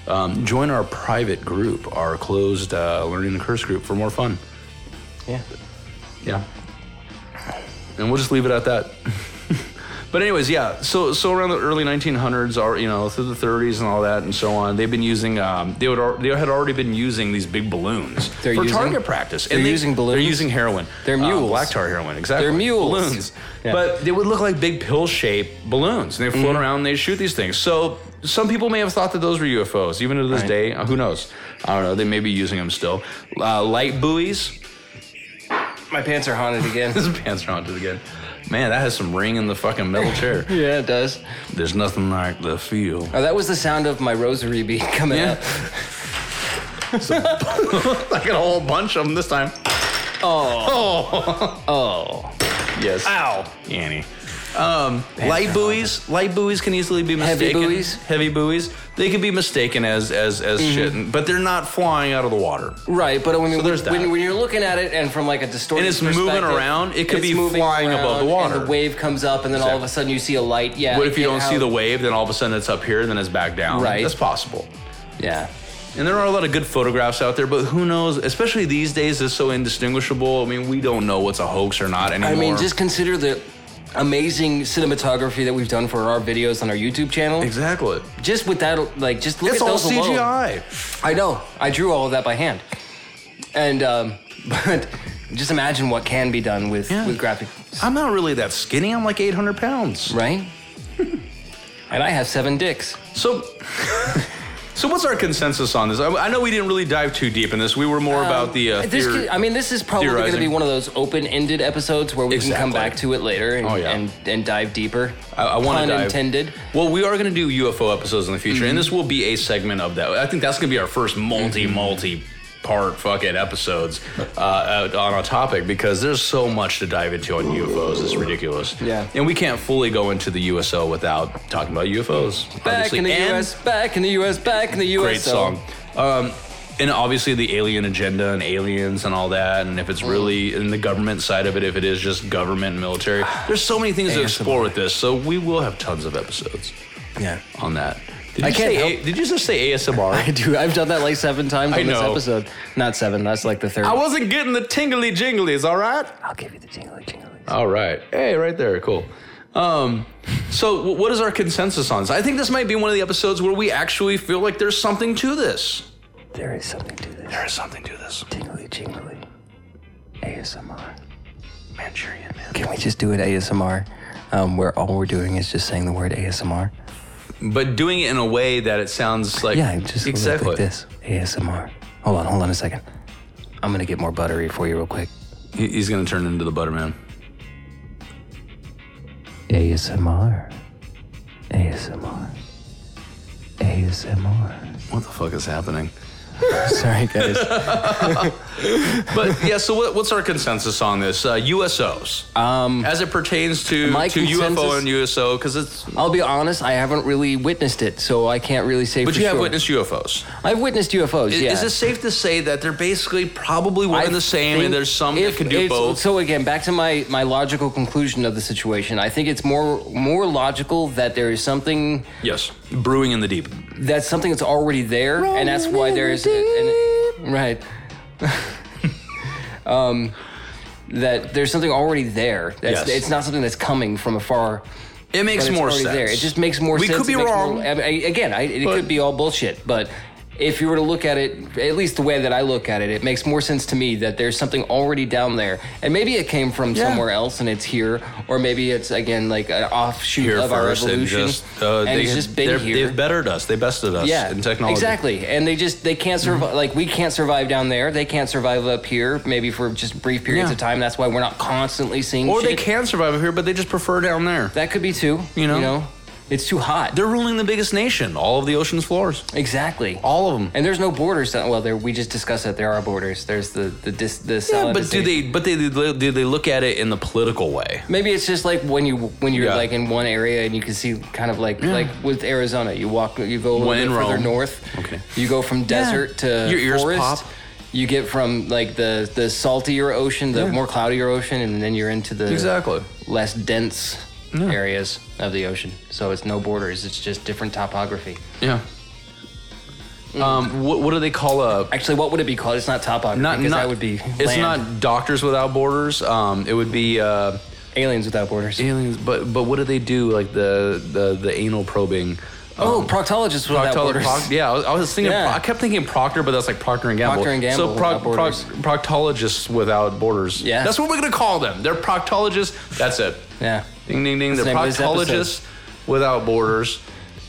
Speaker 3: know. Um, join our private group, our closed uh, Learning the Curse group for more fun.
Speaker 4: Yeah.
Speaker 3: Yeah. And we'll just leave it at that. but anyways, yeah. So so around the early 1900s, or you know, through the 30s and all that, and so on, they've been using. Um, they would al- they had already been using these big balloons
Speaker 4: They're
Speaker 3: for
Speaker 4: using-
Speaker 3: target practice.
Speaker 4: they're
Speaker 3: they-
Speaker 4: using balloons?
Speaker 3: They're using heroin.
Speaker 4: They're
Speaker 3: Uh,
Speaker 4: mules.
Speaker 3: black tar heroin. Exactly.
Speaker 4: They're mules.
Speaker 3: Balloons.
Speaker 4: Yeah. Mm-hmm.
Speaker 3: But they would look like big pill-shaped balloons, and they float around and they shoot these things. So some people may have thought that those were UFOs, even to this
Speaker 4: Right.
Speaker 3: day. uh, Who knows? I don't know. They may be using them still. Uh, light buoys.
Speaker 4: My pants are haunted again.
Speaker 3: His pants are haunted again. Man, that has some ring in the fucking metal chair.
Speaker 4: yeah, it does.
Speaker 3: There's nothing like the feel.
Speaker 4: Oh, that was the sound of my rosary bead coming
Speaker 3: Yeah.
Speaker 4: up.
Speaker 3: I got a whole bunch of them this time.
Speaker 4: Oh.
Speaker 3: Oh. Yes. Ow, Annie. Um, light buoys, light buoys can easily be
Speaker 4: Heavy
Speaker 3: mistaken.
Speaker 4: buoys? Mm-hmm.
Speaker 3: heavy buoys. They can be mistaken as as as shit, but they're not flying out of the water.
Speaker 4: Right, but when,
Speaker 3: there's that.
Speaker 4: when when you're looking at it and from like a distorted
Speaker 3: And it's moving
Speaker 4: perspective,
Speaker 3: around, it could
Speaker 4: it's
Speaker 3: be
Speaker 4: moving
Speaker 3: flying
Speaker 4: around,
Speaker 3: above the water.
Speaker 4: And the wave comes up, and then all of a
Speaker 3: Exactly.
Speaker 4: sudden you see a light. Yeah.
Speaker 3: What if you
Speaker 4: it-
Speaker 3: don't see
Speaker 4: how-
Speaker 3: the wave? Then all of a sudden it's up here, then it's back down.
Speaker 4: Right.
Speaker 3: That's possible.
Speaker 4: Yeah.
Speaker 3: And there are a lot of good photographs out there, but who knows? Especially these days, it's so indistinguishable. I mean, we don't know what's a hoax or not anymore.
Speaker 4: I mean, just consider the amazing cinematography that we've done for our videos on our YouTube channel.
Speaker 3: exactly.
Speaker 4: Just with that, like, just look
Speaker 3: It's
Speaker 4: at
Speaker 3: all
Speaker 4: those alone.
Speaker 3: CGI.
Speaker 4: I know. I drew all of that by hand, and um, but just imagine what can be done with
Speaker 3: Yeah.
Speaker 4: with graphic,
Speaker 3: I'm not really that skinny. I'm like 800 pounds.
Speaker 4: right? and I have seven dicks.
Speaker 3: So, so what's our consensus on this? I, I know we didn't really dive too deep in this. We were
Speaker 4: Um,
Speaker 3: more about the. Uh,
Speaker 4: this
Speaker 3: theory-
Speaker 4: could- I mean, this is probably going to
Speaker 3: theorizing.
Speaker 4: be one of those open-ended episodes where we can come
Speaker 3: Exactly.
Speaker 4: back to it later and
Speaker 3: Oh, yeah.
Speaker 4: and, and dive deeper.
Speaker 3: I, I want to
Speaker 4: Pun
Speaker 3: dive.
Speaker 4: intended.
Speaker 3: Well, we are going to do UFO episodes in the future,
Speaker 4: Mm-hmm.
Speaker 3: and this will be a segment of that. I think that's going to be our first multi multi part fuck it episodes uh, out on a topic because there's so much to dive into on UFOs. It's ridiculous.
Speaker 4: Yeah.
Speaker 3: And we can't fully go into the USO without talking about UFOs.
Speaker 4: Back
Speaker 3: obviously.
Speaker 4: in the
Speaker 3: And
Speaker 4: U.S. Back in the U.S. Back in the U.S.
Speaker 3: great
Speaker 4: so-
Speaker 3: song. Um, and obviously the alien agenda and aliens and all that, and if it's
Speaker 4: Mm-hmm.
Speaker 3: really in the government side of it, if it is just government and military, there's so many things to explore with this. So we will have tons of episodes
Speaker 4: Yeah.
Speaker 3: on that. Did you
Speaker 4: I can't
Speaker 3: say
Speaker 4: help-
Speaker 3: A- did you just say ASMR?
Speaker 4: I do. I've done that like seven times
Speaker 3: I
Speaker 4: on this
Speaker 3: know.
Speaker 4: episode. Not seven. That's like the third.
Speaker 3: I wasn't getting the tingly jinglies. All right.
Speaker 4: I'll give you the jingly jingly.
Speaker 3: All right. Hey, right there. Cool. Um, so w- what is our consensus on this? I think this might be one of the episodes where we actually feel like there's something to this.
Speaker 4: There is something to this.
Speaker 3: There's something to this.
Speaker 4: Jingly jingly. ASMR.
Speaker 3: Manchurian man.
Speaker 4: Can we just do it ASMR? Um, where all we're doing is just saying the word ASMR.
Speaker 3: but doing it in a way that it sounds like
Speaker 4: Yeah, just a little bit like this. ASMR. Hold on, hold on a second. I'm gonna get more buttery for you real quick.
Speaker 3: He- He's gonna turn into the Butterman.
Speaker 4: ASMR. ASMR. ASMR.
Speaker 3: What the fuck is happening?
Speaker 4: Sorry guys.
Speaker 3: But yeah, so what, what's our consensus on this? Uh, USOs, um, as it pertains to
Speaker 4: my
Speaker 3: to UFO
Speaker 4: consensus-
Speaker 3: and USO, because it's.
Speaker 4: I'll be honest, I haven't really witnessed it, so I can't really say
Speaker 3: But
Speaker 4: for
Speaker 3: you have
Speaker 4: sure.
Speaker 3: witnessed UFOs.
Speaker 4: I've witnessed UFOs,
Speaker 3: Is,
Speaker 4: yeah.
Speaker 3: is it safe to say that they're basically probably one
Speaker 4: I
Speaker 3: and the same,
Speaker 4: think
Speaker 3: and there's some
Speaker 4: if
Speaker 3: that can do
Speaker 4: it's-
Speaker 3: both?
Speaker 4: So again, back to my my logical conclusion of the situation. I think it's more more logical that there is something
Speaker 3: yes, brewing in the deep.
Speaker 4: that's something that's already there, and that's why there is a, an, right. um, that there's something already there. That's,
Speaker 3: Yes.
Speaker 4: It's not something that's coming from afar.
Speaker 3: It
Speaker 4: but
Speaker 3: makes
Speaker 4: it's
Speaker 3: more
Speaker 4: already
Speaker 3: sense.
Speaker 4: There. It just makes more
Speaker 3: We
Speaker 4: sense.
Speaker 3: could be
Speaker 4: It makes
Speaker 3: wrong.
Speaker 4: more- I- I- again, I, it
Speaker 3: But-
Speaker 4: could be all bullshit, but if you were to look at it, at least the way that I look at it, it makes more sense to me that there's something already down there, and maybe it came from
Speaker 3: Yeah.
Speaker 4: somewhere else and it's here, or maybe it's again like an offshoot
Speaker 3: Here
Speaker 4: of our
Speaker 3: first, and
Speaker 4: evolution,
Speaker 3: just uh, they,
Speaker 4: it's just been
Speaker 3: they're-
Speaker 4: here.
Speaker 3: They've bettered us. They bested us
Speaker 4: yeah,
Speaker 3: in technology. Mm-hmm.
Speaker 4: exactly, and they just they can't survive. Like we can't survive down there. They can't survive up here. Maybe for just brief periods
Speaker 3: Yeah.
Speaker 4: of time. That's why we're not constantly seeing.
Speaker 3: Or they
Speaker 4: shit.
Speaker 3: can survive up here, but they just prefer down there.
Speaker 4: That could be too.
Speaker 3: You know?
Speaker 4: you know, it's too hot.
Speaker 3: They're ruling the biggest nation, all of the ocean's floors,
Speaker 4: exactly.
Speaker 3: all of them.
Speaker 4: And there's no borders. that- Well, there we just discussed that there are borders. There's the the dis, the
Speaker 3: Yeah, but do
Speaker 4: salinization.
Speaker 3: they? But they do they look at it in the political way?
Speaker 4: Maybe it's just like when you when you're
Speaker 3: Yeah.
Speaker 4: like in one area and you can see kind of like like with Arizona, you walk you go a little
Speaker 3: When
Speaker 4: bit
Speaker 3: in
Speaker 4: further
Speaker 3: Rome.
Speaker 4: north.
Speaker 3: Okay.
Speaker 4: You go from desert to
Speaker 3: Your ears
Speaker 4: forest.
Speaker 3: pop.
Speaker 4: You get from like the the saltier ocean, the more cloudier ocean, and then you're into the
Speaker 3: Exactly.
Speaker 4: less dense areas of the ocean. So it's no borders. It's just different topography.
Speaker 3: Yeah. Um. What, what do they call a?
Speaker 4: Actually, what would it be called? It's not topography.
Speaker 3: Not
Speaker 4: because
Speaker 3: not
Speaker 4: that would be
Speaker 3: It's
Speaker 4: land.
Speaker 3: not Doctors Without Borders. Um. It would be uh,
Speaker 4: aliens without borders.
Speaker 3: aliens. But but what do they do? Like the the the anal probing.
Speaker 4: Oh, proctologists without
Speaker 3: Proctolo-
Speaker 4: borders.
Speaker 3: proc- yeah, I was, I was thinking.
Speaker 4: Yeah.
Speaker 3: pro- I kept thinking Proctor, but that's like Procter and Gamble.
Speaker 4: Procter and Gamble
Speaker 3: So proc-
Speaker 4: without borders.
Speaker 3: proc- proctologists without borders.
Speaker 4: Yeah.
Speaker 3: that's what we're gonna call them. They're proctologists. That's it.
Speaker 4: yeah.
Speaker 3: Ding ding ding.
Speaker 4: That's
Speaker 3: They're
Speaker 4: the name of this
Speaker 3: proctologists
Speaker 4: episode.
Speaker 3: without borders.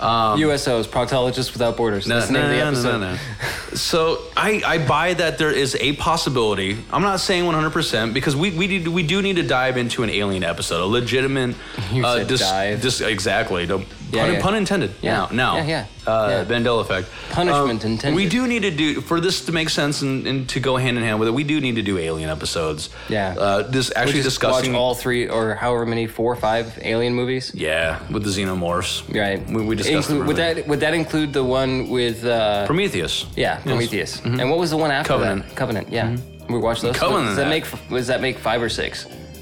Speaker 3: Um,
Speaker 4: USOs, proctologists without borders.
Speaker 3: No,
Speaker 4: That's the name of the
Speaker 3: no, no,
Speaker 4: episode.
Speaker 3: no, no, no. So I, I buy that there is a possibility. I'm not saying 100 percent because we we do, we do need to dive into an alien episode, a legitimate
Speaker 4: You said dive.
Speaker 3: dis- exactly. Don't
Speaker 4: Yeah,
Speaker 3: pun,
Speaker 4: yeah.
Speaker 3: pun intended.
Speaker 4: Yeah.
Speaker 3: Now, now.
Speaker 4: Yeah, yeah.
Speaker 3: Uh,
Speaker 4: Yeah.
Speaker 3: Mandela effect. Um,
Speaker 4: Punishment intended.
Speaker 3: We do need to do for this to make sense and, and to go hand in hand with it. We do need to do alien episodes.
Speaker 4: Yeah.
Speaker 3: Uh, this
Speaker 4: We
Speaker 3: actually
Speaker 4: just
Speaker 3: discussing
Speaker 4: watch all three or however many four or five alien movies.
Speaker 3: Yeah, with the xenomorphs.
Speaker 4: Right.
Speaker 3: We, we discussed them
Speaker 4: Include- would
Speaker 3: earlier.
Speaker 4: that would that include the one with uh,
Speaker 3: Prometheus.
Speaker 4: yeah
Speaker 3: Yes. Mm-hmm.
Speaker 4: Prometheus and what was the one after
Speaker 3: Covenant. Mm-hmm.
Speaker 4: that? Covenant. Yeah, we watched those.
Speaker 3: Covenant,
Speaker 4: Does that
Speaker 3: yeah.
Speaker 4: make does that make five or six?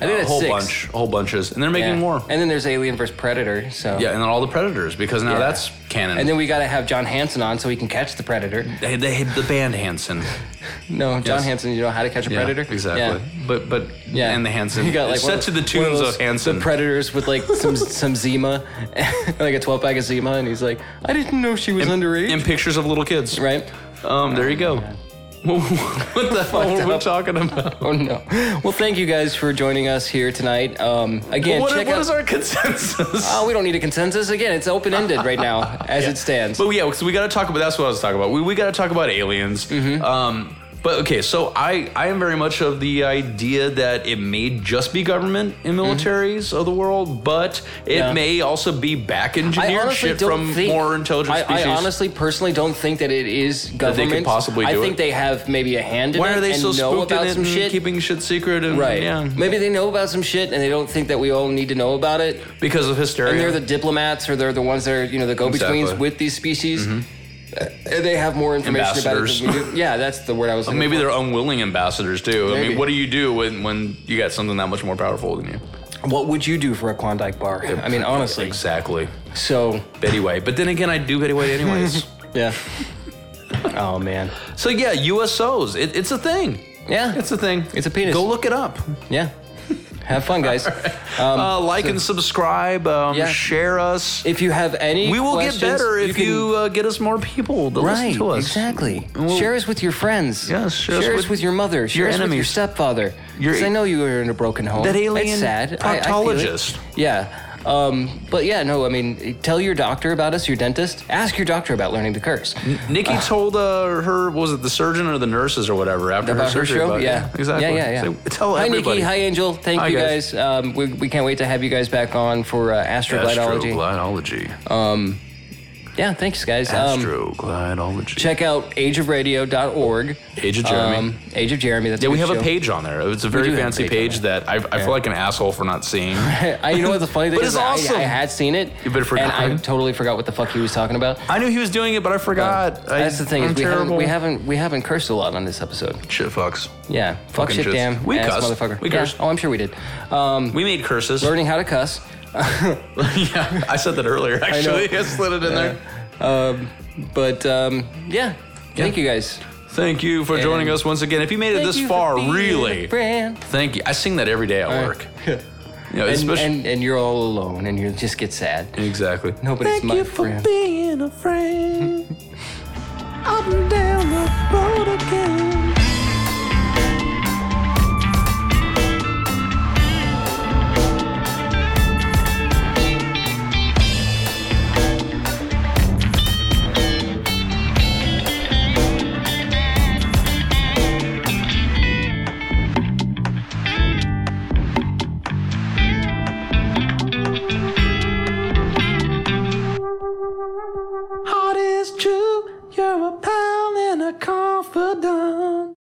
Speaker 4: I think
Speaker 3: A
Speaker 4: that's
Speaker 3: whole
Speaker 4: six.
Speaker 3: bunch, whole bunches, and they're
Speaker 4: Yeah.
Speaker 3: making more.
Speaker 4: And then there's Alien vs Predator. So
Speaker 3: yeah, and then all the predators because now
Speaker 4: Yeah.
Speaker 3: that's canon.
Speaker 4: And then we got to have John Hansen on so he can catch the predator.
Speaker 3: they, they hit the band Hanson.
Speaker 4: No, John
Speaker 3: Yes.
Speaker 4: Hansen, you know how to catch a
Speaker 3: Yeah,
Speaker 4: predator?
Speaker 3: exactly.
Speaker 4: Yeah.
Speaker 3: But but
Speaker 4: Yeah.
Speaker 3: and the Hanson.
Speaker 4: You got like one
Speaker 3: set
Speaker 4: of-
Speaker 3: to the
Speaker 4: one
Speaker 3: tunes
Speaker 4: those-
Speaker 3: of Hanson.
Speaker 4: The predators with like some some Zima, like a 12 pack of Zima, and he's like, I didn't know she was
Speaker 3: and,
Speaker 4: underage.
Speaker 3: and pictures of little kids.
Speaker 4: right?
Speaker 3: Um, there you go. what the hell were we talking about?
Speaker 4: Oh no. Well, thank you guys for joining us here tonight. Um, again,
Speaker 3: what
Speaker 4: check
Speaker 3: what
Speaker 4: out.
Speaker 3: is our consensus?
Speaker 4: Oh, we don't need a consensus. Again, it's open ended right now as it stands.
Speaker 3: But yeah, so we got to talk about. That's what I was talking about. We, we got to talk about aliens.
Speaker 4: Mm-hmm.
Speaker 3: Um, but okay, so I I am very much of the idea that it may just be government and militaries of the world, but it
Speaker 4: Mm-hmm. Yeah.
Speaker 3: may also be back
Speaker 4: I
Speaker 3: engineered
Speaker 4: honestly
Speaker 3: shit
Speaker 4: don't
Speaker 3: from
Speaker 4: think-
Speaker 3: more intelligent
Speaker 4: I,
Speaker 3: species.
Speaker 4: I honestly, personally, don't think that it is government.
Speaker 3: they could possibly
Speaker 4: I
Speaker 3: do
Speaker 4: think
Speaker 3: it.
Speaker 4: they have maybe a hand in
Speaker 3: Why
Speaker 4: it
Speaker 3: are they
Speaker 4: and
Speaker 3: so
Speaker 4: know
Speaker 3: spooked in
Speaker 4: about
Speaker 3: it
Speaker 4: some
Speaker 3: and
Speaker 4: shit.
Speaker 3: keeping shit secret? And,
Speaker 4: right.
Speaker 3: Yeah.
Speaker 4: Maybe they know about some shit and they don't think that we all need to know about it.
Speaker 3: Because of hysteria.
Speaker 4: And they're the diplomats or they're the ones that are, you know, the go-betweens
Speaker 3: Exactly. Mm-hmm.
Speaker 4: with these species. Uh, they have more information about it than we do. Yeah, that's the word I was looking
Speaker 3: Maybe
Speaker 4: for.
Speaker 3: they're unwilling ambassadors too. I
Speaker 4: Maybe.
Speaker 3: mean, what do you do when, when you got something that much more powerful than you?
Speaker 4: What would you do for a Klondike bar? I mean, honestly.
Speaker 3: Exactly.
Speaker 4: So,
Speaker 3: Betty White. But then again, I do Betty White anyways.
Speaker 4: yeah. oh, man.
Speaker 3: So yeah, USOs. It, it's a thing.
Speaker 4: Yeah.
Speaker 3: It's a thing.
Speaker 4: It's a penis.
Speaker 3: Go look it up.
Speaker 4: Yeah. Have fun, guys. Um,
Speaker 3: uh, like and subscribe. Um,
Speaker 4: Yeah.
Speaker 3: Share us.
Speaker 4: if you have any
Speaker 3: we will
Speaker 4: questions,
Speaker 3: get better if
Speaker 4: can-
Speaker 3: you, uh, get us more people to
Speaker 4: Right,
Speaker 3: listen to us.
Speaker 4: exactly. share us with your friends.
Speaker 3: Yes, share us
Speaker 4: us
Speaker 3: with
Speaker 4: with, your mother. Share
Speaker 3: your
Speaker 4: us with your
Speaker 3: enemies.
Speaker 4: stepfather.
Speaker 3: Your-
Speaker 4: Because I know you were in a broken home.
Speaker 3: That alien
Speaker 4: it's sad. I- I feel it.
Speaker 3: proctologist.
Speaker 4: yeah. Um, but yeah, no, I mean, tell your doctor about us, your dentist. Ask your doctor about learning to curse.
Speaker 3: Nikki
Speaker 4: Ah.
Speaker 3: told uh, her was it the surgeon or the nurses or whatever after
Speaker 4: About
Speaker 3: her
Speaker 4: Uh, her
Speaker 3: surgery.
Speaker 4: show,
Speaker 3: about it.
Speaker 4: yeah.
Speaker 3: exactly.
Speaker 4: Yeah, yeah, yeah.
Speaker 3: So tell
Speaker 4: hi,
Speaker 3: everybody.
Speaker 4: Nikki. Hi, Angel. Thank
Speaker 3: Hi,
Speaker 4: you
Speaker 3: guys.
Speaker 4: guys. Um, we, we can't wait to have you guys back on for uh, astroglidology.
Speaker 3: Astroglidology.
Speaker 4: Um, yeah, thanks, guys. Um,
Speaker 3: Astroglidology.
Speaker 4: check out ageofradio.org.
Speaker 3: Age of Jeremy.
Speaker 4: Um, Age of Jeremy. That's a
Speaker 3: yeah, we
Speaker 4: good
Speaker 3: have a
Speaker 4: show.
Speaker 3: page on there. It's a very
Speaker 4: do have a
Speaker 3: fancy
Speaker 4: page
Speaker 3: page,
Speaker 4: on
Speaker 3: that I, I feel like an asshole for not seeing.
Speaker 4: I, you know what the funny thing
Speaker 3: But
Speaker 4: is?
Speaker 3: it's
Speaker 4: I-
Speaker 3: awesome.
Speaker 4: I, had seen it,
Speaker 3: You better forget,
Speaker 4: and I
Speaker 3: right?
Speaker 4: totally forgot what the fuck he was talking about.
Speaker 3: I knew he was doing it, but I forgot. I,
Speaker 4: That's the thing
Speaker 3: I'm
Speaker 4: is we haven't,
Speaker 3: terrible.
Speaker 4: we haven't we haven't cursed a lot on this episode.
Speaker 3: shit fucks.
Speaker 4: Yeah, fuck
Speaker 3: Fucking
Speaker 4: shit,
Speaker 3: shits.
Speaker 4: damn,
Speaker 3: We
Speaker 4: ass
Speaker 3: cussed.
Speaker 4: motherfucker.
Speaker 3: We
Speaker 4: Yeah.
Speaker 3: cursed.
Speaker 4: Oh, I'm sure we did. Um,
Speaker 3: We made curses.
Speaker 4: learning how to cuss.
Speaker 3: yeah, I said that earlier. Actually, I, slid it in there.
Speaker 4: Um, but um, yeah, thank you guys.
Speaker 3: Thank you for joining
Speaker 4: And-
Speaker 3: us once again. If you made it
Speaker 4: Thank
Speaker 3: this
Speaker 4: you for
Speaker 3: far,
Speaker 4: being
Speaker 3: really,
Speaker 4: a friend.
Speaker 3: thank you. I sing that every day at work. You know,
Speaker 4: And,
Speaker 3: especially
Speaker 4: and and you're all alone, and you just get sad.
Speaker 3: exactly.
Speaker 4: Nobody's my friend.
Speaker 1: being a friend. Up and down the road again.